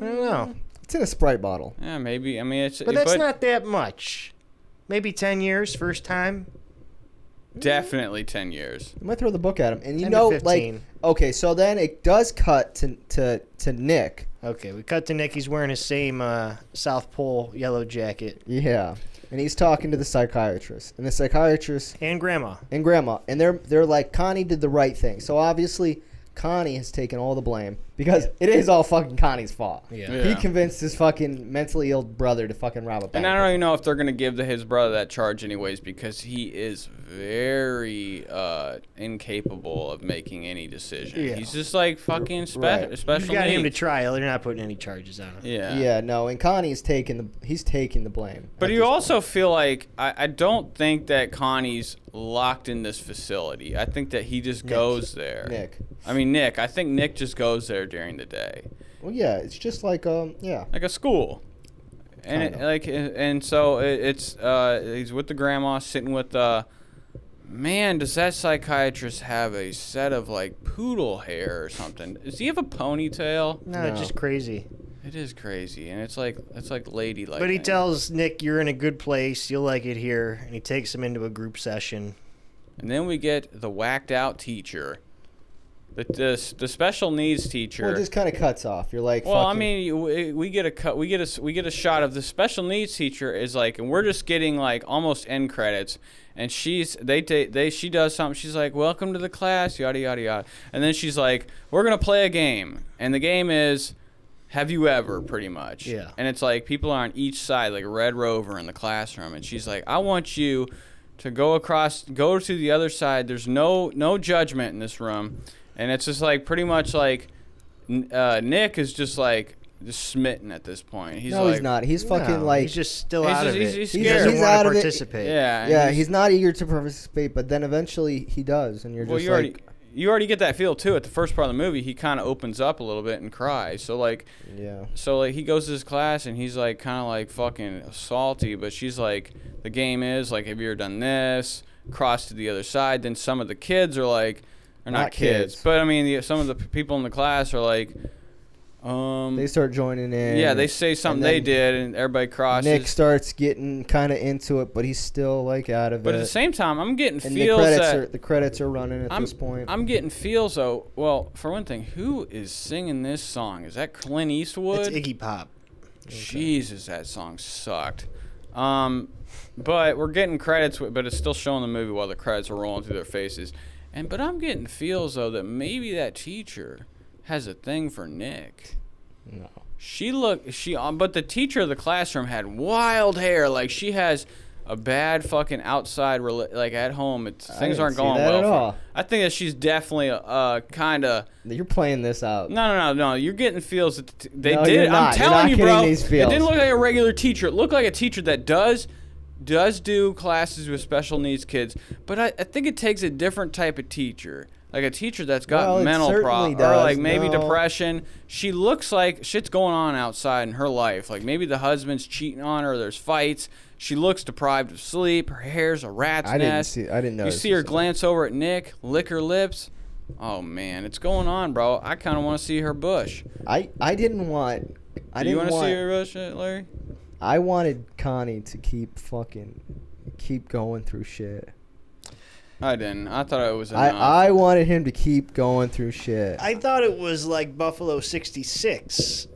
E: I don't
C: Mm-hmm.
E: know,
D: It's in a Sprite bottle.
C: Yeah, maybe. I mean, it's
E: but that's not that much. Maybe ten years, first time.
C: definitely ten years.
D: You might throw the book at him, and you
E: 10 to
D: know,
E: 15.
D: like, okay, so then it does cut to to to Nick.
E: Okay, we cut to Nick. He's wearing his same uh, South Pole yellow jacket
D: Yeah, and he's talking to the psychiatrist, and the psychiatrist
E: and Grandma.
D: and Grandma, and they're they're like, Connie did the right thing. So obviously, Connie has taken all the blame because it is all fucking Connie's fault.
E: Yeah.
D: He
C: Yeah.
D: convinced his fucking mentally ill brother to fucking rob a bank.
C: And I don't even know if they're gonna give the, his brother that charge anyways, because he is very uh, incapable of making any decision.
E: Yeah.
C: He's just like fucking spe-
D: Right.
E: You
C: special.
E: got him to
C: needs.
E: trial. They're not putting any charges on him.
C: yeah.
D: yeah, no, and Connie's taking the he's taking the blame.
C: But
D: at
C: you
D: this
C: also feel like I, I don't think that Connie's locked in this facility. I think that he just goes there.
D: point, Nick.
C: I mean Nick. I think Nick just goes there during the day,
D: Well, yeah, it's just like um, yeah,
C: like a school. And it,
D: Kinda.
C: like and and so it, it's uh, he's with the grandma sitting with uh, Man, does that psychiatrist have a set of like poodle hair or something? Does he have a ponytail?
E: No,
D: No.
E: just crazy.
C: It is crazy, and it's like it's like ladylike.
E: But he
C: thing.
E: tells Nick, "You're in a good place. You'll like it here," and he takes him into a group session.
C: and then we get the whacked out teacher, The, the, the special needs teacher.
D: Well, it just kind of cuts off. You're like,
C: Well, I
D: fucking-
C: mean, you- we- we get a cut, we get a s- we get a shot of the special needs teacher is like, and we're just getting like almost end credits, and she's they ta- they she does something. She's like, "Welcome to the class," yada yada yada, and then she's like, "We're gonna play a game," and the game is, "Have you ever?" Pretty much.
E: Yeah.
C: And it's like people are on each side, like Red Rover in the classroom, and she's like, "I want you." To go across, go to the other side. There's no no judgment in this room, and it's just like pretty much like N- uh, Nick is just like just smitten at this point. He's
D: no,
C: like,
D: he's not. He's fucking
E: No,
D: like
E: he's just still
C: He's
E: out
C: just-
E: of
C: he's-
E: it.
C: he's
E: he
C: scared.
E: doesn't
D: He's
E: want
D: out
E: to
D: of it.
E: participate.
C: Yeah, and
D: yeah, he's not eager to participate, but then eventually he does, and you're
C: Well,
D: just
C: you
D: like,
C: already you already get that feel too at the first part of the movie. He kind of opens up a little bit and cries. So like,
D: yeah,
C: so like he goes to his class and he's like kind of like fucking salty, but she's like, the game is like, have you ever done this? Cross to the other side. Then some of the kids are like, are not,
D: Not
C: kids,
D: kids.
C: but I mean, the, some of the p- people in the class are like, um,
D: they start joining in.
C: yeah, they say something
D: then
C: they did, and everybody crosses.
D: Nick starts getting kind of into it, but he's still like out of
C: but
D: it.
C: at the same time, I'm getting
D: and the
C: feels
D: credits
C: that
D: are the credits are running at this point.
C: I'm getting feels though. Well, for one thing, who is singing this song? Is that Clint
E: It's
C: Eastwood?
E: Iggy Pop.
C: Jesus, that song sucked. Um, but we're getting credits, wi- but it's still showing the movie while the credits are rolling through their faces. And but I'm getting feels though that maybe that teacher has a thing for Nick.
D: No.
C: She look she um, but the teacher of the classroom had wild hair like she has a bad fucking outside rela- like at home it's, things
D: didn't
C: aren't
D: see
C: going
D: that
C: well.
D: at
C: for her.
D: all.
C: I think that she's definitely uh kind of
D: You're playing this out.
C: no, no, no, no. You're getting feels that t- they
D: No,
C: did.
D: you're
C: I'm
D: not. You're
C: telling
D: not
C: you,
D: getting
C: bro.
D: these
C: It
D: feels.
C: didn't look like a regular teacher. It looked like a teacher that does does do classes with special needs kids, but I, I think it takes a different type of teacher. Like a teacher that's got
D: Well, it
C: mental
D: certainly
C: problems or
D: does.
C: like maybe
D: No.
C: depression. She looks like shit's going on outside in her life. Like maybe the husband's cheating on her, there's fights. She looks deprived of sleep. Her hair's a rat's
D: I didn't
C: nest.
D: see- I didn't
C: You
D: notice
C: see her
D: this at all.
C: glance over at Nick, lick her lips. Oh man, it's going on, bro. I kind of want to see her bush.
D: I I didn't want. I
C: Do you wanna
D: didn't want.
C: see her bush, uh, Larry?
D: I wanted Connie to keep fucking keep going through shit.
C: I didn't. I thought it was enough.
D: I I wanted him to keep going through shit.
E: I thought it was like Buffalo 66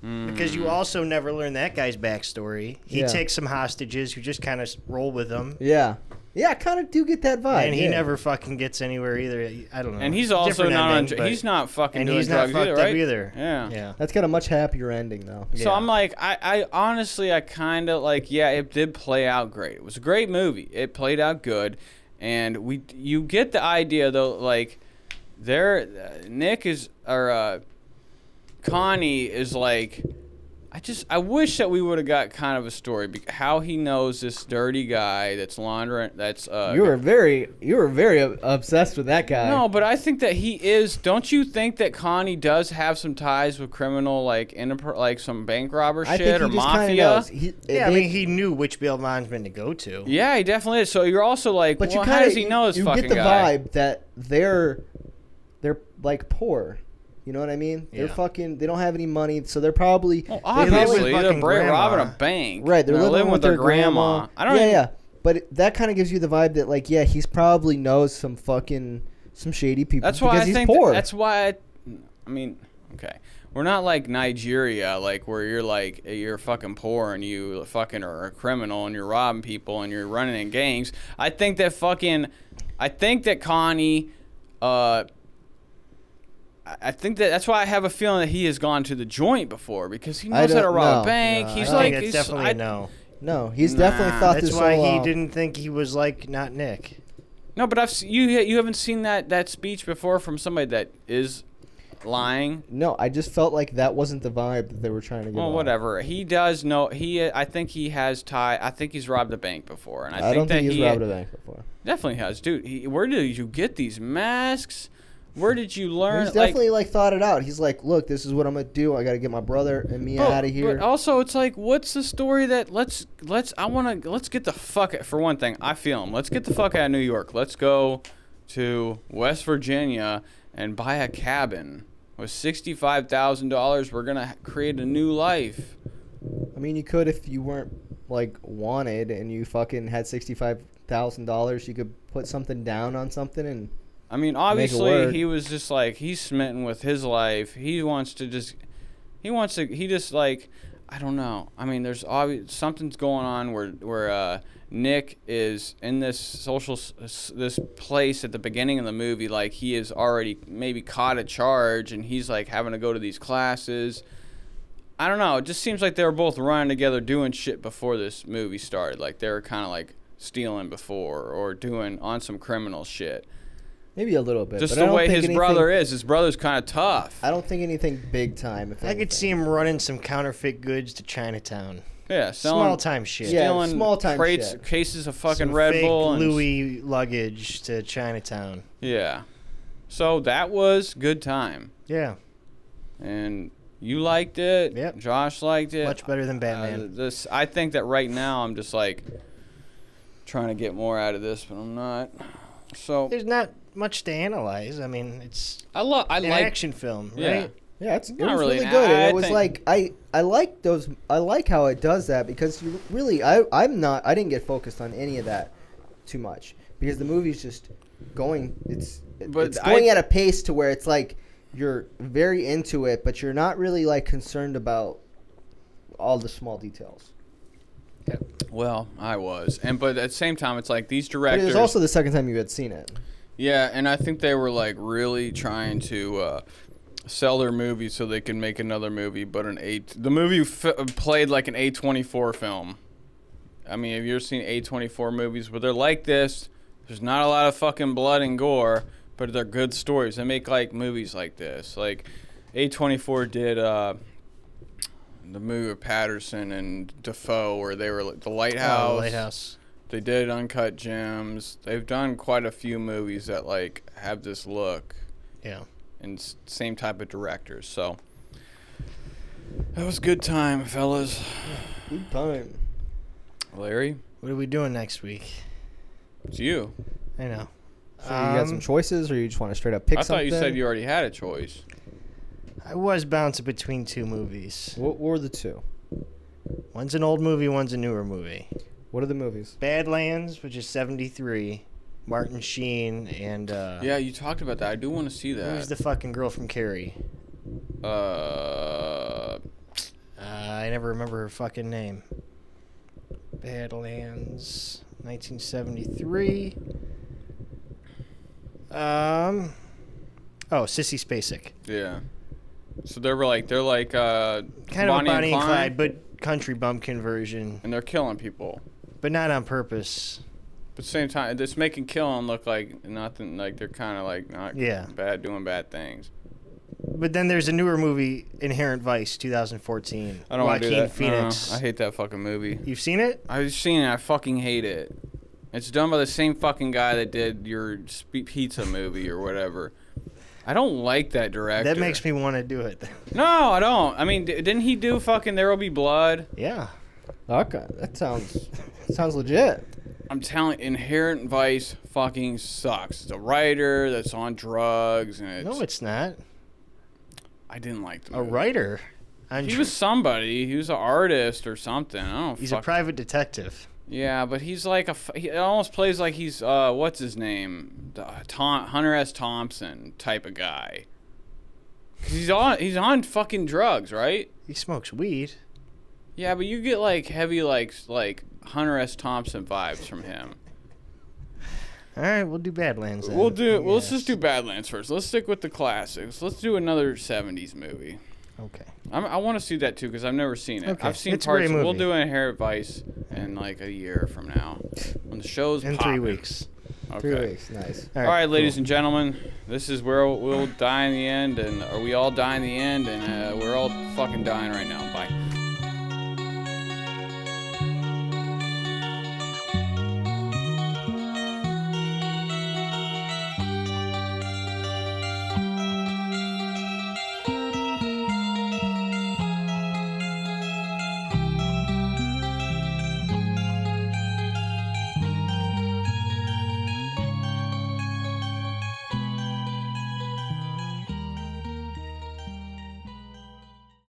E: because
C: Hmm.
E: you also never learn that guy's backstory. He
D: Yeah.
E: takes some hostages who just kind of roll with him.
D: yeah. Yeah, I kind of do get that vibe.
E: And he
D: yeah.
E: never fucking gets anywhere either. I don't know.
C: and he's also
E: Different
C: not on.
E: ending,
C: dr-
E: but-
C: He's not fucking
E: and
C: doing
E: he's not
C: drugs
E: fucked
C: either,
E: up
C: right?
E: either.
C: Yeah.
E: Yeah.
D: That's got a much happier ending though.
C: So
E: Yeah.
C: I'm like, I, I honestly, I kind of like, yeah, it did play out great. It was a great movie. It played out good, and we, you get the idea though, like, there, uh, Nick is or uh, Connie is like, I just, I wish that we would have got kind of a story, be- how he knows this dirty guy that's laundering, that's uh,
D: You were very you were very ob- obsessed with that guy.
C: No, but I think that he is. Don't you think that Connie does have some ties with criminal, like interpro- like some bank robber
D: I
C: shit
D: think
C: or
D: he just
C: mafia?
D: kinda knows. He,
E: Yeah, I
D: they-
E: mean, he knew which Bill Bondsman to go to.
C: Yeah, he definitely is. So you're also like,
D: but
C: well,
D: you
C: how
D: kind
C: does
D: of
C: he know this
D: you
C: fucking
D: get the
C: guy?
D: vibe that they're they're like poor. You know what I mean? They're
E: Yeah.
D: fucking they don't have any money, so they're probably
C: Well,
D: they live
C: obviously,
E: with
C: they're
E: fucking
C: bra-
E: grandma.
C: robbing a bank.
D: Right, they're, living, with,
C: their,
D: their
C: grandma. I don't.
D: Yeah,
C: even,
D: yeah. But it- that kind of gives you the vibe that like, yeah, he's probably knows some fucking some shady people.
C: That's why
D: because
C: I
D: he's
C: think. that-
D: poor.
C: that's why. I, I mean, okay, we're not like Nigeria, like where you're like eh, you're fucking poor and you fucking are a criminal and you're robbing people and you're running in gangs. I think that fucking, I think that Connie, uh. I- I think that that's why I have a feeling that he has gone to the joint before because he
D: I
C: knows how to
D: don't-
C: rob a
D: no,
C: bank.
E: I
C: he's
E: think
C: like,
E: that's
C: he's,
E: definitely
C: I-
E: a no.
D: no, he's
C: Nah.
D: definitely thought
E: That's
D: this
E: why
D: all
E: he
D: out.
E: didn't think he was like not Nick.
C: No, but I've se- you you haven't seen that that speech before from somebody that is lying.
D: No, I just felt like that wasn't the vibe that they were trying to give.
C: Well,
D: off.
C: whatever. He does know. He, I think he has tie. I think he's robbed a bank before, and I,
D: I,
C: think
D: don't
C: that
D: think he's
C: he
D: robbed a bank before.
C: definitely has, dude. He, where did you get these masks? Where did you learn?
D: He's
C: like-
D: definitely like, thought it out. He's like, look, this is what I'm gonna do. I gotta get my brother and Mia
C: Oh, But-
D: out of here.
C: But also, it's like, what's the story that let's let's I want to let's get the fuck out- for one thing. I feel him. Let's get the fuck out of New York. Let's go to West Virginia and buy a cabin with sixty five thousand dollars. We're gonna create a new life.
D: I mean, you could if you weren't like wanted and you fucking had sixty five thousand dollars, you could put something down on something and
C: I mean, obviously
D: word.
C: he was just like he's smitten with his life. He wants to just he wants to he just like I don't know. I mean, there's obvious something's going on where where uh, Nick is in this social s- s- this place at the beginning of the movie like he is already maybe caught a charge and he's like having to go to these classes. I don't know. It just seems like they were both running together doing shit before this movie started. Like they were kind of like stealing before or doing on some criminal shit.
D: Maybe a little bit.
C: Just
D: but I
C: the
D: don't
C: way
D: think
C: his
D: anything- Uh,
C: brother is. His brother's kind of tough.
D: I don't think anything big time. If
E: I could see him running some counterfeit goods to Chinatown.
C: yeah, selling,
E: Small time shit.
D: Yeah,
C: stealing
D: small time
C: crates,
D: shit.
C: cases of fucking
E: Some
C: Red
E: fake
C: Bull and
E: Louis luggage to Chinatown.
C: yeah. So that was good time,
E: Yeah,
C: and you liked it.
E: Yep.
C: Josh liked it.
E: much better than
C: Uh,
E: Batman.
C: this I think that right now I'm just like trying to get more out of this, but I'm not. So
E: There's not much to analyze. I mean, it's
C: I love. I
E: an
C: like.
E: action film,
C: yeah.
E: right?
D: Yeah, it's it
C: Not
D: was
C: really
D: really,
C: an-
D: good. and
C: I
D: it was
C: think-
D: like I I like those I like how it does that because you really I I'm not I didn't get focused on any of that too much because the movie's just going it's
C: But
D: it's going
C: I-
D: at a pace to where it's like you're very into it but you're not really like concerned about all the small details.
C: Well, I was, and but at the same time, it's like these
D: But it
C: directors.
D: was also the second time you had seen it.
C: Yeah, and I think they were like really trying to uh, sell their movie so they can make another movie, but an eight. The movie f- played like an A twenty four film. I mean, have you ever seen A twenty four movies where they're like this? There's not a lot of fucking blood and gore, but they're good stories. They make like movies like this. Like A twenty four did uh, the movie with Patterson and Defoe, where they were like the Lighthouse.
E: Oh, Lighthouse.
C: They did Uncut Gems. They've done quite a few movies that like have this look
E: Yeah.
C: and s- same type of directors. So that was a good time, fellas.
D: Good time.
C: Larry,
E: What are we doing next week?
C: it's you.
E: I know.
D: So you got some
E: Um,
D: choices or you just want to straight up pick
C: I
D: something?
C: thought you said you already had a choice.
E: Um, I was bouncing between two movies.
D: What were the two?
E: One's an old movie, one's a newer movie.
D: What are the movies?
E: Badlands, which is '73, Martin Sheen and uh,
C: Yeah, you talked about that. I do want to see
E: who's
C: that.
E: the fucking girl from Carrie?
C: uh,
E: Uh, I never remember her fucking name. Badlands, 1973. Um, oh, Sissy Spacek,
C: yeah. So they were like they're like uh, Bonnie
E: kind of a Bonnie
C: and
E: and
C: Clyde,
E: Clyde, but country bumpkin version,
C: and they're killing people.
E: but not on purpose.
C: But at the same time, it's making killing look like nothing. Like they're kind of like not
E: Yeah.
C: bad doing bad things.
E: But then there's a newer movie, Inherent Vice, 2014.
C: I don't want to
E: Joaquin
C: do that.
E: Phoenix.
C: No, I hate that fucking movie.
E: You've seen it?
C: I've seen it. I fucking hate it. It's done by the same fucking guy that did your sp- pizza movie or whatever. I don't like that director.
E: That makes me want to do it.
C: No, I don't. I mean, d- didn't he do fucking There Will Be Blood?
E: yeah.
D: Okay, that sounds sounds legit.
C: I'm telling Inherent Vice fucking sucks. The writer that's on drugs and it's,
E: No, it's not.
C: I didn't like the
E: A
C: movie.
E: writer. I'm
C: He
E: tr-
C: was somebody. He was an artist or something. I don't.
E: He's a
C: fucking-
E: private detective.
C: Yeah, but he's like a. f- He almost plays like he's uh, what's his name, The Tom, Hunter S. Thompson type of guy. 'Cause he's on he's on fucking drugs, right?
E: He smokes weed.
C: Yeah, but you get like heavy like like Hunter S. Thompson vibes from him.
E: All right, we'll do Badlands then.
C: We'll do. Well, let's
E: Yes.
C: just do Badlands first. Let's stick with the classics. Let's do another '70s movie.
E: Okay.
C: I'm, I want to see that too because I've never seen it.
E: Okay,
C: I've seen
E: it's a
C: parts.
E: great
C: We'll
E: movie.
C: do Inherent Vice in like a year from now when the show's
E: In three
C: popping.
E: weeks.
C: Okay.
D: Three weeks, nice.
E: All
C: All right, ladies and gentlemen, this is where we'll die in the end, and or we all die in the end, and uh, we're all fucking dying right now. Bye.